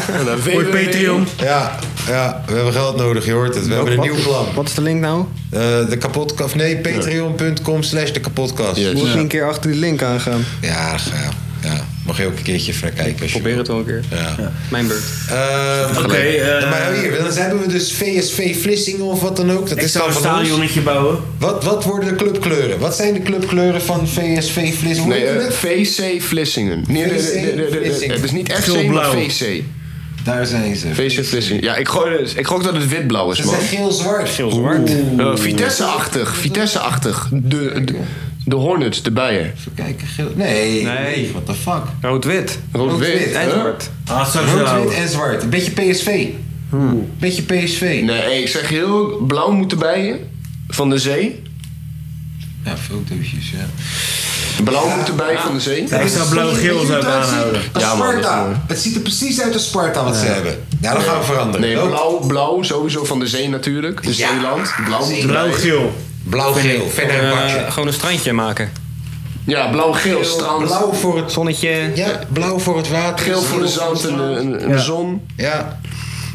Voor Patreon. Ja, ja, we hebben geld nodig, je hoort het. We hebben een nieuw plan. Wat is de link nou? Eh, de kapotkast. Nee, patreon.com slash de kapotkast. Moet ik een keer achter die link aangaan. Ja, ga. Ja, mag je ook een keertje even naar kijken. Probeer het wel een keer. Ja. Mijn beurt. Oké, Oké, eh, maar oh, hier, dan hebben we dus VSV Vlissingen of wat dan ook. Dat ik is zou dan een van ons. stadionnetje bouwen. Wat, wat worden de clubkleuren? Wat zijn de clubkleuren van VSV Nee, Vlissingen? Hoe heet eh, het? VC Vlissingen. Nee, nee, nee, nee, nee, nee, nee. Het is niet FC, maar Geelblauw. VC. Daar zijn ze. VC Vlissingen. Ja, ik gooi, dus- ik gooi ook dat het witblauw is, Ze man. zijn geel-zwart. Geel-zwart. Eh, Vitesse-achtig. Vitesse-achtig. De, de, de Hornets, de bijen. Kijken, geel. Nee. Nee, nee, what the fuck. Rood-wit. Rood-wit. Rood-wit en hè? zwart. Ah, Rood, wit en zwart. Een beetje PSV. Beetje PSV. Nee, ik zeg heel blauw moeten bijen. Van de zee. Ja, fotootjes, ja. Blauw moeten bijen van de zee. ik zou blauw-geel zou ik aanhouden. Als Ja, man, dat is Sparta. mooi. het ziet er precies uit als Sparta wat ze hebben. Ja, dat gaan we veranderen. Nee, Rood. blauw, blauw sowieso van de zee natuurlijk. Dus Ja. Zeeland. Blauw moeten bijen. Blauw-geel. Blauw-geel, verder een Eh, bakje. gewoon een strandje maken. Ja, blauw-geel, strand. Blauw voor het zonnetje. Ja, blauw voor het water. Geel voor de zand en de, en- en de Ja. zon. Ja.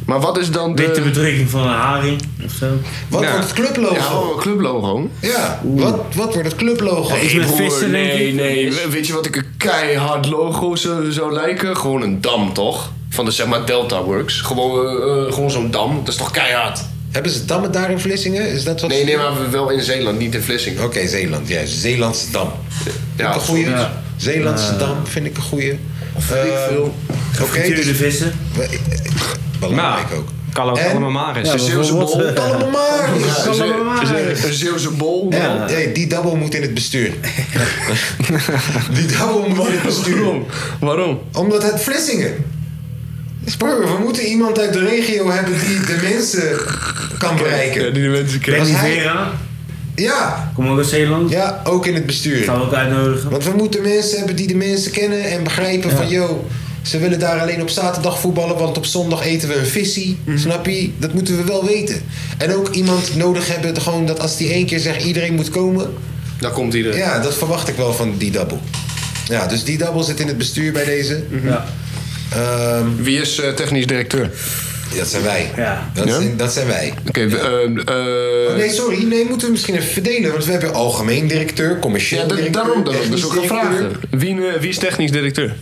Maar wat is dan de... Witte bedrukking van een haring of zo. Wat wordt het clublogo? Ja, oh, een clublogo. Ja, wat, wat wordt het clublogo? Nee, broer, nee, nee. We- Weet je wat ik een keihard logo zou, zou lijken? Gewoon een dam, toch? Van de zeg maar Delta Works. Gewoon, eh, eh, gewoon zo'n dam. Dat is toch keihard? Hebben ze dammen daar in Vlissingen? Is dat wat Nee, nee, maar wel in Zeeland, niet in Vlissingen. Oké, Zeeland. Ja, Zeelandse dam. Ja, een goeie. Ja. Zeelandse Eh, dam vind ik een goeie. Eh, Vind ik veel. Oké. dus- Gefrituurde vissen. Nou, Belangrijk ook. En- Ja, een Zeeuwse bol. Calamaris. Ja, een Zee- een Zee- Een Zeeuwse bol. Ja, hey, die double moet in het bestuur. die double moet in het bestuur. Waarom? Waarom? Omdat het Vlissingen. Spoor, we moeten iemand uit de regio hebben die de mensen kan bereiken. Ja, die de mensen kent. Was Benny hij- Vera? Ja. Kom ook uit Zeeland. Ja, ook in het bestuur. Gaan we ook uitnodigen. Want we moeten mensen hebben die de mensen kennen en begrijpen van... yo, ze willen daar alleen op zaterdag voetballen, want op zondag eten we een vissie. Snap je? Dat moeten we wel weten. En ook iemand nodig hebben dat gewoon dat als die één keer zegt iedereen moet komen... Dan komt iedereen. Ja, dat verwacht ik wel van die double. Ja, dus die double zit in het bestuur bij deze. Ehm, Ja. Wie is eh, technisch directeur? Dat zijn wij. Dat, Ja? zijn, dat zijn wij. Oké, we- eh, eh, Oh, nee, sorry. Nee, moeten we misschien even verdelen. Want we hebben algemeen directeur, commercieel Dus Ja, da- directeur. daarom dat ik technisch dus ook gaan directeur. vragen. Wie, eh, wie is technisch directeur?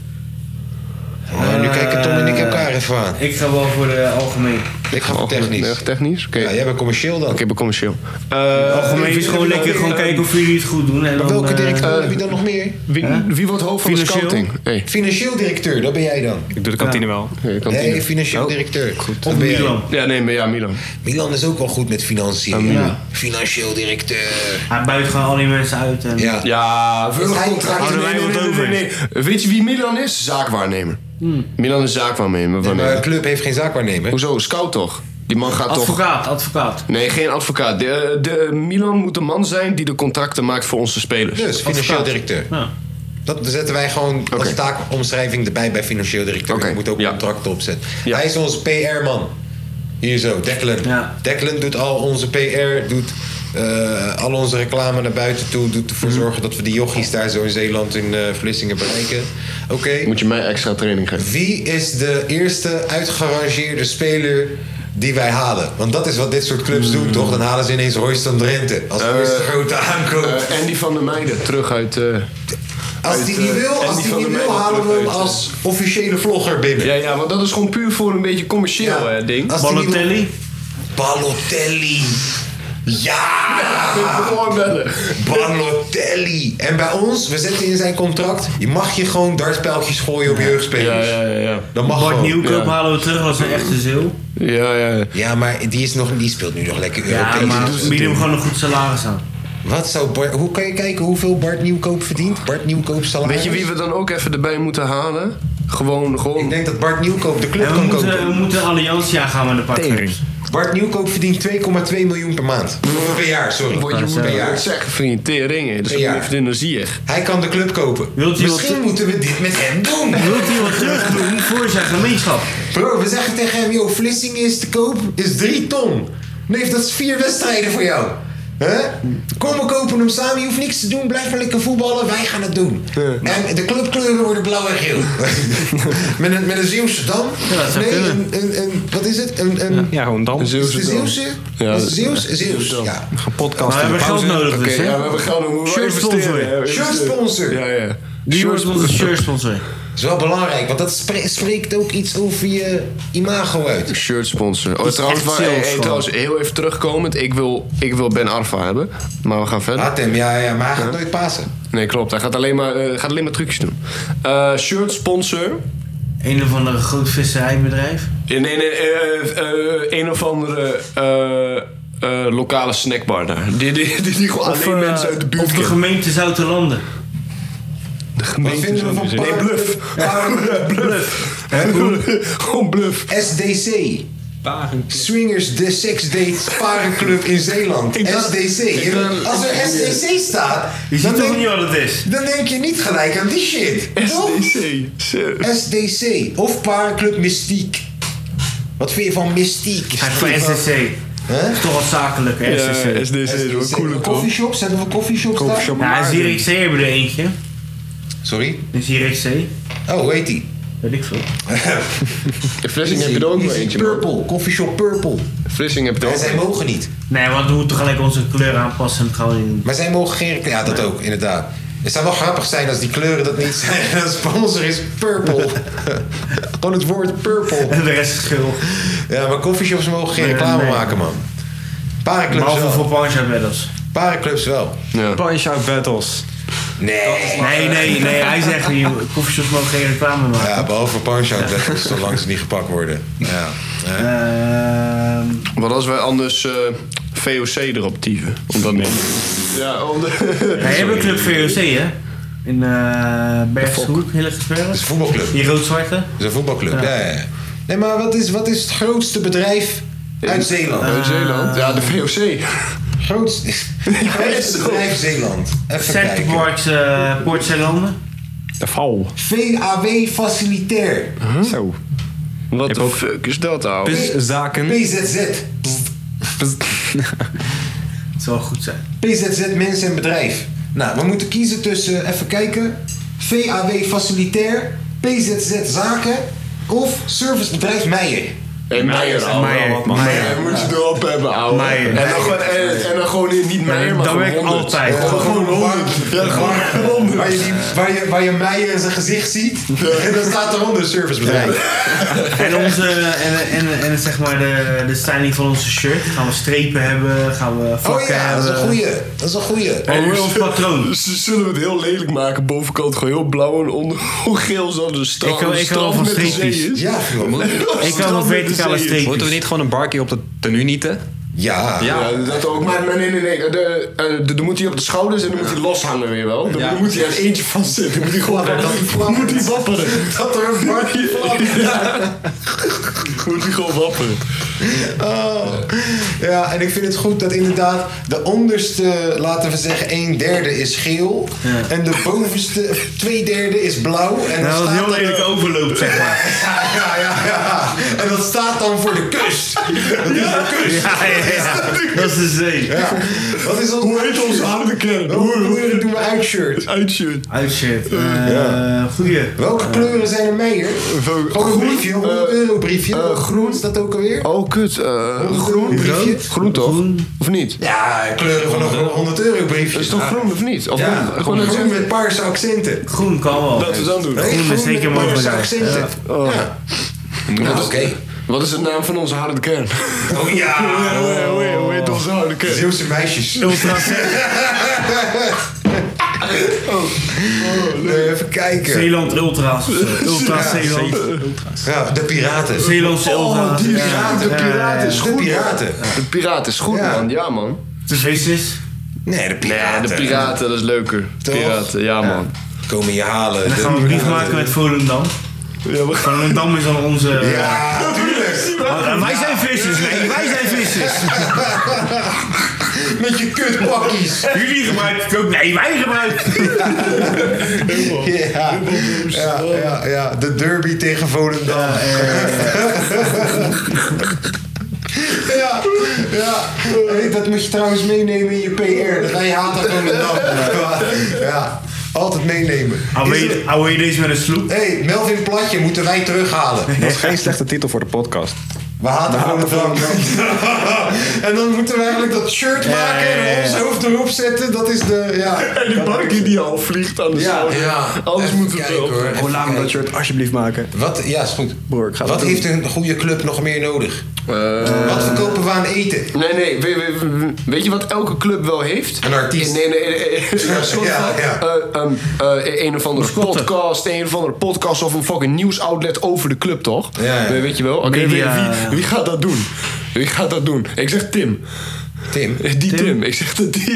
Nou, nu kijken Tom en ik elkaar even aan. Ik ga wel voor de algemeen. Ik ga voor technisch. technisch? Oké. Ja, jij bent commercieel dan. Oké, bij commercieel. Eh, algemeen is gewoon lekker gewoon kijken of jullie het goed doen. En Maar dan, welke eh, directeur heb je dan nog meer? Wie, wie wordt hoofd van Financieel? de scouting? Hey. Financieel directeur, dat ben jij dan. Ik doe de kantine wel. Nee, Nee, financieel directeur. Goed. Dat ben jij. Ja, nee, maar ja, Milan. Milan is ook wel goed met financiën. Milan. Ja. Financieel directeur. Hij buit gewoon al die mensen uit. En... Ja. Ja, Is hij- houden wij wat over? Weet je wie Milan is? Zaakwaarnemer. Hmm. Milan is zaakwaarnemer. maar een club heeft geen zaakwaarnemer. Hoezo? Scout toch? Die man gaat toch... Advocaat, advocaat. Nee, geen advocaat. De, de- Milan moet de man zijn die de contracten maakt voor onze spelers. Dus, financieel directeur. Ja. Dat zetten wij gewoon als taakomschrijving erbij bij financieel directeur. Je moet ook contracten opzetten. Hij is onze PR-man. Hier zo, Declan. Declan doet al onze PR, doet eh, al onze reclame naar buiten toe. Doet ervoor Mhm. zorgen dat we die jochies daar zo in Zeeland in eh, Vlissingen bereiken. Oké. Moet je mij extra training geven. Wie is de eerste uitgerangeerde speler die wij halen? Want dat is wat dit soort clubs doen, toch? Dan halen ze ineens Royston Drenthe als Mhm. Eh, eerste grote aankoop. Eh, Andy van der Meijden, terug uit... eh, Als uit, die niet eh, wil, Andy als die van niet der wil, Meijden, halen we terug hem uit, als officiële vlogger binnen. Ja, ja, want dat is gewoon puur voor een beetje commercieel Ja. eh, ding. Als die Balotelli? Balotelli. Ja! Balotelli. En bij ons, we zetten in zijn contract, je mag je gewoon dartpijltjes gooien op jeugdspelers. Ja, ja, ja. Dat mag Bart gewoon. Nieuwkoop halen we terug als een echte zeeuw. Ja, ja. Ja, maar die, is nog, die speelt nu nog lekker Ja, Europees. maar bied hem gewoon een goed salaris aan. Wat zou Bart- hoe kan je kijken hoeveel Bart Nieuwkoop verdient? Bart Nieuwkoop salaris. Weet je wie we dan ook even erbij moeten halen? Gewoon, gewoon... Ik denk dat Bart Nieuwkoop de club En we kan moeten, kopen. we moeten Alliantia gaan met een pak Tering. Bart Nieuwkoop verdient 2,2 miljoen per maand. Of Per jaar, sorry. Word je moet per het jaar. zeggen, vriend. Teringen. Dus Per ja. jaar. even in zie je. Hij kan de club kopen. Wilt u wat- Misschien moeten we dit met hem doen. Wilt hij wat terug doen voor zijn gemeenschap? Bro, we zeggen tegen hem, joh, Vlissingen is te koop, is 3 ton. Nee, dat is vier wedstrijden voor jou. hè? Kom, we kopen hem samen. Je hoeft niks te doen. Blijf maar lekker voetballen. Wij gaan het doen. En de clubkleuren worden blauw en geel. met, een, met een Zeeuwse dam. Ja, dat zou nee, kunnen. een, een, een- wat is het? Een, een, Ja, gewoon dan. Is het Zeeuwse? Ja, Is het Zeeuws? dat- Zeeuws, ja. Gepodcast. Maar we hebben geld nodig Oké, dus, ja, hè? we hebben geld nodig. We Shirt investeren, sponsor. hè. We Shirt investeren. sponsor. Ja, ja. Die wordt onze shirt sponsor. Dat is wel belangrijk, want dat spre- spreekt ook iets over je imago uit. Shirt sponsor. Oh, Iets trouwens, echt waar, hey, sales hey, gewoon. trouwens, heel even terugkomend. Ik wil, ik wil Ben Arfa hebben. Maar we gaan verder. Hatem, ja, ja, maar hij gaat nooit pasen. Nee, klopt. Hij gaat alleen maar, eh, gaat alleen maar trucjes doen. Eh, shirt sponsor. Een of ander groot visserijbedrijf. Ja, nee, nee. eh, eh, een of andere eh, eh, lokale snackbar daar. Die, die, die, die, gewoon Of, alleen eh, mensen uit de buurt Of de kent. gemeente Zouterlanden. Wat Dus vinden we van Nee, Parma? bluff. Bluff. Gewoon bluff. SDC. Swingers de Sex Date Parenclub in Zeeland. SDC. Je- Als er SDC staat, dan Je ziet toch denk, niet wat het is? dan denk je niet gelijk aan die shit. toch? SDC. Of Parenclub Mystiek. Wat vind je van Mystiek? Hij is voor SSC. is toch wat zakelijker. Ja, SDC is wel cool, toch? Koffieshop, zetten we koffieshops Koffieshop. Ja, in ZRXC hebben we er eentje. Sorry? In ZRXC. Oh, hoe heet die? Weet ik veel. In Vlissingen heb je er ook nog eentje. Purple, coffeeshop Purple. Vlissingen heb je er ook zij nog mogen niet. Nee, want we moeten gelijk onze kleur aanpassen en het gaan in. Maar zij mogen geen reclame. Ja, dat ook, inderdaad. Het zou wel grappig zijn als die kleuren dat niet zijn. De sponsor is purple. Gewoon het woord purple. En de rest is geel. Ja, maar coffeeshops mogen geen Nee, reclame nee. maken, man. Parenclubs Behalve wel. voor Punch Out Battles. Parenclubs wel. Ja. Punch-out battles. Nee. Nee, nee, nee. Hij zegt hier, koffieshops mogen geen reclame maken. Ja, behalve punch-out battles, zolang ze niet gepakt worden. Ja. Wat als wij anders eh, VOC erop dieven? Om dat mee. Ja, om de... Wij hebben Club VOC, hè? In eh Bergshoek, Hillegersberg. Dat is een voetbalclub. Die rood-zwarte. Dat is een voetbalclub. Ja. Ja. Ja, ja. Nee, maar wat is, wat is het grootste bedrijf uit Zeeland? Uit Zeeland? Ja, de VOC. Grootste. Grootste bedrijf Zeeland. Even kijken. Centerparks eh Port Zeelanden. De val. VAW Facilitair. Zo. Wat de fuck is dat, ouwe? PZZ. Het zal goed zijn. PZZ Mensen en Bedrijf. Nou, we moeten kiezen tussen, even kijken, VAW Facilitair, PZZ Zaken of Servicebedrijf Meijer. En Meijer, ouwe. Meijer. Meijer moet je erop hebben, ouwe. Meijer. En dan gewoon, en, en dan gewoon in- niet Meijer, maar Dat gewoon werkt 100. altijd. Ja, Gewoon Gewoon 100. Ja, gewoon 100. Waar je, die- waar, je, waar je Meijer in zijn gezicht ziet, en dan staat eronder servicebedrijf. En onze, en, en, en zeg maar de, de styling van onze shirt. Gaan we strepen hebben, gaan we Oh vakken ja, dat eh, is een hebben. goeie. Dat is een goeie. Oh, ons patroon. Ze zullen we het heel lelijk maken. Bovenkant gewoon heel blauw en onder gewoon geel. Zoals een stra- Ik wil- ik wil strand van met de streepjes. zee is. Ja, Moet- Strand met de zee is. Moeten we niet gewoon een barkie op de tenue nieten? Ja. Ah, Ja, dat ook. Maar maar nee, nee, nee. De- eh, de- Dan moet hij op de schouders en dan moet hij loshangen weer wel. Dan moet hij aan eentje vastzitten. Dan moet hij gewoon dan moet hij wapperen. Dat er een barkie van. Moet hij gewoon wapperen. Oh. Ja, en ik vind het goed dat inderdaad de onderste, laten we zeggen, een derde is geel. En de bovenste, twee derde is blauw. En dan Nou, dat staat heel er- lelijk overloopt, zeg maar. Ja, ja, ja, ja. En dat staat dan voor de kust. Dat is de kust. Ja, ja, ja. Dat is de zee. Ja. Wat is ons Hoe heet onze harde kern? Hoe, hoe doen we uitshirt? Uitshirt. Uitshirt. Eh Goeie. Welke kleuren zijn er mee, hè? Gewoon een briefje, een 100 euro briefje. groen is dat ook alweer? eh, Oh, kut. eh, Een groen briefje. Groen toch? Of niet? Ja, kleuren van een 100 euro briefje. Dat is toch groen of niet? Of Ja, niet? gewoon Gewoon groen met paarse accenten. Groen kan wel. Laten we dat doen. Nee, Groen is zeker met mogelijk. paarse accenten. Oh. Ja. Wat Nou, is- oké. Wat is de naam van onze harde kern? Oh ja! Hoe heet- hoe heet onze harde kern? Zeeuwse meisjes. Ultra Oh, Nee, even kijken. Zeeland Ultra's. of zo. Ultra Ja, Zeeland. Ja, de piraten. Zeelandse Ultra's. die Ja, piraten, ja, ja, Oh, Piraten is De goed. piraten. man. De piraten is goed, Ja. man. Ja, man. ja. De vissers. Nee, de Ja, piraten. de piraten, dat is leuker. Toch? Piraten, ja, man. Komen je halen. En dan de gaan we een brief piraten. maken met Volendam. Ja, we gaan- Volendam is dan onze... Ja, tuurlijk. Want eh, Wij zijn vissers, nee, wij zijn vissers. Met je kutpakkies. Jullie gebruiken het ook. Nee, wij gebruiken het. Ja. Ja, ja, ja. De derby tegen Volendam. Ja, ja. Hey, dat moet je trouwens meenemen in je PR. Dan ga je haat naar Volendam. Ja, altijd meenemen. Is het- Hou je deze met een sloep? hey, Melvin Platje moeten wij terughalen. Dat is geen slechte titel voor de podcast. We haten Volendam. en dan moeten we eigenlijk dat shirt maken en ons hoofd erop zetten. Dat is de, ja. En die barkie die al vliegt aan de Ja, schouder. ja. Anders Even moeten we het kijken, hoor. wel. Even Hoe laat we dat kijken. shirt alsjeblieft maken? Wat, ja, is goed. Broer, ik ga Wat Nou, dat heeft een goede club nog meer nodig? Eh, Wat verkopen we aan eten? Nee, nee. we- we- we- Weet je wat elke club wel heeft? Een artiest. Nee, nee, nee, nee. Een soort Ja, van, ja. eh, ehm, eh, Een of andere podcast. Een of andere podcast of een fucking nieuwsoutlet over de club, toch? Ja, ja. We- Weet je wel? Oké, wie, Media. wie- wie gaat dat doen? Wie gaat dat doen? Ik zeg Tim. Tim. Die Tim. Ik zeg dat die, die,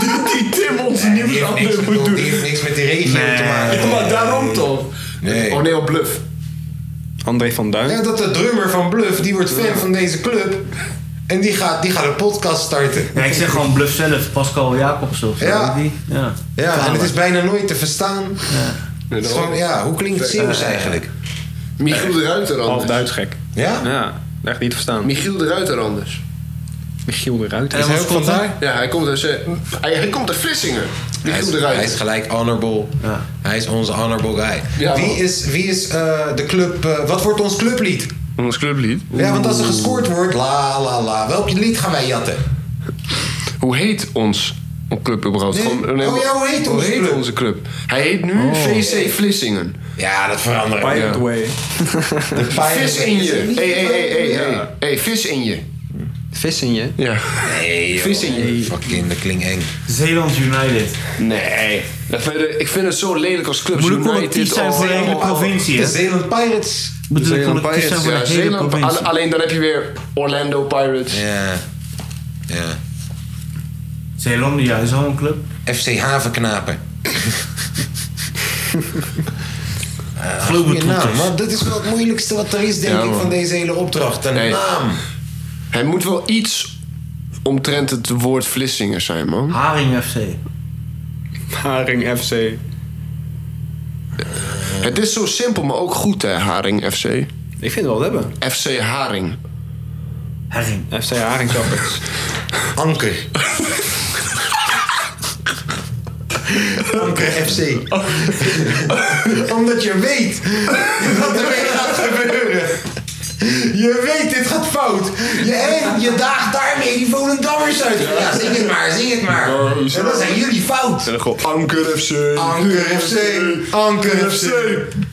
die, die Tim onze Die heeft, nieuwsoutlet moet niks, doen. die heeft niks met die regio Nee. te maken. Ja, maar daarom toch? Nee. Oh nee, op bluff. André van Duin. Ja, dat de drummer van Bluff, die wordt fan van deze club. En die gaat, die gaat een podcast starten. Ja, ik zeg gewoon bluff zelf. Pascal Jacobs of zo. Ja. weet je? ja. Ja, en het is bijna nooit te verstaan. Het is gewoon, ja, hoe klinkt het Zeeuws eigenlijk? Michiel de Ruiter Eh, Half anders. Duits gek. Ja? Ja, echt niet te verstaan. Michiel de Ruiter anders. Michiel de Ruiter. Is hij ook vandaar? Ja, hij komt, dus, eh, hij, hij komt uit Vlissingen. Die Hij is, Giel de Ruiter. hij is gelijk honorable. Hij is onze honorable guy. wie is, wie is eh, de club... eh, wat wordt ons clublied? Ons clublied? Ja, want als er gescoord wordt... La, la, la. Welk lied gaan wij jatten? Hoe heet ons club überhaupt? Nee. Gewoon, Oh ja, hoe heet onze club? onze club? Hij heet nu Oh. VC Vlissingen. Ja, dat verandert. Ja. Vis in je. Hey, hey, hey, hey, hey. Hey, vis in je. Vis in je? Ja. Nee, joh. Vis in je. Fucking, dat klinkt eng. Zeeland United. Nee. Dat vind ik- ik vind het zo lelijk als clubs Moet ik collectief zijn voor de hele provincie, hè? De Zeeland Pirates. Moet het collectief zijn voor de Ja, hele Zeeland- provincie. al- Alleen dan heb je weer Orlando Pirates. Ja. Eh, Ja. Zeeland, ja, is al een club. FC Havenknapen. Eh, goeie naam, man. Dit is wel het moeilijkste wat er is, denk Ja, ik, man. van deze hele opdracht. Een Nee. naam. Hij moet wel iets omtrent het woord Vlissingen zijn, man. Haring FC. Haring FC. Eh, Het is zo simpel, maar ook goed, hè, Haring FC. Ik vind het wel hebben. FC Haring. Haring. FC Haring Zappers. Anker. Anker FC. Omdat je weet wat er weer gaat gebeuren. Je weet, dit gaat fout. Je, en je daagt daarmee die Volendammers uit. Ja, zing het maar, zing het maar. En dan zijn jullie fout. En dan gewoon Anker FC. Anker FC. Anker FC.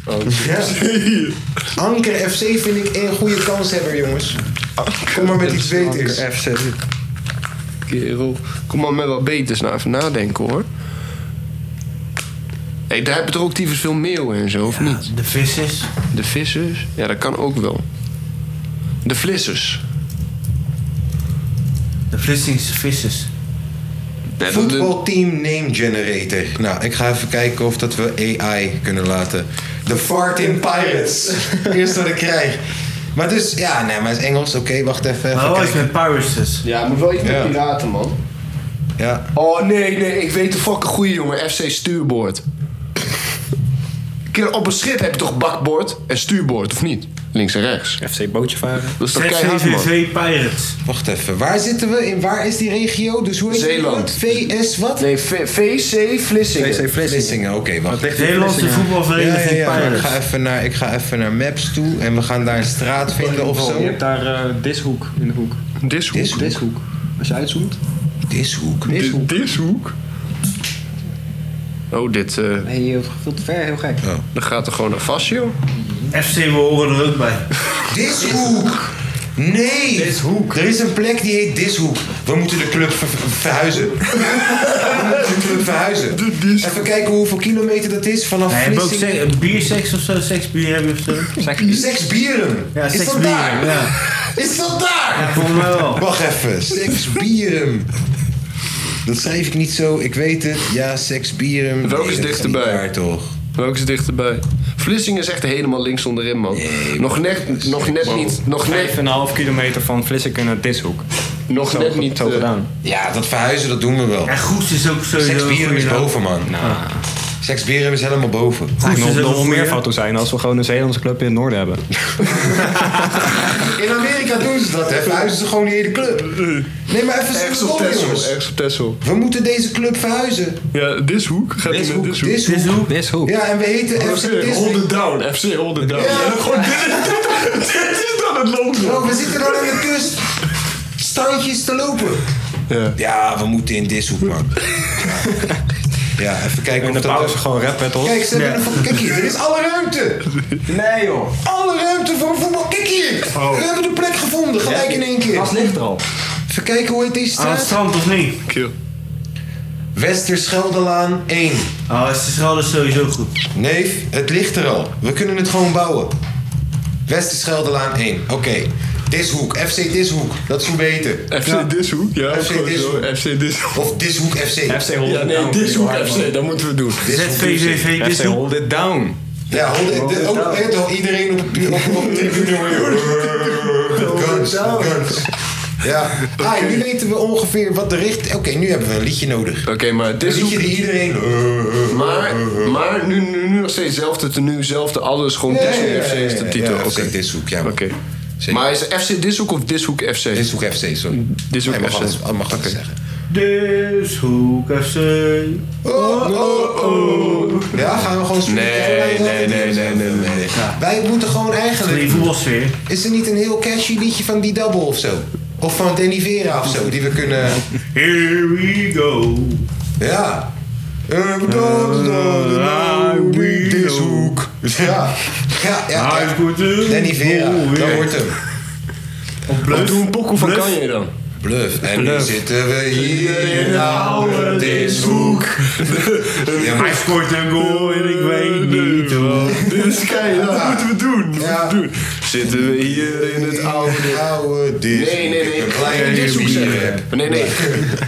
Oh, Ja. Anker FC vind ik een goede kanshebber, jongens. Oh, Kom maar met iets beters. FC. Kerel, kom maar met wat beters naar even nadenken, hoor. Hey, daar hebben toch ook tyfus veel meel in, zo, of niet? De vissers. De vissers? Ja, dat kan ook wel. De vlissers. De Vlissingse vissers. Voetbalteam name generator. Nou, ik ga even kijken of dat we AI kunnen laten. De Fart in Pirates. Eerst wat ik krijg. Maar dus, ja, nee, maar het is Engels. Oké, wacht even. even Maar wel iets kijken. Nou, met pirates dus. Ja, het moet wel iets met Ja. piraten, man. Ja. Oh, nee, nee, ik weet de fucking goeie, jongen. FC Stuurboord. Keer op een schip heb je toch bakboord en stuurboord, of niet? Links en rechts. FC Bootje varen. Dat is toch keihard, man. Pirates. Wacht even, waar zitten we? In waar is die regio? Dus hoe heet die Zeeland. club? VS wat? Nee, V- VC Vlissingen. VC Vlissingen, oké, wacht. ligt in Nederlandse Vlissingen? voetbalvereniging Ja, ja, ja, maar ik, Pirates. ga even naar, ik ga even naar Maps toe en we gaan daar een straat vinden of zo. Je hebt daar eh, Dishoek in de hoek. Dishoek? Dishoek. Als je uitzoomt. Dishoek? Dishoek. Dishoek? Oh, dit... eh, Nee, je hebt veel te ver, heel gek. Oh. Dat gaat er gewoon naar vast, joh. FC, we horen er ook bij. Dishoek! Nee! Dishoek. Er is een plek die heet Dishoek. We moeten de club ver- ver- verhuizen. We moeten de club verhuizen. Even kijken hoeveel kilometer dat is vanaf Nee, hebben ook Vlissingen. se- bierseks of zo, seksbier hebben of zo. Seks bieren? Ja, is dat seksbier, daar? ja. Is dat daar? Ja, volgens mij wel. Wacht even. Seks bieren. Dat schrijf ik niet zo, ik weet het. Ja, seks bieren. Welke is dat dichterbij? niet Daar toch? Welke is dichterbij? Vlissingen is echt helemaal links onderin, man. nog net, nog net niet. Nog net, 5,5 kilometer van Vlissingen naar Dishoek. nog Zo- net niet. Zo eh, gedaan. Ja, dat verhuizen, dat doen we wel. En Goes is ook sowieso Seks een bieren goede is naam. boven, man. Ah. Seks bieren is helemaal boven. Goed, is nog, het Nou. nog wel voor meer je? fout toe zijn als we gewoon een Zeelandse club in het noorden hebben. In Amerika doen ze dat, hè? Verhuizen ze gewoon die hele club. Nee, maar even Ergens serieus op op, Texel. jongens. Ergens op Texel. We moeten deze club verhuizen. Ja, Dishoek. Gaat hij naar Dishoek, Dishoek? Dishoek. Dishoek. Ja, en we heten Oh, FC Dishoek. Holden down. FC Holden down. Ja. Ja, gewoon dit. Dit is dan het logo. Bro, we zitten dan aan de kust. Standjes te lopen. Ja. Ja, we moeten in Dishoek, man. Ja. Ja, even kijken In de of dat... pauze gewoon rap battles. Kijk, ze hebben een- Kijk hier, er is alle ruimte. Nee joh. Oh. Alle ruimte voor een voetbal. Kijk hier. We hebben de plek gevonden, gelijk in één keer. Gas ligt er Ah, al. Even kijken hoe heet deze Aan het straat. strand of niet? Kill. Westerscheldelaan 1. Oh, is de Schalde sowieso goed. Neef, het ligt er al. We kunnen het gewoon bouwen. Westerscheldelaan 1. Oké. Dishoek. FC Dishoek. Dat is hoe beter. FC Dishoek. Ja, FC gewoon zo. Dishoek. FC Dishoek. Of Dishoek FC. FC Hold Ja, It nee, Down. Dishoek Heel hard, man. FC. Dat moeten we doen. ZVVV is FC Hold It Down. Ja, hold it, de, ook weet je wel, iedereen op de op- op de tribune. hoor. Guns, guns. Ja. Ah, nu weten we ongeveer wat de richting... Oké, nu hebben we een liedje nodig. Oké, maar Een liedje Dishoek... die iedereen... eh, Maar, maar nu, nu, nu nog steeds zelfde tenue, zelfde alles. Gewoon Ja, Dishoek ja, ja, FC is ja, de ja, titel. ja, Oké. FC Dishoek, ja. man. Oké. Zo Maar is het FC Dishoek of Dishoek FC? Dishoek FC, sorry. Dishoek Hij mag FC. alles- mag alles zeggen. Dus Hoek FC. Oh, oh, oh. Ja, gaan we gewoon spelen? Nee, nee, nee, nee, nee, nee. Wij moeten gewoon eigenlijk... Die voetbalsfeer. Is er niet een heel catchy liedje van die double of zo? Of van Danny Vera of zo, die we kunnen... Here we go. Ja. Dishoek. Ja, ja, ja. ja. Danny Vera, dat wordt hem. Wat doen pokoe van kan je dan? Bluff. En nu zitten we hier in oude Dishoek. Hij scoort een goal en ik weet niet hoe. Dus kijk, dat moeten we doen. Dat moeten we doen. Zitten we hier in het oude... oude Dishoek. Nee, nee, nee. Ik ben blij dat Geen je Dishoek hier zeggen. bent. Nee, nee.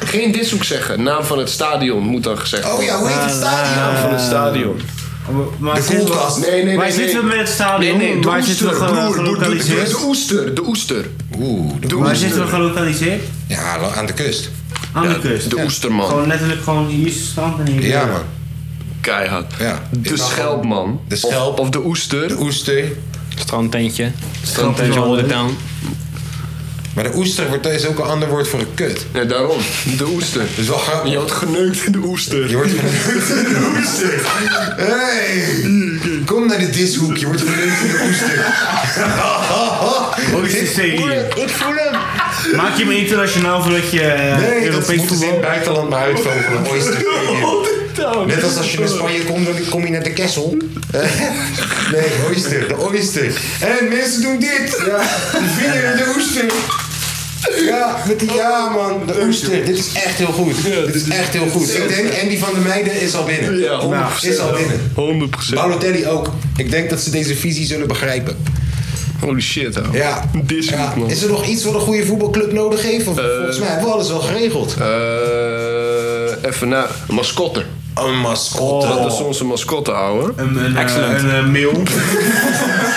Geen Dishoek zeggen. Naam van het stadion moet dan gezegd worden. Oh ja, hoe heet het stadion? Naam van het stadion. Nou, Maar De zitten we- koelkast. Nee, nee, nee, Waar nee. zitten we met het stadion? Nee, nee, de waar zitten we oester. ge- broer, broer, broer, de, gelokaliseerd? de oester, de oester. Oeh, de Waar zitten we gelokaliseerd? Ja, aan de kust. Aan de kust. De oesterman. Gewoon letterlijk gewoon hier is het strand en hier. Ja, man. Keihard. Ja. De schelpman. De schelp. Of, of de oester. De oester. Strandtentje. Strandtentje all all down. Maar de oester wordt, is ook een ander woord voor een kut. Nee, daarom. De oester. Dus wel grappig. Je wordt geneukt in de oester. Je wordt geneukt in de oester. Hey, kom naar de dishoek. Je wordt geneukt in de oester. Oosterstadion. Ik voel hem. Maak je me internationaal voordat je eh, Nee, dat Europees moeten ze in voetbal... het buitenland maar uitvogelen. Oyster Stadium. Net als als je naar Spanje komt, dan kom je naar de Kessel. Eh, nee, oyster, de oyster. En mensen doen dit. Ja, die vinger in de oester. Ja, met die ja man, de oester. Dit is echt heel goed. Dit is echt heel goed. Ik denk Andy van der Meijden is al binnen. Nou, Ja, 100%. Is al binnen. 100%. Balotelli ook. Ik denk dat ze deze visie zullen begrijpen. Holy shit, hoor. Ja. Dishoek, Ja, man. Eh, Is er nog iets wat een goede voetbalclub nodig heeft? Of Volgens mij hebben we alles wel geregeld. Eh, even na. Een mascotte. Een mascotte. Dat is onze mascotte, ouwe. Een, een, eh, Excellent. een, eh, mail.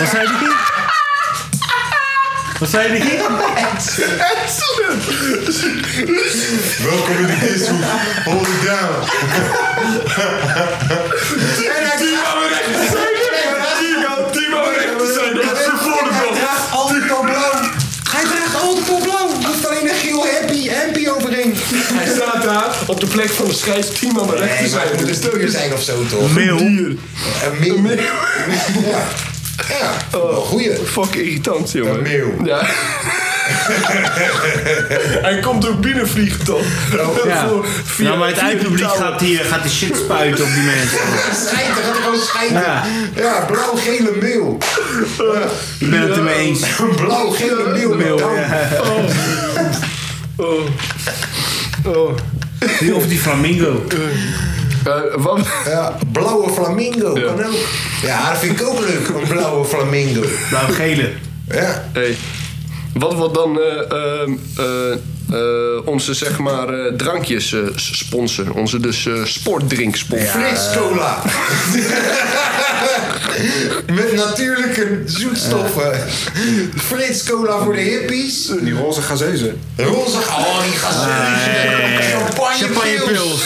Wat zei die? Wat zei die? Welkom in de dishoek. Hold it down. Hij draagt altijd al blauw. Hij draagt altijd al blauw. Er hoeft alleen een geel happy, happy overheen. Hij staat daar op de plek van de scheids. Team aan de Nee, maar het moet een rechterzijde. stier zijn of zo, toch? Mail. Een meeuw. Ja. Ja, wel goeie. Fuck Oh, irritant, jongen. Een meeuw. Ja. Hij komt ook binnen vliegen toch? Ja. Voor- via- Nou, maar het via de uitpubliek touwen. gaat die, gaat die shit spuiten op die mensen. Schijten, gaat gewoon schijten. Ja. Ja, blauw-gele meeuw. Ik ben het ermee eens. Een blauw-gele meeuw met Mail. down. Ja. Oh. Oh. Die Of die flamingo. Eh, wat? Ja, blauwe flamingo kan ook. Ja, dat vind ik ook leuk, een blauwe flamingo. Blauw-gele. Ja. Hey. Wat wordt dan eh, ehm, eh, eh, onze zeg maar eh, drankjes eh, s- sponsor? Onze dus eh sportdrink sponsor. Flits cola. Met natuurlijke zoetstoffen. eh, Frits cola voor de hippies. Die roze gazeuse. Roze. Oh, die gasten. Champagnepils. Champagnepils.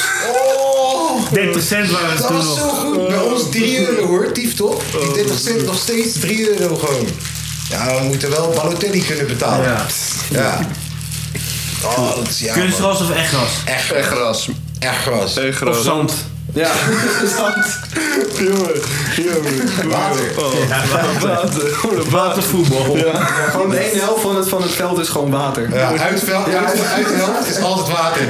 Oh, 30 cent waren ze dat toen was zo nog. goed. Bij ons 3 euro hoor, tief top. Die 30 cent nog steeds 3 euro gewoon. Ja, we moeten wel Balotelli kunnen betalen. Ja. Ja. Oh, dat is ja. man. Kunstgras of echt gras? Echt, Echt gras. echt gras. Echt Of gras. zand? Ja, zand. Jongen, jongen. Water. Ja, Water. Gewoon een water. watervoetbal. Gewoon de ene helft van het, van het veld is gewoon water. Ja, uitveld, uit, uitveld is altijd water.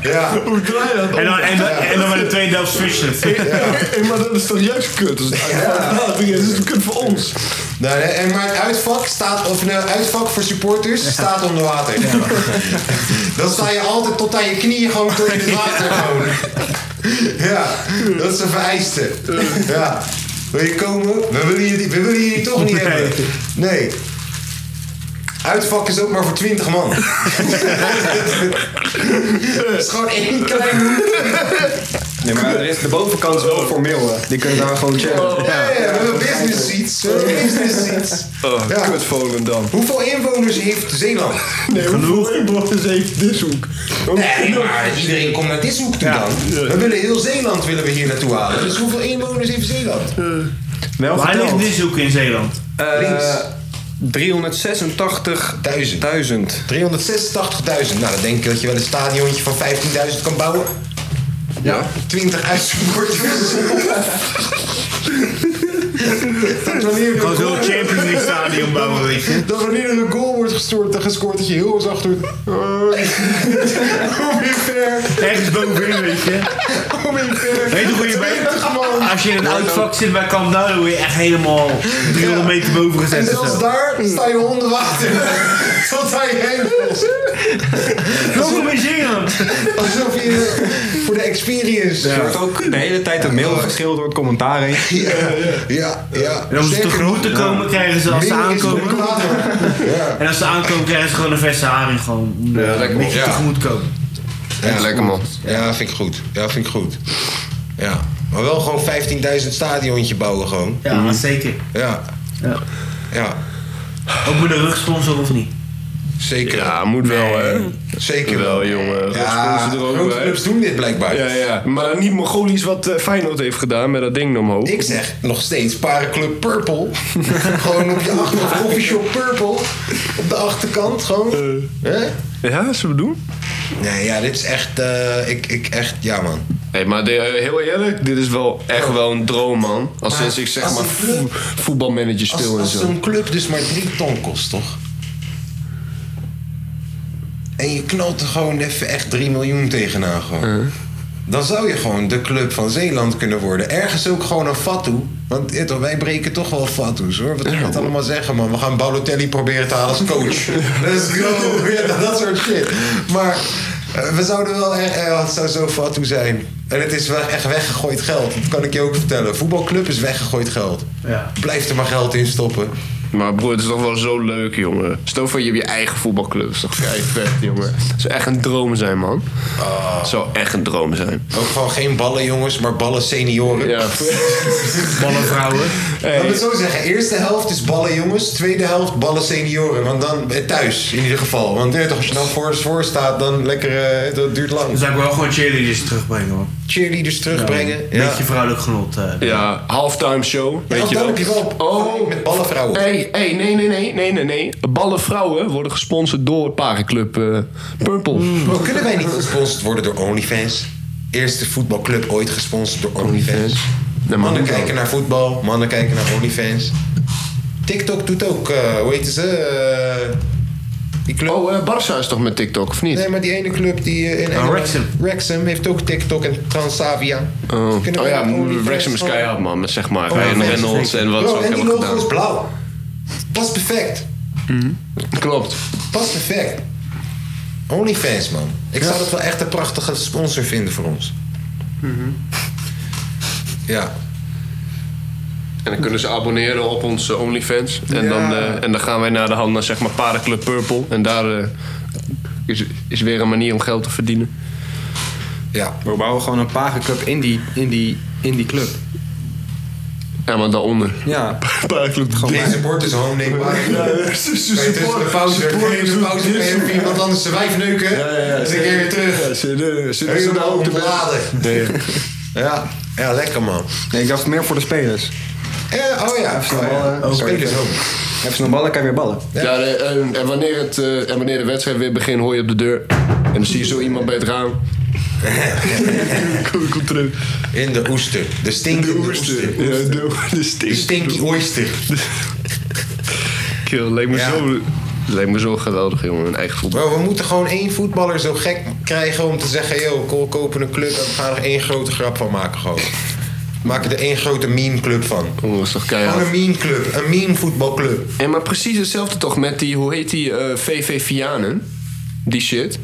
Ja. Hoe draai je dat? En dan, en, dan, en dan met de tweede helft switchen. Hey, maar dat is toch juist kut? Dat is water is. Dat is kut voor ons. Nou, nee, en maar het uitvak, staat, of nou, het uitvak voor supporters staat onder water. Dan sta je altijd tot aan je knieën gewoon door in het water. Gewoon. Ja, dat is een vereiste. Ja. Wil je komen? We willen jullie, we willen jullie toch niet Nee. hebben. Nee. Uitvak is ook maar voor 20 man. Het is gewoon één klein Nee, maar er is, de bovenkant is Oh. wel formeel. hè. Die kunnen daar gewoon checken. Ja, ja, we hebben business seats. We hebben business seats. Oh, Ja. Kut Volendam. Hoeveel inwoners heeft Zeeland? Nee, hoeveel inwoners heeft Dishoek? Nee, maar iedereen komt naar Dishoek toe dan. We willen heel Zeeland willen we hier naartoe halen. Dus Eh. hoeveel inwoners heeft Zeeland? Wel Waar ligt geteld. dit zoeken in Zeeland? Eh, Links. 386.000. 386.000. Nou, dan denk ik dat je wel een stadiontje van 15.000 kan bouwen. Ja. 20 uitzendbordjes. Gewoon zo'n Champions League stadion bouwen, weet je. Dat wanneer er een goal wordt gestoord, gescoord, dat je heel eens achter... Ergens bovenin, weet je. Weet je hoe je bij... Als je in een oud vak zit bij Camp Nou, dan word je echt helemaal 300 meter boven En gezet of zelfs zo. daar sta je onder water. Tot hij heen was. Welkom in Zeeland. Alsof je voor de experience... Er wordt ook de hele tijd een mail geschild door het commentaar heen. Ja, ja. ja. En als ze tegemoet te komen, krijgen ze als ze aankomen. En als ze aankomen, krijgen ze gewoon een verse haring. Gewoon om Ja, een lekker beetje man. Ja. tegemoet komen. Ja, lekker man. Ja, vind ik goed. Ja, vind ik goed. Ja. Maar wel gewoon 15.000 stadiontje bouwen gewoon. Ja, Mhm. zeker. Ja. Ja. Ja. Ook met een rugsponsor of niet? Zeker. Ja, moet wel, hè? Zeker wel, jongen. Ja, Sponsor er ook grote bij. clubs doen dit blijkbaar. Ja, ja. Maar niet Mongolisch wat eh, Feyenoord heeft gedaan met dat ding omhoog. Ik zeg nog steeds Parenclub Purple. gewoon op je achterkant. Official Purple. Op de achterkant gewoon. Hè? Ja, zullen we doen? Nee, ja, dit is echt... eh, ik, ik echt... Ja, man. Oh. Hey, maar de- eh, heel eerlijk, dit is wel echt wel een droom, man. Al Maar sinds ik zeg als maar een club- vo- voetbalmanager Als, speel en als zo. zo'n club dus maar drie ton kost, toch? En je knalt er gewoon even echt 3 miljoen tegenaan gewoon. Dan zou je gewoon de club van Zeeland kunnen worden. Ergens ook gewoon een fatu. Want ja, toch, wij breken toch wel fatu's hoor. Wat we het allemaal zeggen man. We gaan Balotelli proberen te halen als coach. Let's go. Ja, dat soort shit. Maar eh, we zouden wel echt... eh, het zou zo fatu zijn. En het is wel echt weggegooid geld. Dat kan ik je ook vertellen. Voetbalclub is weggegooid geld. Ja. Blijf er maar geld in stoppen. Maar broer, het is toch wel zo leuk, jongen. Stel voor je hebt je eigen voetbalclub. Dat is toch vrij vet, jongen. Het zou echt een droom zijn, man. Ah. Het zou echt een droom zijn. Ook gewoon geen ballen jongens, maar ballen senioren. Ja. Ballen vrouwen. Laten we het zo zeggen. Eerste helft is ballen jongens, tweede helft ballen senioren. Want dan eh, thuis in ieder geval. Want eh, toch, als je dan voor, voor staat, dan lekker, eh, dat duurt lang. Dan zou ik wel gewoon cheerleaders terugbrengen, man. Cheerleaders terugbrengen? Een beetje vrouwelijk genot. eh. Ja, halftime show. weet je dan wel. heb je wel oh, met ballenvrouwen. Hey, hey, nee, nee, nee, nee, nee, nee. Ballenvrouwen worden gesponsord door Parenclub eh Purple. Bro, Hmm. kunnen wij niet gesponsord worden door OnlyFans? Eerste voetbalclub ooit gesponsord door OnlyFans. mannen doe kijken naar voetbal, mannen kijken naar OnlyFans. TikTok doet ook, eh, hoe heet ze? eh, die club. Oh, eh Barça is toch met TikTok, of niet? Nee, maar die ene club die eh, in Oh, Engeland- Wrexham. Wrexham heeft ook TikTok en Transavia. Oh, Kunnen Oh wij ja, naar OnlyFans Wrexham is gaan? keihard, man. Met zeg maar Oh, Ryan ja, Reynolds en wat Bro, ze ook en die hebben logo gedaan. is blauw. Pas perfect. Mhm. Klopt. Pas perfect. OnlyFans, man. Ik zou dat wel echt een prachtige sponsor vinden voor ons. Ja. En dan kunnen ze abonneren op onze OnlyFans. En, dan, eh, en dan gaan wij naar de hand naar zeg maar Parenclub Purple. En daar eh, is, is weer een manier om geld te verdienen. Ja. We bouwen gewoon een pagenclub in die, in die, in die club. Ja, maar daaronder. Ja. Parenclub Deze bord is home name bar. Tussen de pauze, tussen de pauze kan je even iemand anders zijn wijf neuken. Dus een keer weer terug. Helemaal ontladen. Ja. ja, lekker man. Nee, ik dacht meer voor de spelers. Eh, oh ja, Even snel oh, ja. ballen. spelers ook. Even snel ballen, kan je weer ballen. Ja, nee, en, en wanneer het, eh, en wanneer de wedstrijd weer begint, hoor je op de deur. En dan zie je zo iemand bij het raam. Kom, kom terug. In de oester. De stinkende oester. Ja, de, de De stink. stinky oyster. Kill, lijkt me, Ja. zo, lijkt me zo geweldig, jongen. Een eigen voetbal. Bro, we moeten gewoon één voetballer zo gek krijgen om te zeggen... ...joh, we kopen een club en we gaan er één grote grap van maken gewoon. We maken er één grote meme club van. Oh, dat is toch Gewoon keihard. een meme club. Een meme voetbalclub. En maar precies hetzelfde toch met die, hoe heet die, eh, VV Vianen? Die shit.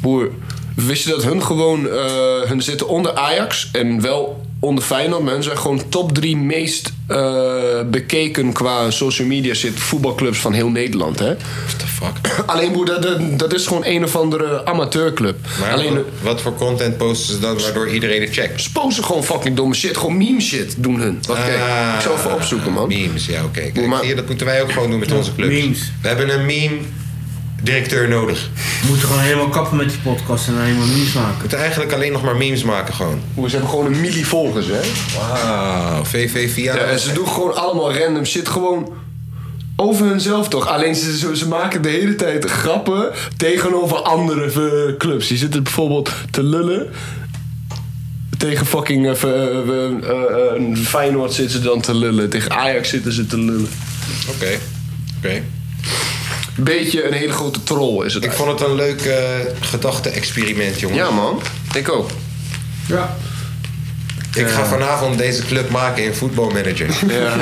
Boer, wist je dat hun gewoon, eh, hun zitten onder Ajax en wel onder Feyenoord, maar hun zijn gewoon top drie meest eh, bekeken qua social media shit voetbalclubs van heel Nederland, hè? What the fuck? Alleen boer, dat, dat, dat is gewoon een of andere amateurclub. Maar Alleen, wat- wat voor content posten ze dan waardoor iedereen het checkt? ze posten gewoon fucking domme shit, gewoon meme shit doen hun. Wacht, kijk, Ah. ik zal even opzoeken, man. Memes, ja, oké. Kijk, Maar- zie je, dat moeten wij ook gewoon doen met onze clubs. memes. We hebben een meme-directeur nodig. We We moeten gewoon helemaal kappen met die podcast en helemaal nieuws maken. moeten eigenlijk alleen nog maar memes maken gewoon. Boer, ze hebben gewoon een milli volgers, hè? Wauw, VV via. Ja, en ze doen gewoon allemaal random shit. Gewoon over hunzelf toch. Alleen ze, ze, ze maken de hele tijd grappen tegenover andere eh, clubs. Die zitten bijvoorbeeld te lullen. Tegen fucking eh, eh, eh, eh, eh, Feyenoord zitten ze dan te lullen. Tegen Ajax zitten ze te lullen. Oké. Oké. Beetje een hele grote troll is het. Ik vond het een leuk eh, gedachte-experiment, jongen. Ja, man. Ik ook. Ja. Ik ga vanavond deze club maken in voetbalmanager. Ja.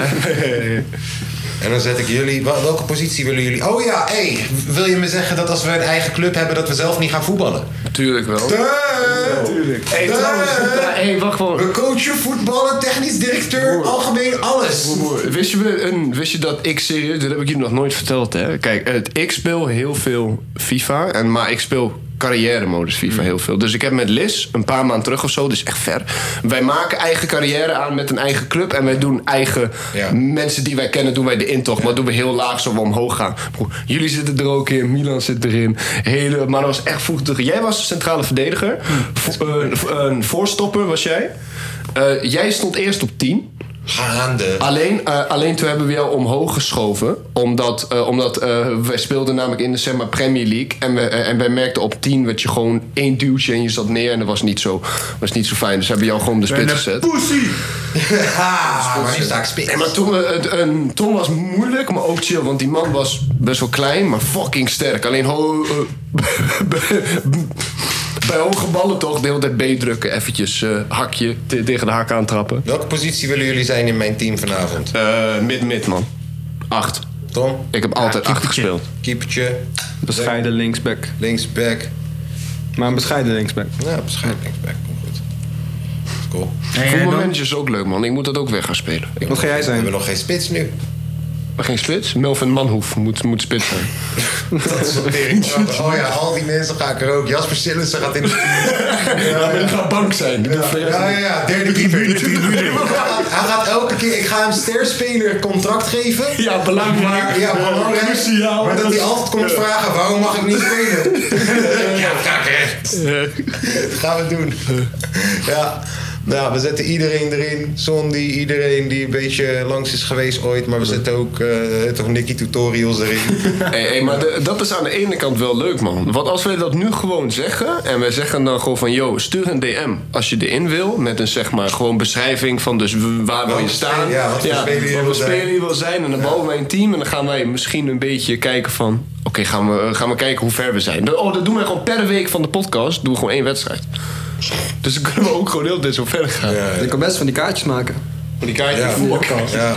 en dan zet ik jullie... wel- Welke positie willen jullie? Oh ja, hé. wil je me zeggen dat als we een eigen club hebben... dat we zelf niet gaan voetballen? Tuurlijk wel. Tuurlijk. Hey, trouwens, hey, wacht gewoon. We coachen, voetballen, technisch directeur, algemeen alles. Wist je, een, wist je dat ik serieus, dat heb ik jullie nog nooit verteld hè. Kijk, het, ik speel heel veel FIFA, en, maar ik speel carrière modus FIFA heel veel. Dus ik heb met Liz, een paar maanden terug of zo, dus echt ver. Wij maken eigen carrière aan met een eigen club en wij doen eigen mensen die wij kennen, doen wij de intocht. Maar doen we heel laag, zo we omhoog gaan. Broer, jullie zitten er ook in, Milan zit erin. Hele, maar dat was echt vroeg. Jij was de centrale verdediger. Vo- eh, v- een voorstopper was jij. Eh, jij stond eerst op 10. Gaande. Alleen, eh, alleen toen hebben we jou omhoog geschoven. Omdat, eh, omdat eh, wij speelden namelijk in de zeg maar, Premier League. En, we, eh, en wij merkten op 10 werd je gewoon één duwtje en je zat neer. En dat was niet zo, was niet zo fijn. Dus hebben we jou gewoon op de eh, spits gezet. Pussy! ah, maar nu sta ik spits. En maar Tom, eh, het- een, Tom was moeilijk, maar ook chill. Want die man was best wel klein, maar fucking sterk. Alleen ho, eh, bij hoge ballen toch de hele tijd B-drukken. Eventjes eh, hakje te- tegen de hak aantrappen. Welke positie willen jullie zijn in mijn team vanavond? Mid-mid, man. Acht. Tom? Ik heb altijd acht gespeeld. Keepertje. Bescheiden linksback. Linksback. Maar een bescheiden linksback. Ja, bescheiden linksback. Cool. Voetbalmanager is ook leuk, man. Ik moet dat ook weg gaan spelen. Wat ga jij zijn? We hebben nog geen spits nu. Geen spits? Melvin Manhoef moet, moet spits zijn. Dat is een tering. Oh ja, al die mensen ga ik er ook. Jasper Sillissen gaat in de Ja, maar die gaat bank zijn. Die doet voor jou Ja, ja, zijn. ja, derde keeper. Hij gaat elke keer, ik ga hem sterspeler contract geven. Ja, belangrijk. Ja, belangrijk. Cruciaal. Maar dat hij altijd komt Ja. vragen, waarom mag ik niet spelen? ja, kakker. Dat gaan we doen. Ja. Nou, we zetten iedereen erin. Sondi, iedereen die een beetje langs is geweest ooit. Maar we zetten ook eh, toch Nicky Tutorials erin. Hey, hey, maar de- dat is aan de ene kant wel leuk, man. Want als wij dat nu gewoon zeggen... en wij zeggen dan gewoon van... yo, stuur een DM als je erin wil... met een zeg maar gewoon beschrijving van dus w- waar wil je Wat staan... speel- ja, wat voor speler je wat wil voor speler je wil zijn... en dan bouwen wij een team en dan gaan wij misschien een beetje kijken van... oké, gaan, we, gaan we kijken hoe ver we zijn. Dat- Oh, dat doen wij gewoon per week van de podcast... doen we gewoon één wedstrijd. Dus dan kunnen we ook gewoon heel dit zo verder gaan. Ik kan best van die kaartjes maken. Van die kaartjes Ja, die voetbalkaartjes. ja.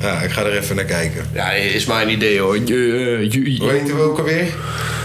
Ja, ik ga er even naar kijken. Ja, is maar een idee hoor. Hoe heet we ook alweer?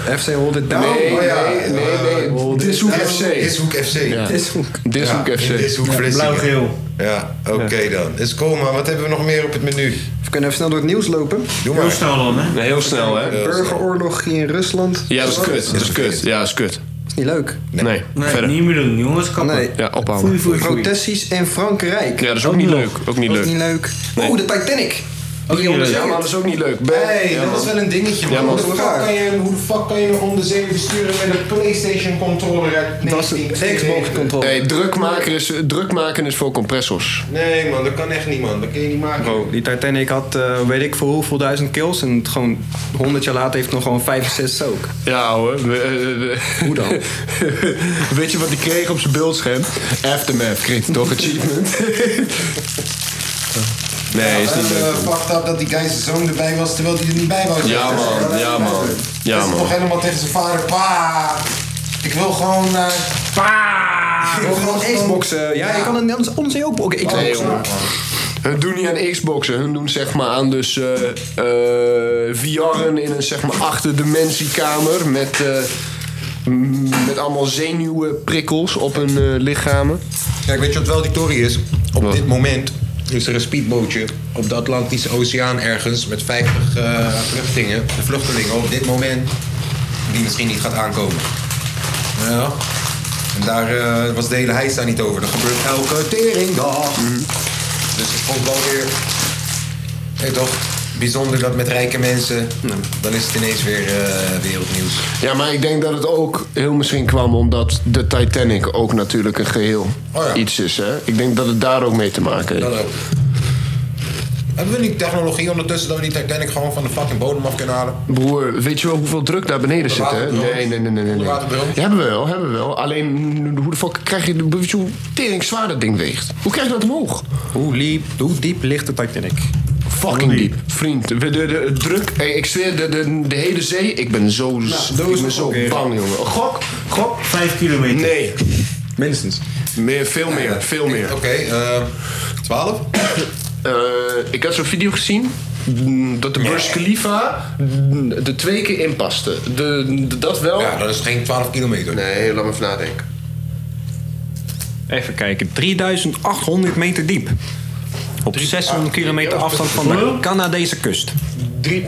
Nou, FC Hold It Down. Nee, Oh ja. nee, nee, nee. Dishoek FC. Dishoek FC. Ja. Dishoek. Dishoek Ja, FC. in Dishoek Ja, Vlissingen. blauw-geel. Ja, oké dan. Is cool, maar wat hebben we nog meer op het menu? We kunnen even snel door het nieuws lopen. Doe maar. Eh, dan, hè? Heel snel, hè? Burgeroorlog in Rusland. Ja, dat is kut. Dat is kut. Ja, dat is kut. Dat is niet leuk. Nee. Nee, Verder. niet meer doen, jongens. Kappen. Nee. Ja, ophouden. Oh, Foei, foei, foei. Protesties in Frankrijk. Ja, dat is ook niet leuk. Ook niet Dat is leuk. niet leuk. Nee. Oeh, de Titanic. Ook Die niet leuk. Ja, onderzeeër. maar dat is ook niet leuk. Hey, Ja, dat was man. wel een dingetje, man. Ja, man. Hoe, de fuck kan je, hoe de fuck kan je een onderzeeër besturen met een PlayStation controller uit Dat is een 1992? Xbox controle. Hey, druk maken is, druk maken is voor compressors. Nee, man, dat kan echt niet, man. Dat kun je niet maken. Bro, die Titanic had eh, weet ik voor hoeveel duizend kills. En het gewoon 100 jaar later heeft het nog gewoon 65 ook. Ja, hoor. eh, Hoe dan? Weet je wat hij kreeg op zijn beeldscherm? Aftermath kreeg hij toch achievement. nee, is niet leuk. eh, fucked up dat die guy zijn zoon erbij was terwijl hij er niet bij was. Ja, man. Ja, man. Ja, Hij eh, is nog man. helemaal tegen zijn vader. Pa! Ik wil gewoon naar. Pa! Ik wil gewoon Xboxen. Ja, je kan het anders onderzee ook. Oké, ik Nee, jongen. Hun doen niet aan Xboxen, hun doen zeg maar aan dus eh eh, VR'en in een zeg maar achterdimensiekamer met, eh, mm, met allemaal zenuwprikkels op hun eh, lichamen. Kijk, weet je wat wel die tory is? Op dit moment is er een speedbootje op de Atlantische Oceaan ergens met 50 eh, vluchtelingen. De vluchtelingen op dit moment die misschien niet gaat aankomen. Ja. En daar eh, was de hele heis daar niet over. Dat gebeurt elke teringdag. Dus ik vond wel weer... Hey, toch? Bijzonder dat met rijke mensen... Dan is het ineens weer eh, wereldnieuws. Ja, maar ik denk dat het ook heel misschien kwam omdat de Titanic ook natuurlijk een geheel Oh ja. iets is. Hè? Ik denk dat het daar ook mee te maken heeft. Dat ook. Hebben we niet technologie ondertussen dat we die Titanic gewoon van de fucking bodem af kunnen halen? Broer, weet je wel hoeveel druk daar beneden zit, hè? Onderwaterbron. Nee, nee, nee, nee. nee, nee. Onderwaterbron. Ja, hebben we wel, hebben we wel. Alleen, hoe de fuck krijg je... Weet je hoe tering zwaar dat ding weegt? Hoe krijg je dat omhoog? Hoe, liep, hoe diep ligt de Titanic? Fucking diep. Vriend, de, de, de- druk... Hey, ik zweer, de, de, de hele zee... Ik ben zo, Nou, ik ben zo bang, jongen. Gok, gok. Vijf kilometer. Nee. Minstens. Meer, veel meer, veel meer. Eh, Oké, eh, twaalf? ik had zo'n video gezien mm, dat de Burj Khalifa mm, er twee keer in paste. De, de- dat wel. Ja, dat is geen 12 kilometer. Nee, laat me even nadenken. Even kijken, 3800 meter diep. Op 600 Ah, kilometer afstand van de Canadese kust. 3,8.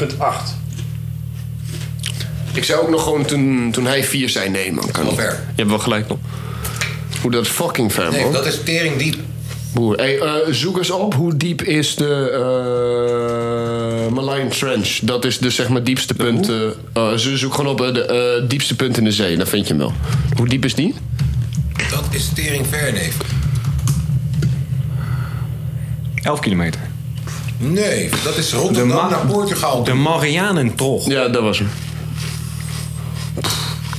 Ik zei ook nog gewoon toen, toen hij vier zei: nee, man, kan niet. Je hebt wel gelijk op. Hoe dat is fucking ver, Nee, man. dat is tering diep. Boer, hey, eh, zoek eens op hoe diep is de eh Malayan Trench. Dat is dus zeg maar diepste punt. eh, eh, zo- zoek gewoon op eh, de eh, diepste punt in de zee, dan vind je hem wel. Hoe diep is die? Dat is tering ver, neef. 11 kilometer. Nee, dat is Rotterdam naar Portugal. De Marianentrog. Ja, dat was hem.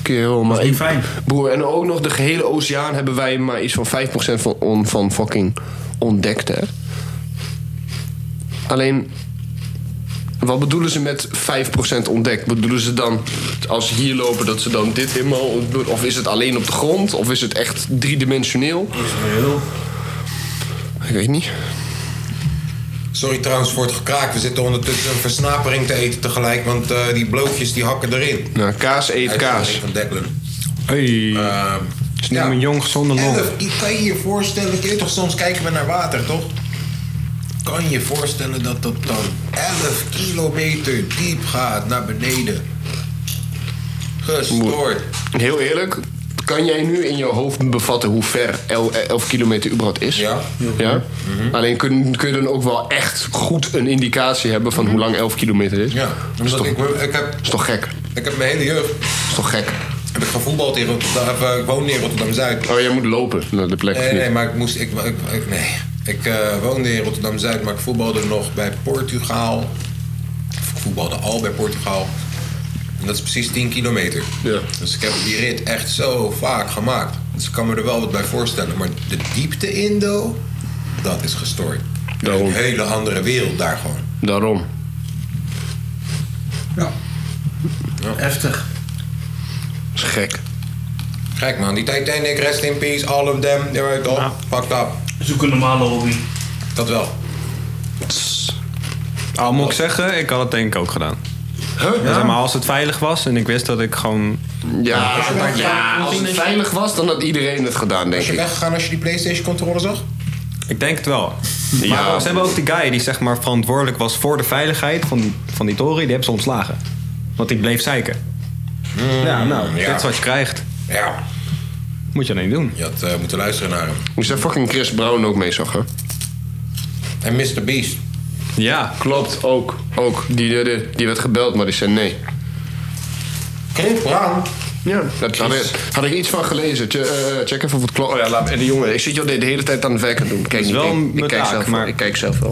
Kerel, maar ik- Broer, en ook nog de gehele oceaan hebben wij maar iets van 5% van, on- van fucking ontdekt, hè? Alleen, wat bedoelen ze met 5% ontdekt? Bedoelen ze dan, als ze hier lopen, dat ze dan dit helemaal... doen? Of is het alleen op de grond? Of is het echt driedimensioneel? Ik weet niet. Sorry trouwens voor het gekraak. We zitten ondertussen een versnapering te eten tegelijk, want eh, die blootjes die hakken erin. Nou, kaas eet kaas. Van Declan. Hey. is ja. een jong gezonde long. Kan je je voorstellen, kun je toch soms kijken we naar water, toch? Kan je je voorstellen dat dat dan 11 kilometer diep gaat naar beneden? Gestoord. Heel eerlijk, kan jij nu in je hoofd bevatten hoe ver 11 kilometer überhaupt is? Ja. ja? Mhm. Alleen kun, kun je dan ook wel echt goed een indicatie hebben van hoe lang 11 kilometer is? Ja, is omdat toch, ik- ik heb- is toch gek? Ik heb mijn hele jeugd. Is toch gek? Heb ik gevoetbald in Rotterdam, of, eh, ik woonde in Rotterdam Zuid. Oh, jij moet lopen naar de plek. of Nee, niet? nee, maar ik moest. Ik, ik, ik- nee. Ik eh, woonde in Rotterdam Zuid, maar ik voetbalde nog bij Portugaal. Of ik voetbalde al bij Portugal. En dat is precies 10 kilometer. Dus ik heb die rit echt zo vaak gemaakt. Dus ik kan me er wel wat bij voorstellen. Maar de diepte Indo, dat is gestoord. Daarom. Een hele andere wereld daar gewoon. Daarom. Heftig. Dat is gek. Gek man, die Titanic, rest in peace, all of them, je weet toch? Fucked up. Zoek een normale hobby. Dat wel. Al Ah, moet ik zeggen, ik had het denk ik ook gedaan. Ja, zeg maar als het veilig was en ik wist dat ik gewoon... Ja, ja, als het veilig was, dan had iedereen het gedaan, denk Is je ik. weggegaan als je die PlayStation-controller zag? Ik denk het wel. Maar ze hebben ook die guy die zeg maar verantwoordelijk was voor de veiligheid van die, van die toren, die hebben ze ontslagen. Want die bleef zeiken. ja, nou, Mm, ja. dit is wat je krijgt. Ja. Moet je alleen doen. Je had eh, moeten luisteren naar hem. Moest daar fucking Chris Brown ook mee zag, hè? En Mr. Beast. Ja. Klopt, ook. ook. Die, die, die, die werd gebeld, maar die zei nee. Chris Brown? Ja. Dat had, ik, had ik iets van gelezen. Che- eh, check even of het klopt. Oh ja, laat me- en die jongen. Ik zit jou de, de hele tijd aan het werken doen. Kijk, is niet, wel ik, ik, mijn kijk taak, zelf, wel. maar- ik kijk zelf wel.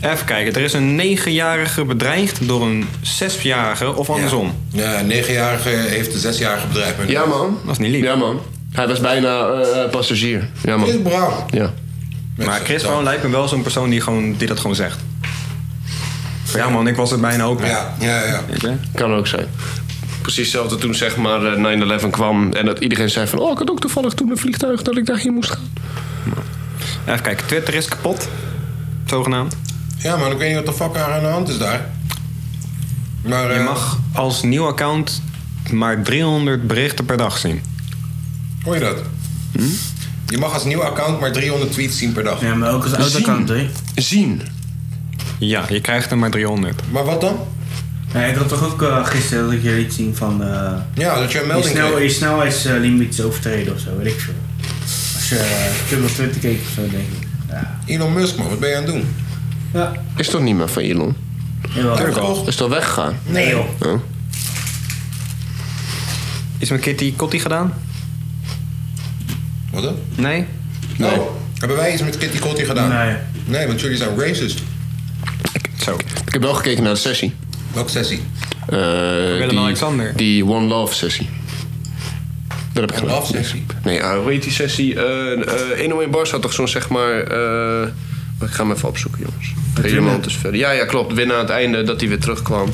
Even kijken, er is een negenjarige bedreigd door een zesjarige of andersom. Ja, een negenjarige heeft een zesjarige bedrijf. Ja, man. Dat is niet lief. Ja, man. Hij was bijna eh, eh, passagier. Ja, man. Chris Brown. Ja. Maar Chris Brown lijkt me wel zo'n persoon die, gewoon, die dat gewoon zegt. Van, Ja man, ik was het bijna ook. Ja, ja, ja. Kan ook zijn. Precies hetzelfde toen zeg maar eh, 9-11 kwam en dat iedereen zei van... Oh, ik had ook toevallig toen een vliegtuig dat ik daarheen moest gaan. Even kijken, Twitter is kapot. Zogenaamd. Ja, man, ik weet niet wat de fuck er aan de hand is daar. Maar, eh, je mag als nieuw account maar 300 berichten per dag zien. Hoor je dat? Hm? Je mag als nieuw account maar 300 tweets zien per dag. Ja, maar ook als oud Zien. account, hè? Zien. Ja, je krijgt er maar 300. Maar wat dan? Nee, ik had toch ook eh, gisteren dat ik je liet zien van... eh, Ja, dat je een melding snel, kreeg. Je snelheidslimiet is eh, overtreden of zo, weet ik veel. Als je eh, te veel Twitter keek of zo, denk ik. Elon Musk, man, wat ben je aan het doen? Ja. Is toch niet meer van Elon? Jawel. Tuurlijk wel. Is toch weggegaan? Oh, Nee, joh. Ja. Is mijn Kitty Kotti gedaan? Wat dan? Nee. Nou, Oh, hebben wij iets met Kitty Kotti gedaan? Nee. Nee, want jullie zijn racist. Zo. Ik heb wel gekeken naar de sessie. Welke sessie? Willem-Alexander. Die One Love sessie. Daar heb ik gedaan. Love sessie? Nee, eh, hoe heet die sessie? Eh eh Inno in Bars had toch zo'n zeg maar... eh, ik ga hem even opzoeken, jongens. Helemaal dus verder. Ja, ja, klopt. Winnen aan het einde, dat hij weer terugkwam.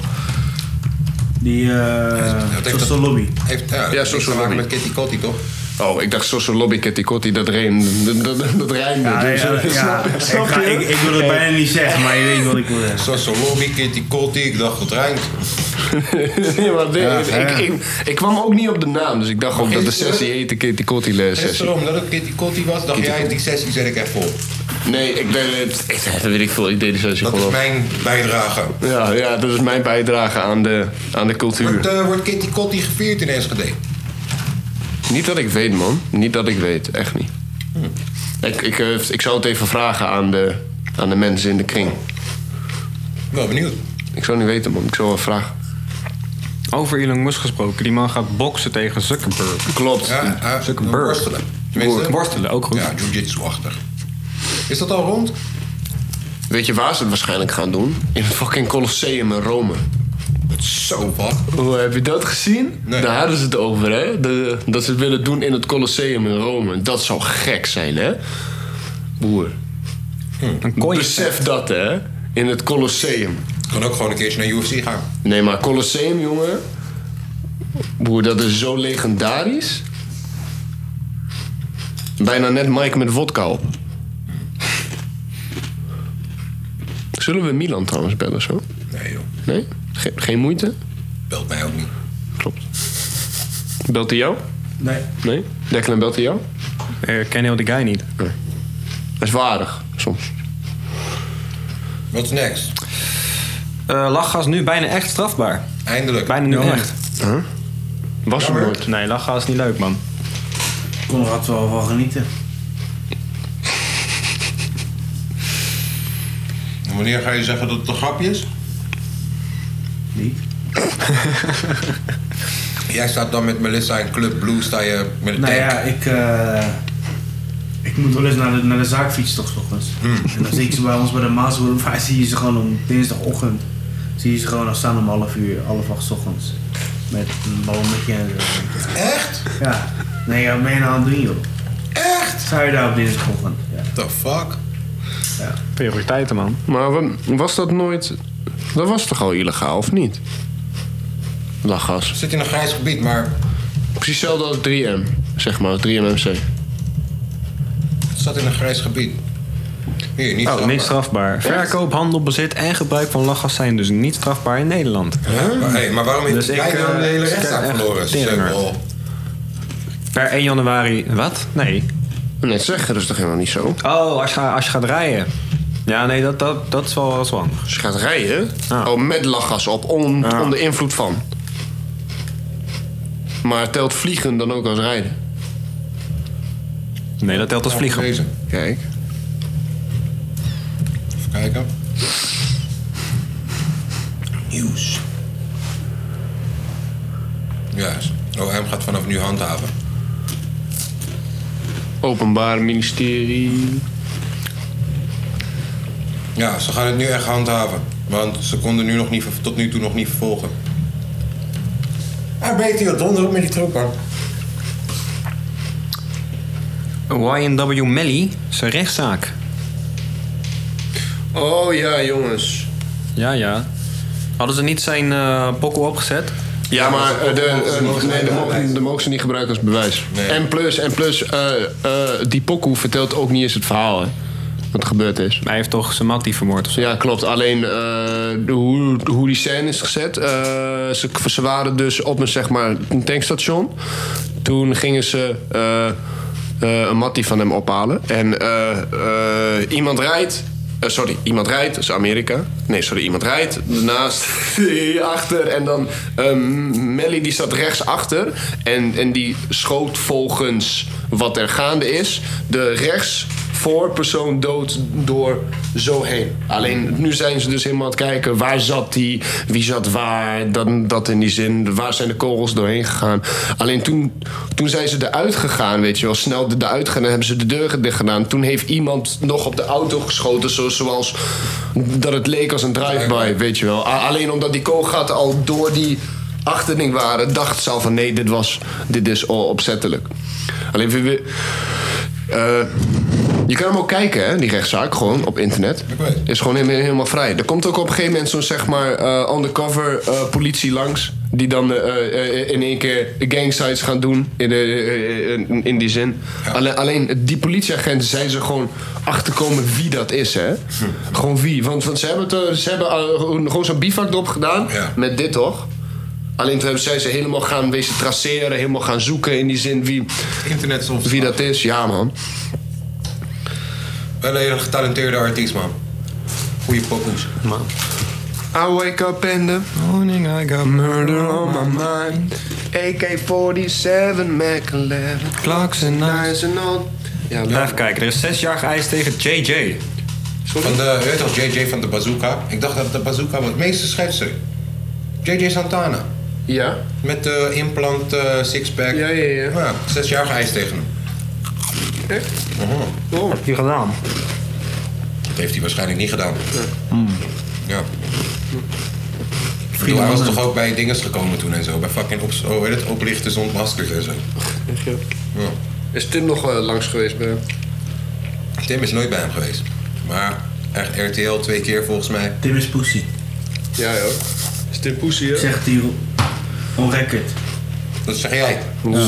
Die eh, social lobby. Heeft, ja, ja social lobby. met Kitty Kotti, toch? Oh, ik dacht social lobby, kitty kotti, dat, reem, dat, dat, dat rijmde. Ja, Dus, ja, ja. eh, snap- Ik snap ga- je? ik- ik wil het bijna niet zeggen, maar je weet wat ik wil zeggen. Social lobby, Kitty Kotti, ik dacht het rijmt. nee, maar dit- Ja, ik, ja. Ik, ik, ik kwam ook niet op de naam, dus ik dacht ook dat de sessie heette Kitty Kotti les sessie. Gisteren omdat het Kitty Kotti was, dacht Kitty jij Kotti. die sessie zet ik even op. Nee, ik ben het. Ik, dat weet ik veel, ik deed de sessie Dat gewoon is op. mijn bijdrage. Ja, ja, dat is mijn bijdrage aan de, aan de cultuur. Wordt, eh, wordt Kitty Kotti gevierd in Enschede? Niet dat ik weet, man. Niet dat ik weet, echt niet. Ik, ik, eh, ik zou het even vragen aan de, aan de mensen in de kring. Wel benieuwd. Ik zou niet weten, man. Ik zou wel vragen. Over Elon Musk gesproken. Die man gaat boksen tegen Zuckerberg. Klopt. Zuckerberg. Worstelen. Tenminste- Worstelen, ook goed. Ja, jiu-jitsu-achtig. Is dat al rond? Weet je waar ze het waarschijnlijk gaan doen? In het fucking Colosseum in Rome. Zo wat? Hoe Oh, heb je dat gezien? Daar hadden ze het over, hè? De- dat ze het willen doen in het Colosseum in Rome. Dat zou gek zijn, hè? Boer. Hm. Besef dat, hè? In het Colosseum. Kan ook gewoon een keertje naar UFC gaan. Nee, maar Colosseum, jongen. Boer, dat is zo legendarisch. Bijna net Mike met vodka op. Zullen we Milan trouwens bellen zo? Nee, joh. Nee? Ge- geen moeite? Belt mij ook niet. Klopt. Belt hij jou? Nee. Nee? Declan belt hij jou? Eh, Ik ken heel die guy niet. Nee. Dat is waardig, soms. Wat is next? Eh, lachgas nu bijna echt strafbaar. Eindelijk. Bijna nu Jammer. echt. Was het nooit. Nee, lachgas is niet leuk, man. Ik kon er altijd wel van genieten. En wanneer ga je zeggen dat het een grapje is? Niet. Jij staat dan met Melissa in Club Blue, sta je met een Nou tank. ja, ik, eh, ik moet wel eens naar de, naar de zaak fietsen toch 's ochtends. Hmm. En dan zie ik ze bij ons bij de Maasboer, maar zie je ze gewoon om dinsdagochtend. Zie je ze gewoon al staan om half uur, half acht 's ochtends. Met een ballonnetje en zo. Echt? Ja. Nee, ja, wat ben je nou aan het doen joh? Echt? Sta je daar op dinsdagochtend? Ja. The fuck? Ja. Prioriteiten, man. Maar wa- was dat nooit... Dat was toch al illegaal, of niet? Lachgas. Zit in een grijs gebied, maar... Precies hetzelfde als 3M, zeg maar. 3MMC. Het staat in een grijs gebied. Hier, niet oh, niet strafbaar. Echt? Verkoop, handel, bezit en gebruik van lachgas zijn dus niet strafbaar in Nederland. Maar, hey, maar waarom heeft Dus jij ik, dan eh, de hele ik rechtszaak ken echt verloren? teringhard. Sukkel. Per 1 januari. Wat? Nee. Net zeggen, dat is toch helemaal niet zo? Oh, als je, als je gaat rijden. Ja, nee, dat, dat, dat is wel wel zo handig. Ah. Als je gaat rijden, oh, met lachgas op, on- onder invloed van. Maar telt vliegen dan ook als rijden? Nee, dat telt als vliegen. Kijk. Even kijken. Nieuws. Ja, OM gaat vanaf nu handhaven. Openbaar ministerie. Ja, ze gaan het nu echt handhaven. Want ze konden nu nog niet, ver- tot nu toe nog niet vervolgen. Ah, beter joh, donder op met die troep, man. YNW Melly, zijn rechtszaak. Oh ja, jongens. Ja, ja. Hadden ze niet zijn eh pokkel opgezet? Ja, maar eh, de, eh, nee, de, mogen, de mogen ze niet gebruiken als bewijs. En plus, en plus eh, eh, die pokoe vertelt ook niet eens het verhaal, hè. Wat er gebeurd is. Hij heeft toch zijn mattie vermoord of zo? Ja, klopt. Alleen eh, de- hoe, hoe die scène is gezet. eh, ze, ze waren dus op een, zeg maar, een tankstation. Toen gingen ze eh, eh, een mattie van hem ophalen. En eh, eh, iemand rijdt. eh, sorry, iemand rijdt, dat is Amerika. Nee, sorry, iemand rijdt. Daarnaast achter. En dan ehm Melly die staat rechts achter. En, en die schoot volgens wat er gaande is. De rechts voor persoon dood door zo heen. Alleen nu zijn ze dus helemaal aan het kijken waar zat die, wie zat waar, dan, dat in die zin, waar zijn de kogels doorheen gegaan. Alleen toen, toen zijn ze eruit gegaan, weet je wel, snel eruit gegaan en hebben ze de deuren dicht gedaan. Toen heeft iemand nog op de auto geschoten, zo- zoals dat het leek als een drive-by, weet je wel. A- alleen omdat die kogelgaten al door die achterding waren, dacht ze al van nee, dit, was, dit is o- opzettelijk. Alleen we- we- eh, je kan hem ook kijken, hè, die rechtszaak, gewoon op internet. Is gewoon helemaal, helemaal vrij. Er komt ook op een gegeven moment zo'n zeg maar eh, undercover eh, politie langs. Die dan eh, eh, eh, in één keer gangsites gaan doen. In, eh, eh, eh, in- in die zin. Alle- alleen die politieagenten zijn ze gewoon achterkomen wie dat is. Hè? Gewoon wie. Want, want ze hebben, het, eh, ze hebben eh, gewoon gewoon zo'n bivak erop gedaan. Met dit toch? Alleen toen hebben zij ze helemaal gaan wezen traceren, helemaal gaan zoeken in die zin wie, Internet wie dat is. Ja, man. Wel een hele getalenteerde artiest, man. Goeie pokoes. Man. I wake up in the morning, I got murder on my mind. AK-47, Mac 11. Clarks en Nice and old. Ja, Even kijken, er is zes jaar geëist tegen JJ. Van de, weet toch, JJ van de Bazooka? Ik dacht dat de Bazooka was. Meeste schrijfster. JJ Santana. Ja. Met de implant eh, sixpack. Ja, ja, ja. zes jaar geëist tegen hem. Wat heb je gedaan? Dat heeft hij waarschijnlijk niet gedaan. Hmm. Ja. Ik bedoel, hij was toch ook bij dinges gekomen toen en zo. Bij fucking op, oh, weet het, oplichten zonder maskers en zo. Ja. Is Tim nog eh, langs geweest bij hem? Tim is nooit bij hem geweest. Maar echt RTL twee keer volgens mij. Tim is pussy. Ja, joh. Is Tim pussy, hè? Zegt hij on record. Dat zeg jij.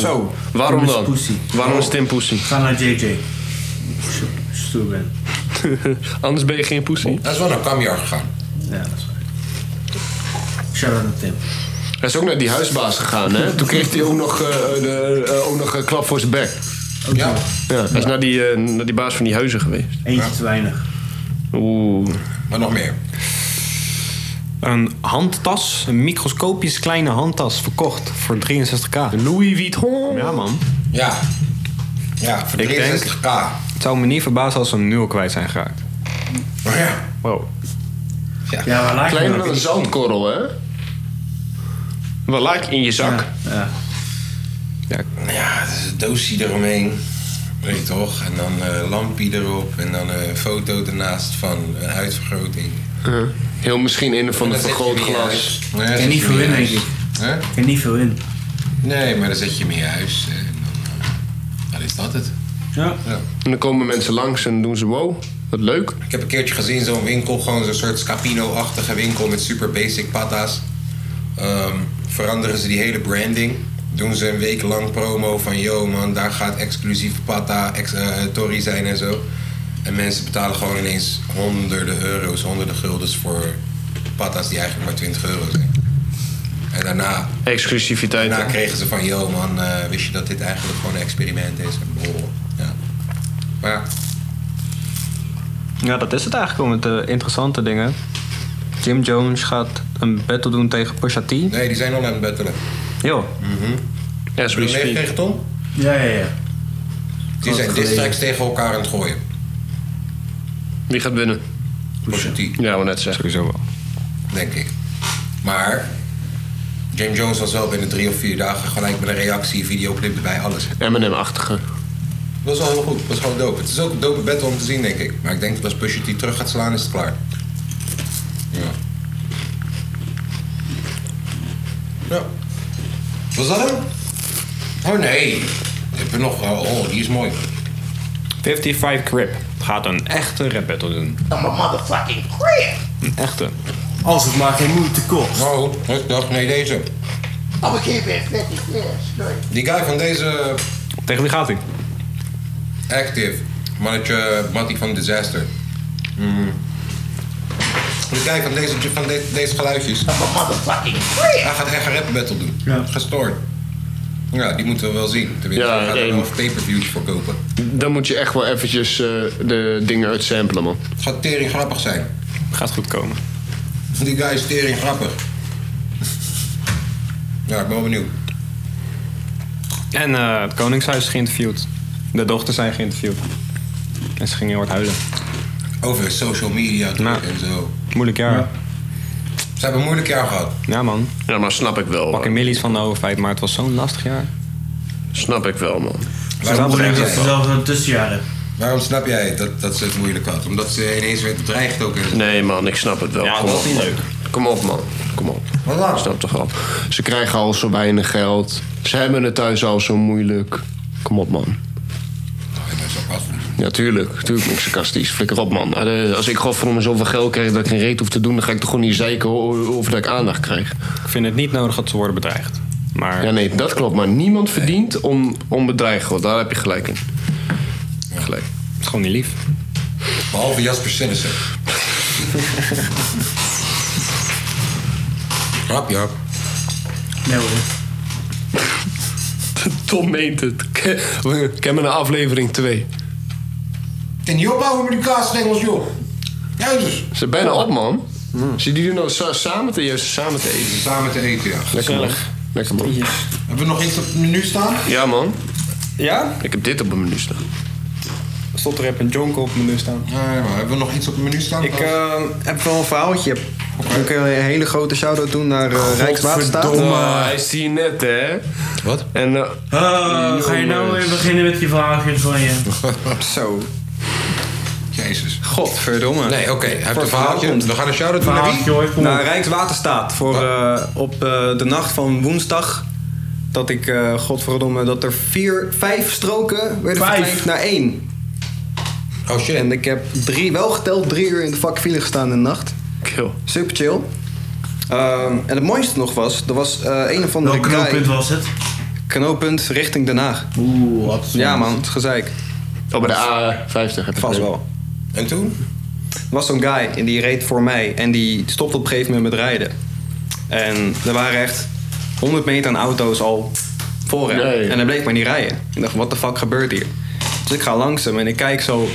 Zo. Waarom dan? Waarom is Tim pussy? Ga naar JJ. Stoer ben. Anders ben je geen pussy. Hij is wel naar Kamjar gegaan. Ja, dat is waar. Shout-out naar Tim. Hij is ook naar die huisbaas gegaan, hè? Toen kreeg hij ook nog, eh, de, eh, ook nog een klap voor zijn bek. Ja. ja. Hij is naar die, eh, naar die baas van die huizen geweest. Eentje te weinig. Oeh. Maar nog meer. Een handtas, een microscopisch kleine handtas, verkocht voor 63k. Louis Vuitton. Ja, man. Ja. Ja, voor Ik denk, 63k. het zou me niet verbazen als ze hem nu al kwijt zijn geraakt. Oh ja. Wow. Ja, maar lijkt me Kleiner ook dan een niet. zandkorrel, hè? Wel lijkt in je zak. Ja. Ja, ja het is een doosje eromheen. Weet je toch? En dan eh lampje erop. En dan een foto ernaast van een huidvergroting. Uh-huh. Heel misschien in een van de En dan zet je hem in je vergrootglas. huis. Nee, dan zet je hem in je huis. Hè? Ik heb niet veel in. Nee, maar dan zet je hem in je huis. En dan, eh, dan is dat het. Ja. En dan komen mensen langs en doen ze wow, wat leuk. Ik heb een keertje gezien zo'n winkel, gewoon zo'n soort Scapino-achtige winkel met super basic patas. Ehm, veranderen ze die hele branding. Doen ze een week lang promo van yo man, daar gaat exclusief pata, ex, eh, Tory zijn en zo. En mensen betalen gewoon ineens honderden euro's, honderden guldens voor patas die eigenlijk maar 20 euro zijn. En daarna, Exclusiviteit. daarna kregen ze van yo man, eh, wist je dat dit eigenlijk gewoon een experiment is? En bol. Ja. Maar ja, Ja, dat is het eigenlijk wel met de interessante dingen. Jim Jones gaat een battle doen tegen Pusha T. Nee, die zijn al aan het battelen. Jo. Ja, Heb je hem meegekregen, Tom? Ja, ja, ja. Die zijn distracts tegen elkaar aan het gooien. Wie gaat winnen? Positief. Ja, we net zeggen. Sowieso wel. Denk ik. Maar James Jones was wel binnen drie of vier dagen gelijk met een reactie, videoclip erbij, alles. Eminem-achtige. Dat was wel heel goed. Dat was gewoon dope. Het is ook een dope battle om te zien, denk ik. Maar ik denk dat als Pusha T terug gaat slaan, is het klaar. Ja. Ja. Was dat hem? Oh nee. Heb je nog... Oh, oh, die is mooi. 55 Crip gaat een echte rap battle doen. I'm a motherfucking crib. Een echte. Als het maar geen moeite kost. Oh, ik dacht, nee, deze. I'm a keep it 50 cents. Straight. Die guy van deze... Tegen wie gaat hij? Active. Mannetje Matty van Disaster. Mm. Die guy van deze, van de- deze geluidjes. Hij gaat echt een rap battle doen. Gestoord. Ja, die moeten we wel zien. Tenminste, Ja, ja, gaat er één. wel pay-per-views voor kopen. Dan moet je echt wel eventjes eh, de dingen uitsamplen, man. Het gaat tering grappig zijn. Gaat goed komen. Die guy is tering grappig. Ja, ik ben wel benieuwd. En eh, het Koningshuis is geïnterviewd. De dochters zijn geïnterviewd. En ze ging heel hard huilen. Over social media druk en zo. Moeilijk jaar. Ze hebben een moeilijk jaar gehad. Ja, man. Ja, maar snap ik wel. Pak een millies van de overheid, maar het was zo'n lastig jaar. Snap ik wel, man. Waarom Waarom snap denk jij je dat? zelf een tussenjaar Waarom snap jij dat, dat ze het moeilijk had? Omdat ze ineens werd bedreigd ook. En... Nee, man, ik snap het wel. Ja, Kom dat op, is niet man. leuk. Kom op, man. Kom op. Ik snap toch wel. Ze krijgen al zo weinig geld. Ze hebben het thuis al zo moeilijk. Kom op, man. Ja, tuurlijk. Tuurlijk ben ik sarcastisch. Flikker op, man. Eh, Als ik godverdomme zoveel geld krijg dat ik geen reet hoef te doen... dan ga ik toch gewoon niet zeiken o- over dat ik aandacht krijg. Ik vind het niet nodig dat ze worden bedreigd. Maar... Ja, nee, dat klopt. Maar niemand verdient om, om bedreigd te worden. Daar heb je gelijk in. Gelijk. Het is gewoon niet lief. Behalve Jasper Sillissen. Rap, Jap. Nee hoor. Tom meent het. We kennen een aflevering 2. En joh, bouwen met die kaasstengels, joh. Jezus. Ze zijn bijna op, man. Zitten jullie nou sa- samen te, juist samen te eten? Samen te eten, ja. Lekker, man. Lekker, man. Hebben we nog iets op het menu staan? Ja, man. Ja? Ik heb dit op mijn menu staan. Stond er even een jonko op het menu staan. hebben we nog iets op het menu staan? Ik eh, heb wel een verhaaltje. Dan kun je een hele grote shout-out doen naar eh, Rijkswaterstaat. Nou, Godverdomme, hij is hier net, hè? Wat? En, eh, Oh, ga je nou weer beginnen met die vraagjes van je? Zo. Jezus. Godverdomme. Nee, oké, hij heeft een verhaaltje. We gaan een shout-out doen naar wie? Verhaaltje, hoor, kom op. Naar Rijkswaterstaat. Voor, eh, op eh, de nacht van woensdag. Dat ik, eh, godverdomme, dat er vier, vijf stroken werden verkleind naar één. Oh shit. En ik heb drie, wel geteld drie uur in de vakfile gestaan in de nacht. Chill. Super chill. Ehm, en het mooiste nog was, er was eh, een of andere Welk guy- knooppunt was het? Knooppunt richting Den Haag. Oeh, wat Ja man, het gezeik. Oh, bij de A50. Vast wel. En toen? Er was zo'n guy en die reed voor mij en die stopte op een gegeven moment met rijden. En er waren echt 100 meter aan auto's al voor hem. En hij bleef maar niet rijden. Ik dacht, wat de fuck gebeurt hier? Dus ik ga langs hem en ik kijk zo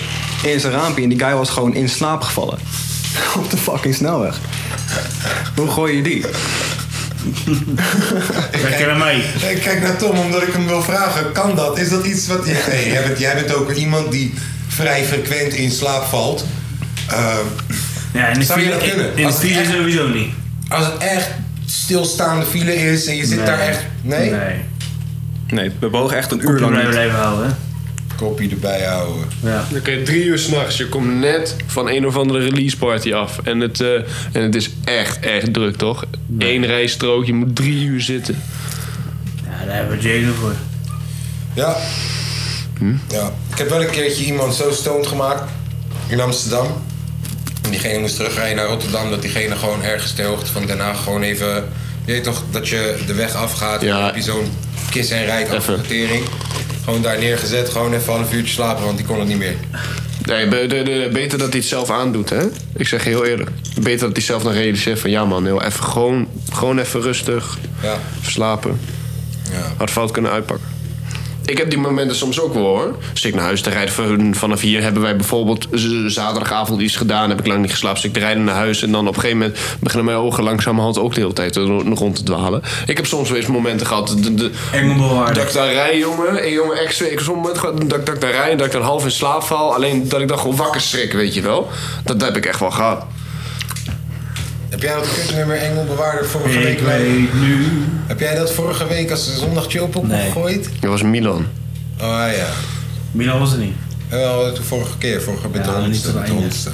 in zijn raampje en die guy was gewoon in slaap gevallen. op de fucking snelweg. Hoe gooi je die? Lekker naar mij. Ik kijk naar Tom omdat ik hem wil vragen. Kan dat? Is dat iets wat... Ja, nee, jij, bent, jij bent ook iemand die vrij frequent in slaap valt. Eh, in de zou je file- dat in- kunnen? in de Als het file echt- sowieso niet. Als het echt stilstaande file is en je zit Nee. daar echt... Nee? Nee. Nee, we bogen echt een uur lang Kopje niet. blijven houden. Kopje erbij houden. Ja. Dan kun je drie uur s'nachts. Je komt net van een of andere release party af. En het, eh, en het is echt, echt druk, toch? Eén rijstrook, je moet drie uur zitten. Ja, daar hebben we Jaden voor. Ja. Hm? ja. Ik heb wel een keertje iemand zo stoned gemaakt in Amsterdam. En diegene moest terugrijden naar Rotterdam. Dat diegene gewoon ergens ter hoogte van Den Haag gewoon even... Je weet toch, dat je de weg afgaat. en Dan heb je zo'n kiss en rijk advertering. Gewoon daar neergezet. Gewoon even een half uurtje slapen, want die kon het niet meer. Nee, be- de- de- beter dat hij het zelf aandoet, hè? Ik zeg je heel eerlijk. Beter dat hij zelf nog realiseert van... Ja man, heel even, gewoon, gewoon even rustig. Ja. Verslapen. Ja. Had fout kunnen uitpakken. Ik heb die momenten soms ook wel hoor. Als ik naar huis te rijden van, vanaf hier hebben wij bijvoorbeeld z- zaterdagavond iets gedaan. Heb ik lang niet geslapen. Dus ik rijden naar huis en dan op een gegeven moment beginnen mijn ogen langzamerhand ook de hele tijd ro- rond te dwalen. Ik heb soms wel eens momenten gehad. De, de, Engelbewaarder. dat ik daar rij, jongen. En jongen, echt zweer. Ik heb soms momenten gehad dat, ik- dat ik daar rij en dat ik dan half in slaap val. Alleen dat ik dan gewoon wakker schrik, weet je wel. Dat, heb ik echt wel gehad. Heb jij dat kutnummer Engelbewaarder vorige Ik week... weet nu. Heb jij dat vorige week als de zondag chillpop gegooid? Dat was Milan. Oh ja. Milan was er niet. Wel, de vorige keer, vorige met de Ja, niet honderdste, te met de weinig. honderdste.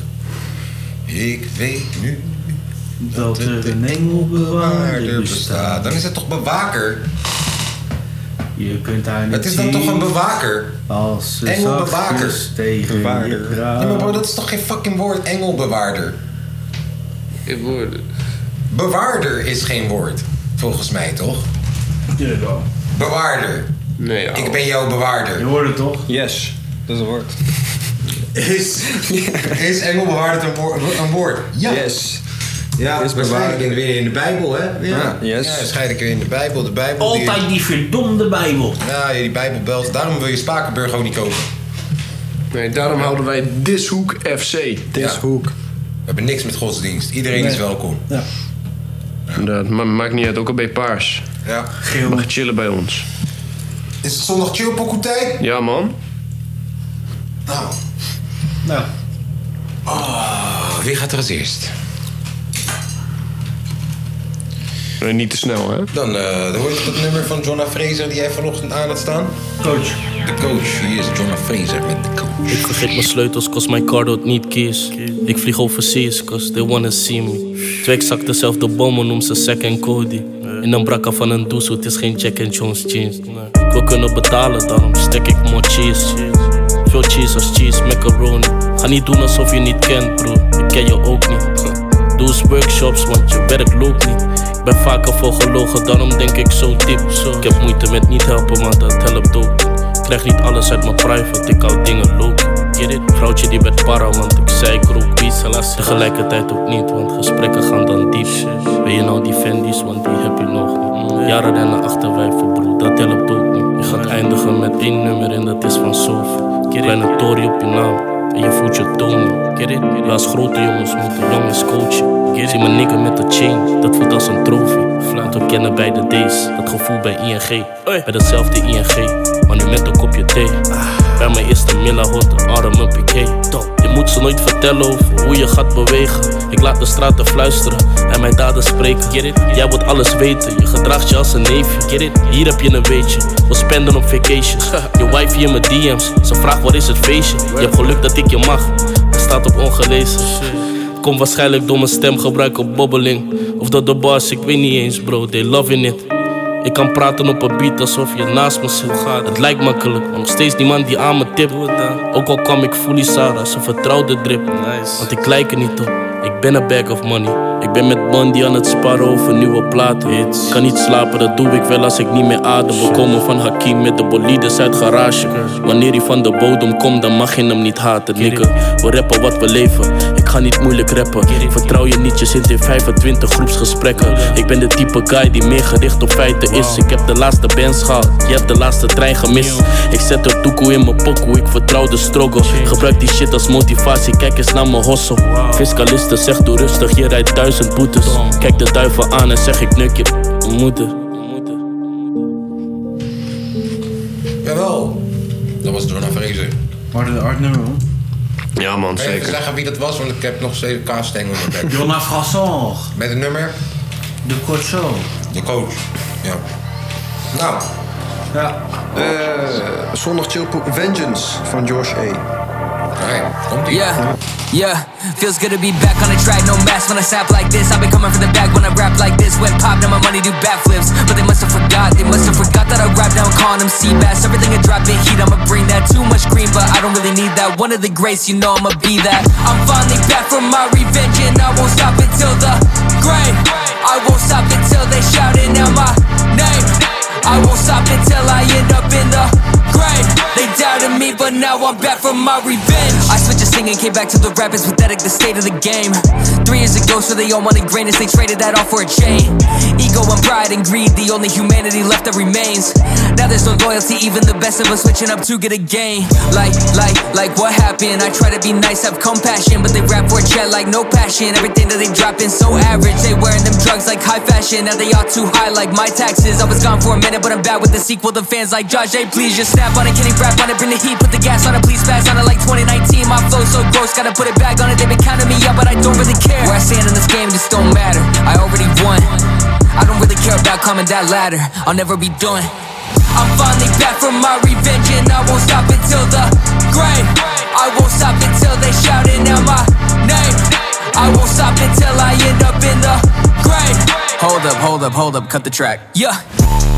Ik weet nu Dat er een engelbewaarder bestaat. Dan is het toch bewaker? Je kunt daar niet Het is dan toch een bewaker? Als eh, ze Engelbewaker. zachtjes tegen je praat. Nee, maar bro, dat is toch geen fucking woord, engelbewaarder? Bewaarder is geen woord, volgens mij toch? Natuurlijk wel. Bewaarder. Nee, Ik ben jouw bewaarder. Je hoort het toch? Yes, dat is een woord. Is, is engelbewaarder een, woor- een woord? Ja. Yes. Ja, is waarschijnlijk weer in de Bijbel, hè? Ja, yes. ja waarschijnlijk weer in de Bijbel. De Bijbel Altijd die verdomde Bijbel. Ja, die Bijbel belt. Daarom wil je Spakenburg ook niet kopen. Nee, daarom houden wij Dishoek FC. Dishoek. We hebben niks met godsdienst. Iedereen Nee. is welkom. Ja. Dat ma- maakt niet uit, ook al ben je paars. Ja. Geel. Mag je chillen bij ons. Is het zondag chillpokoe tijd? Ja, man. Nou, Nou. Oh, wie gaat er als eerst? Eh, niet te snel, hè? Dan eh, hoor je dat nummer van Jonna Fraser die jij vanochtend aan had staan? Coach. De coach, hier is Jonna Fraser met de coach. Ik vergeet mijn sleutels, kost mijn card out niet keys. Ik vlieg overseas, cause they wanna see me. Twee exact dezelfde bommen, noem ze Zack en Cody. In een brakka van een doezel, het is geen Jack and Jones jeans. Ik wil kunnen betalen, daarom stek ik more cheese. Veel cheese als cheese, macaroni. Ga niet doen alsof je niet kent, bro. Ik ken je ook niet. Doe eens workshops, want je werk loopt niet. Ik ben vaker voor gelogen, daarom denk ik zo diep. Zo. Ik heb moeite met niet helpen, maar dat helpt ook. Ik krijg niet alles uit mijn private, ik hou dingen lopen. Get it? Vrouwtje die werd para, want ik zei ik rook wies. helaas. Tegelijkertijd ook niet, want gesprekken gaan dan diep. Ben je nou die Fendi's, want die heb je nog niet. Jaren rennen achter wijven, bro, dat helpt ook niet. Je gaat eindigen met één nummer en dat is van Sofa. Kleine tory op je naam. En je voelt je toon niet. Get it? Ja, als grote jongens moeten jongens coachen. Get Zie mijn nigger met de chain, dat voelt als een trofee. Vlaat we kennen bij de D's, dat gevoel bij ING. Bij datzelfde ING, maar nu met een kopje thee. Bij mijn eerste Milla hot, arm en piqué. Je moet ze nooit vertellen over hoe je gaat bewegen. Ik laat de straten fluisteren en mijn daden spreken. Get it? Jij wilt alles weten, je gedraagt je als een neefje. Get it? Hier heb je een weetje, we spenden op vacations. Je wife in mijn DM's, ze vraagt wat is het feestje. Je hebt geluk dat ik je mag, het staat op ongelezen. Kom waarschijnlijk door mijn stemgebruik op bobbeling. Of dat de bars, ik weet niet eens bro, they loving it. Ik kan praten op een beat alsof je naast me zit. Het lijkt makkelijk, maar nog steeds die man die aan me tipt. Ook al kwam ik fully Sarah, ze vertrouwde drip. Want ik lijk er niet op, ik ben een bag of money. Ik ben met Bandy aan het sparren over nieuwe platen. Kan niet slapen, dat doe ik wel als ik niet meer adem. We komen van Hakim met de bolides uit garage. Wanneer hij van de bodem komt, dan mag je hem niet haten, nigga. We rappen wat we leven, ik ga niet moeilijk rappen. Vertrouw je niet, je zit in 25 groepsgesprekken. Ik ben de type guy die meer gericht op feiten is. Ik heb de laatste bands gehad, je hebt de laatste trein gemist. Ik zet er toekoe in mijn pokoe, ik vertrouw de struggle. Gebruik die shit als motivatie, kijk eens naar mijn hossel. Fiscalisten, zeg doe rustig, je rijdt duizend boetes. Kijk de duivel aan en zeg ik neuk je moeder. Jawel, dat was Jonna Fraser. Harder de art nummer, hoor. Ja man, Kan je even zeker. zeggen wie dat was, want ik heb nog steeds kaasstengel in mijn bek. Jonna Frasson. Met een nummer? De Corso. De coach. Ja. Nou. Ja. Eh, zondag Chillpool Vengeance van Josh A. Yeah, yeah. Feels good to be back on the track. No mask when I snap like this. I've been coming from the back when I rap like this. Went pop, now my money do backflips. But they must have forgot. They must have forgot that I rap now. I'm calling them sea bass. Everything I drop in heat, I'ma bring that. Too much green, but I don't really need that. One of the greats, you know I'ma be that. I'm finally back from my revenge, and I won't stop until the grave. I won't stop until they shouting out my name. I won't stop until I end up in the grave. They doubted me, but now I'm back from my revenge. I switched to singing, came back to the rap. It's pathetic, the state of the game. Three years ago, so they all wanted greatness. They traded that all for a chain. Ego and pride and greed, the only humanity left that remains. Now there's no loyalty, even the best of us switching up to get a gain. Like, like, like what happened? I try to be nice, have compassion, but they rap for a chat like no passion. Everything that they dropping so average. They wearing them drugs like high fashion. Now they all too high like my taxes. I was gone for a minute, but I'm back with the sequel. The fans like Josh A. Please just snap on it, can he rap on it? Bring the heat, put the gas on it, please fast on it like 2019. My flow so gross, gotta put it back on it. They been counting me up, but I don't really care. Where I stand in this game just don't matter. I already won. I don't really care about climbing that ladder. I'll never be done. I'm finally back from my revenge, and I won't stop until the grave. I won't stop until they shouting out my name. I won't stop until I end up in the grave. Hold up, hold up, hold up, cut the track. Yeah.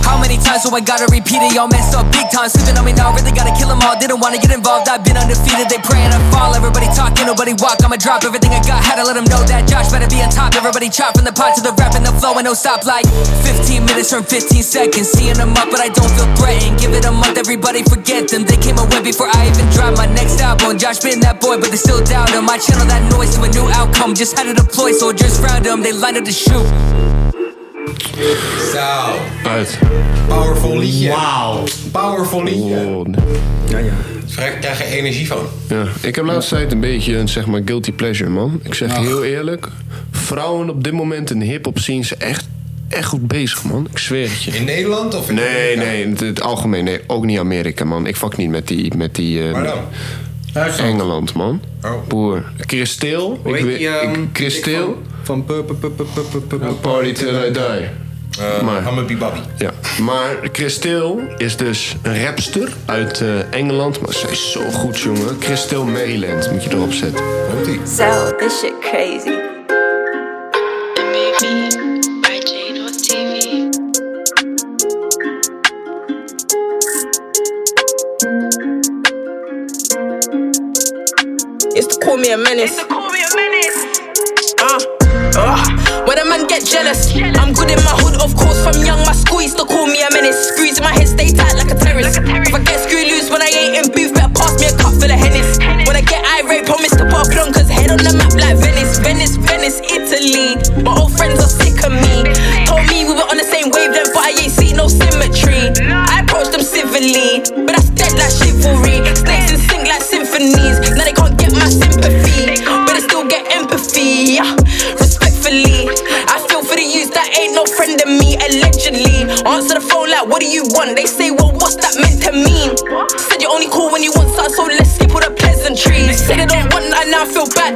How many times do I gotta repeat it? Y'all messed up big time. Sleeping on me now, really gotta kill them all. Didn't wanna get involved, I've been undefeated. They pray and I fall. Everybody talking, nobody walk. I'ma drop everything I got. Had to let them know that Josh better be on top. Everybody chop from the pot to the rap and the flow and no stop. Like 15 minutes from 15 seconds. Seeing them up, but I don't feel threatened. Give it a month, everybody forget them. They came and went before I even dropped my next album. Josh been that boy, but they still doubt him. I channel that noise to a new outcome. Just had to deploy soldiers round him. They lined up to shoot. Zo. Uit. Powerful liedje. Wauw. Powerful liedje. Oh, Ja, ja. Daar krijg je energie van. Ja, ik heb laatst tijd een beetje een zeg maar guilty pleasure, man. Ik zeg je heel eerlijk, vrouwen op dit moment in de hip-hop scene zijn echt, echt goed bezig, man. Ik zweer het je. In Nederland of in Nee, nee, in het, het algemeen. Nee, ook niet Amerika, man. Ik fuck niet met die. Met die eh, Waar dan? Oh. Engeland, man. Boer. Christel. Hoe Ik heet weet- die, ik- ehm, Christel. Van pu- pu- pu- pu- pu- pu- pu- pu- Party till I die. Eh, maar, Hammaby Bobby. Ja. Maar Christel is dus een rapster uit eh, Engeland. Maar ze is zo goed, jongen. Christel Maryland moet je erop zetten. So this shit crazy. It's to call me a menace. It's to call me a menace. Uh, uh, when a man get jealous, I'm good in my hood, of course. From young, my school used to call me a menace. Screws in my head stay tight like a terrorist. If I get screwed loose when I ain't in booth, better pass me a cup full of Hennis. When I get irate, promise to put a plonkers head on the map like Venice, Venice, Venice, Italy. My old friends are sick of me. Told me we were on the same wavelength, but I ain't see no symmetry. I approached them civilly, but that's dead like chivalry. Snakes and sink like symphonies. Now they can't get my sympathy, but I still get empathy. yeah, Respectfully, I feel for the youths that ain't no friend of me. Allegedly, answer the phone like, what do you want? They say, well, what's that meant to mean? Said you only call when you want something, so let's skip all the pleasantries. Said I don't want that, now I feel bad.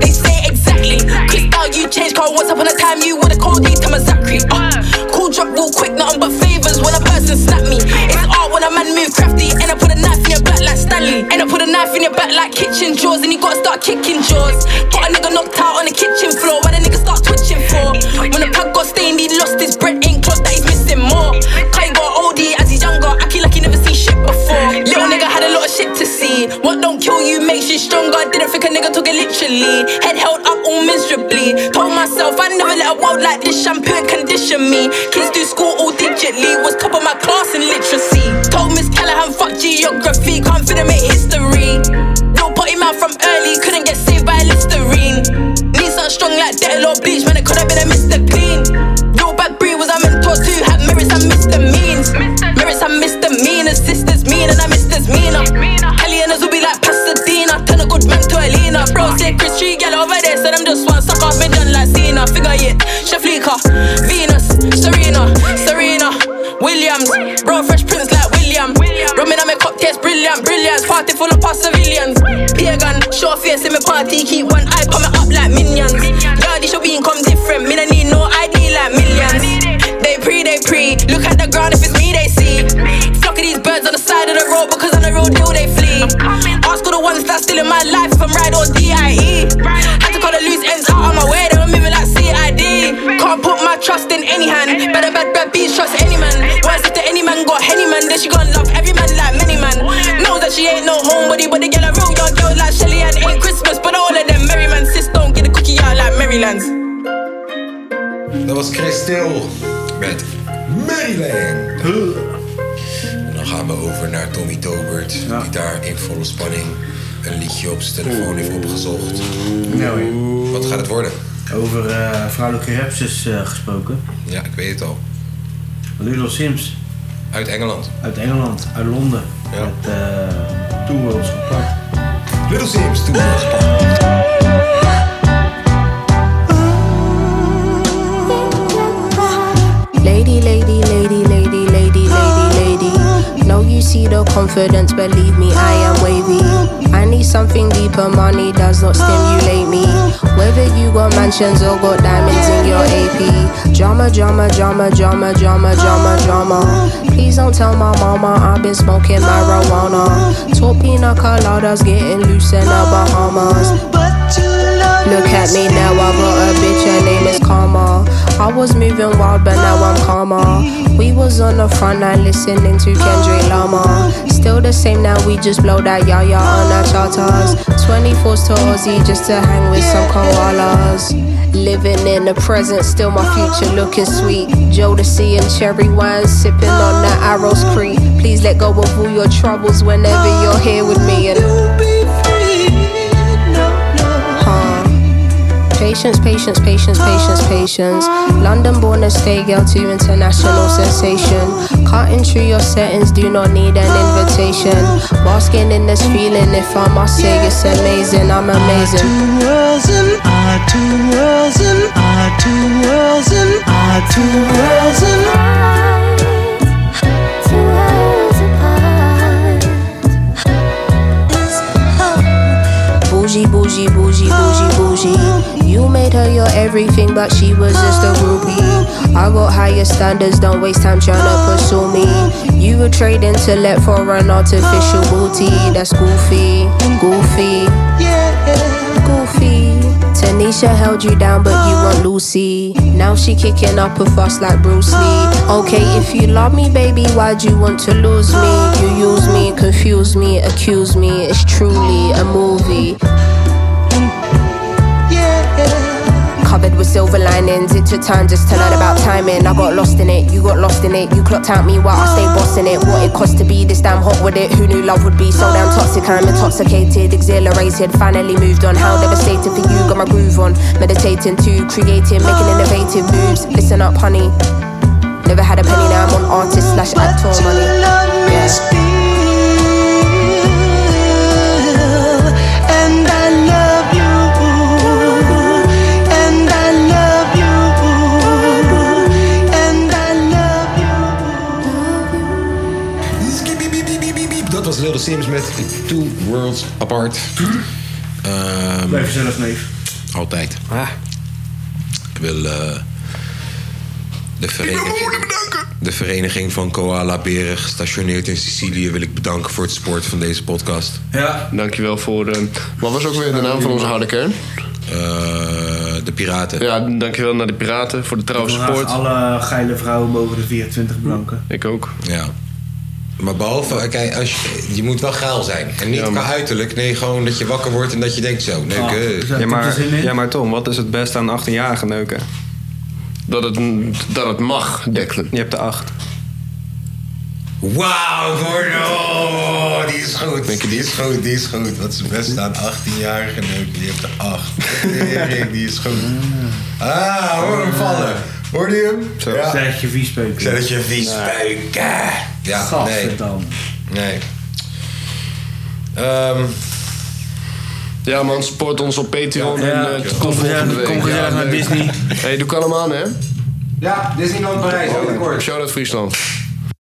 They say exactly. Crystal, you changed car once upon a time. You were the Cody to Mazakri. Uh, cool drop real quick, nothing but favors when a person snap me. It's art when a man move crafty. And I put a knife in your back like Stanley. And I put a knife in your back like kitchen drawers. And you gotta start kicking jaws. Got a nigga knocked out on the kitchen floor. Why the nigga start twitching for? When the pad got stained, he lost his bread. Ain't close that he's missing more. Kai got oldie as he's younger. Acting like he never seen shit before. Little nigga had a lot of shit to see. What don't kill you makes you stronger. Didn't think a nigga took it literally. Head held up all miserably. Told myself I never let a world like this shampoo condition me. Kids do school all digitally. Was top of my class in literacy. Told Miss Callahan fuck geography. Can't fit him in history. Real potty man from early. Couldn't get saved by Listerine. Knees are strong like Dettol or bleach. Man, it could have been a Mr. Clean. Your bad breed was a mentor too. Had merits and misdemeans. Merits and misdemeanors. Sisters mean and I misters meaner. Alieners will be like Pasadena. Turn a good man to a leaner. Bro, say Chris Tree, girl over there. So them just one suck off me done like Cena. Figure it. Shaflika, Venus, Serena, Serena, Williams. Bro, fresh prince like William. Rumming on my cocktails, brilliant, brilliant. Party full of past civilians. Beer gun, short face in my party. Keep one eye coming up like minions. Yardy should be income different. Me no need no ID like millions. They pre, they pre. Look at the ground if it's me they see. Flock of these birds on the side of the road because on the road deal they flee. Ask all the ones that's still in my life if I'm ride or DIE. Had to call the loose ends out on my way, they were moving like CID. Can't put my trust in any hand. Better bad bad bitch trust any man. Worse if the any man got any man, then she gon' love every man like many man. Knows that she ain't no homebody, but they get a real young girl like Shelly and ain't Christmas, but all of them merry man sis don't get a cookie out like Maryland's. Dat was Christel met Maryland. En dan gaan we over naar Tommy Tobert, die daar in volle spanning een liedje op zijn telefoon heeft opgezocht. Nou, Wat gaat het worden? Over eh, vrouwelijke rapsters eh, gesproken. Ja, ik weet het al. Lulu Sims. Uit Engeland. Uit Engeland, uit Londen. Met eh Two Worlds gepakt. Little Sims, Two Worlds gepakt. Lady, lady, lady, lady, lady, lady, lady. No, you see the confidence, believe me, I am wavy. I need something deeper, money does not stimulate me. Whether you got mansions or got diamonds in your AP. Drama, drama, drama, drama, drama, drama, drama. Please don't tell my mama I've been smoking marijuana. Tall pina coladas, getting loose in the Bahamas. Look at me now, I got a bitch, her name is Karma. I was moving wild, but now I'm calmer. We was on the front line listening to Kendrick Lamar. Still the same now, we just blow that yaya on our charters. 24s to Aussie just to hang with some koalas. Living in the present, still my future looking sweet. Jodeci and cherry wine, sipping on the Arrows Creek. Please let go of all your troubles whenever you're here with me. And Huh. Patience, patience, patience, patience, patience. London born and stay girl to international sensation. Cutting through your settings, do not need an invitation. Basking in this feeling, if I must say, it's amazing, I'm amazing. Two worlds apart. everything, but she was just a groupie. I got higher standards, don't waste time trying to pursue me. You were trading to let for an artificial booty. That's goofy, goofy. Yeah, goofy. Tanisha held you down, but you want Lucy. Now she kicking up a fuss like Bruce Lee. Okay, if you love me, baby, why'd you want to lose me? You use me, confuse me, accuse me. It's truly a movie. Covered with silver linings, it took time just to learn about timing. I got lost in it, you got lost in it, you clocked out me while I stayed bossing it. What it cost to be this damn hot with it, who knew love would be so damn toxic? I'm intoxicated, exhilarated, finally moved on. How devastated for you, got my groove on. Meditating too, creating, making innovative moves. Listen up, honey. Never had a penny, now I'm on artist slash actor money. Yeah. And I love you. And I love you. And I love Dat was Little Sims met Two Worlds Apart. Ehm, Blijf jezelf, neef. Altijd. Ah. Ik wil eh, de, vereniging, de vereniging van koala-beren gestationeerd in Sicilië... wil ik bedanken voor het support van deze podcast. Ja. Dankjewel voor... eh, wat was ook weer de naam van onze harde kern? Eh, de Piraten. Ja, dankjewel naar de piraten voor de trouwe Ik wil support. graag alle geile vrouwen boven de 24 bedanken. Ik ook. Ja. Maar behalve, kijk, als je, je moet wel gaal zijn. En niet qua uiterlijk. Nee, gewoon dat je wakker wordt en dat je denkt zo. Nee, eh. ja, maar, ja, maar Tom, wat is het beste aan 18-jarige neuken? Dat het, dat het mag, Declan. Je hebt de 8. Wauw, Gordo! Die is goed. Denk je, die is goed, die is goed. Wat is het beste aan 18-jarige neuk? Die heeft de 8. Tering, die is goed. Ah, hoor hem vallen. Hoorde je hem? Zo. Ik zei dat je vies peuken. Ik zei dat je vies Ja. peuken. Ja, nee. Gadverdamme. Nee. Ehm, Ja man, support ons op Patreon Ja, ja. en eh, tot Kom volgende gezellig- week. kom gezellig naar leuk. Disney. hey, doe kalm aan hè. Ja, Disneyland Parijs, ook Shout-out Friesland.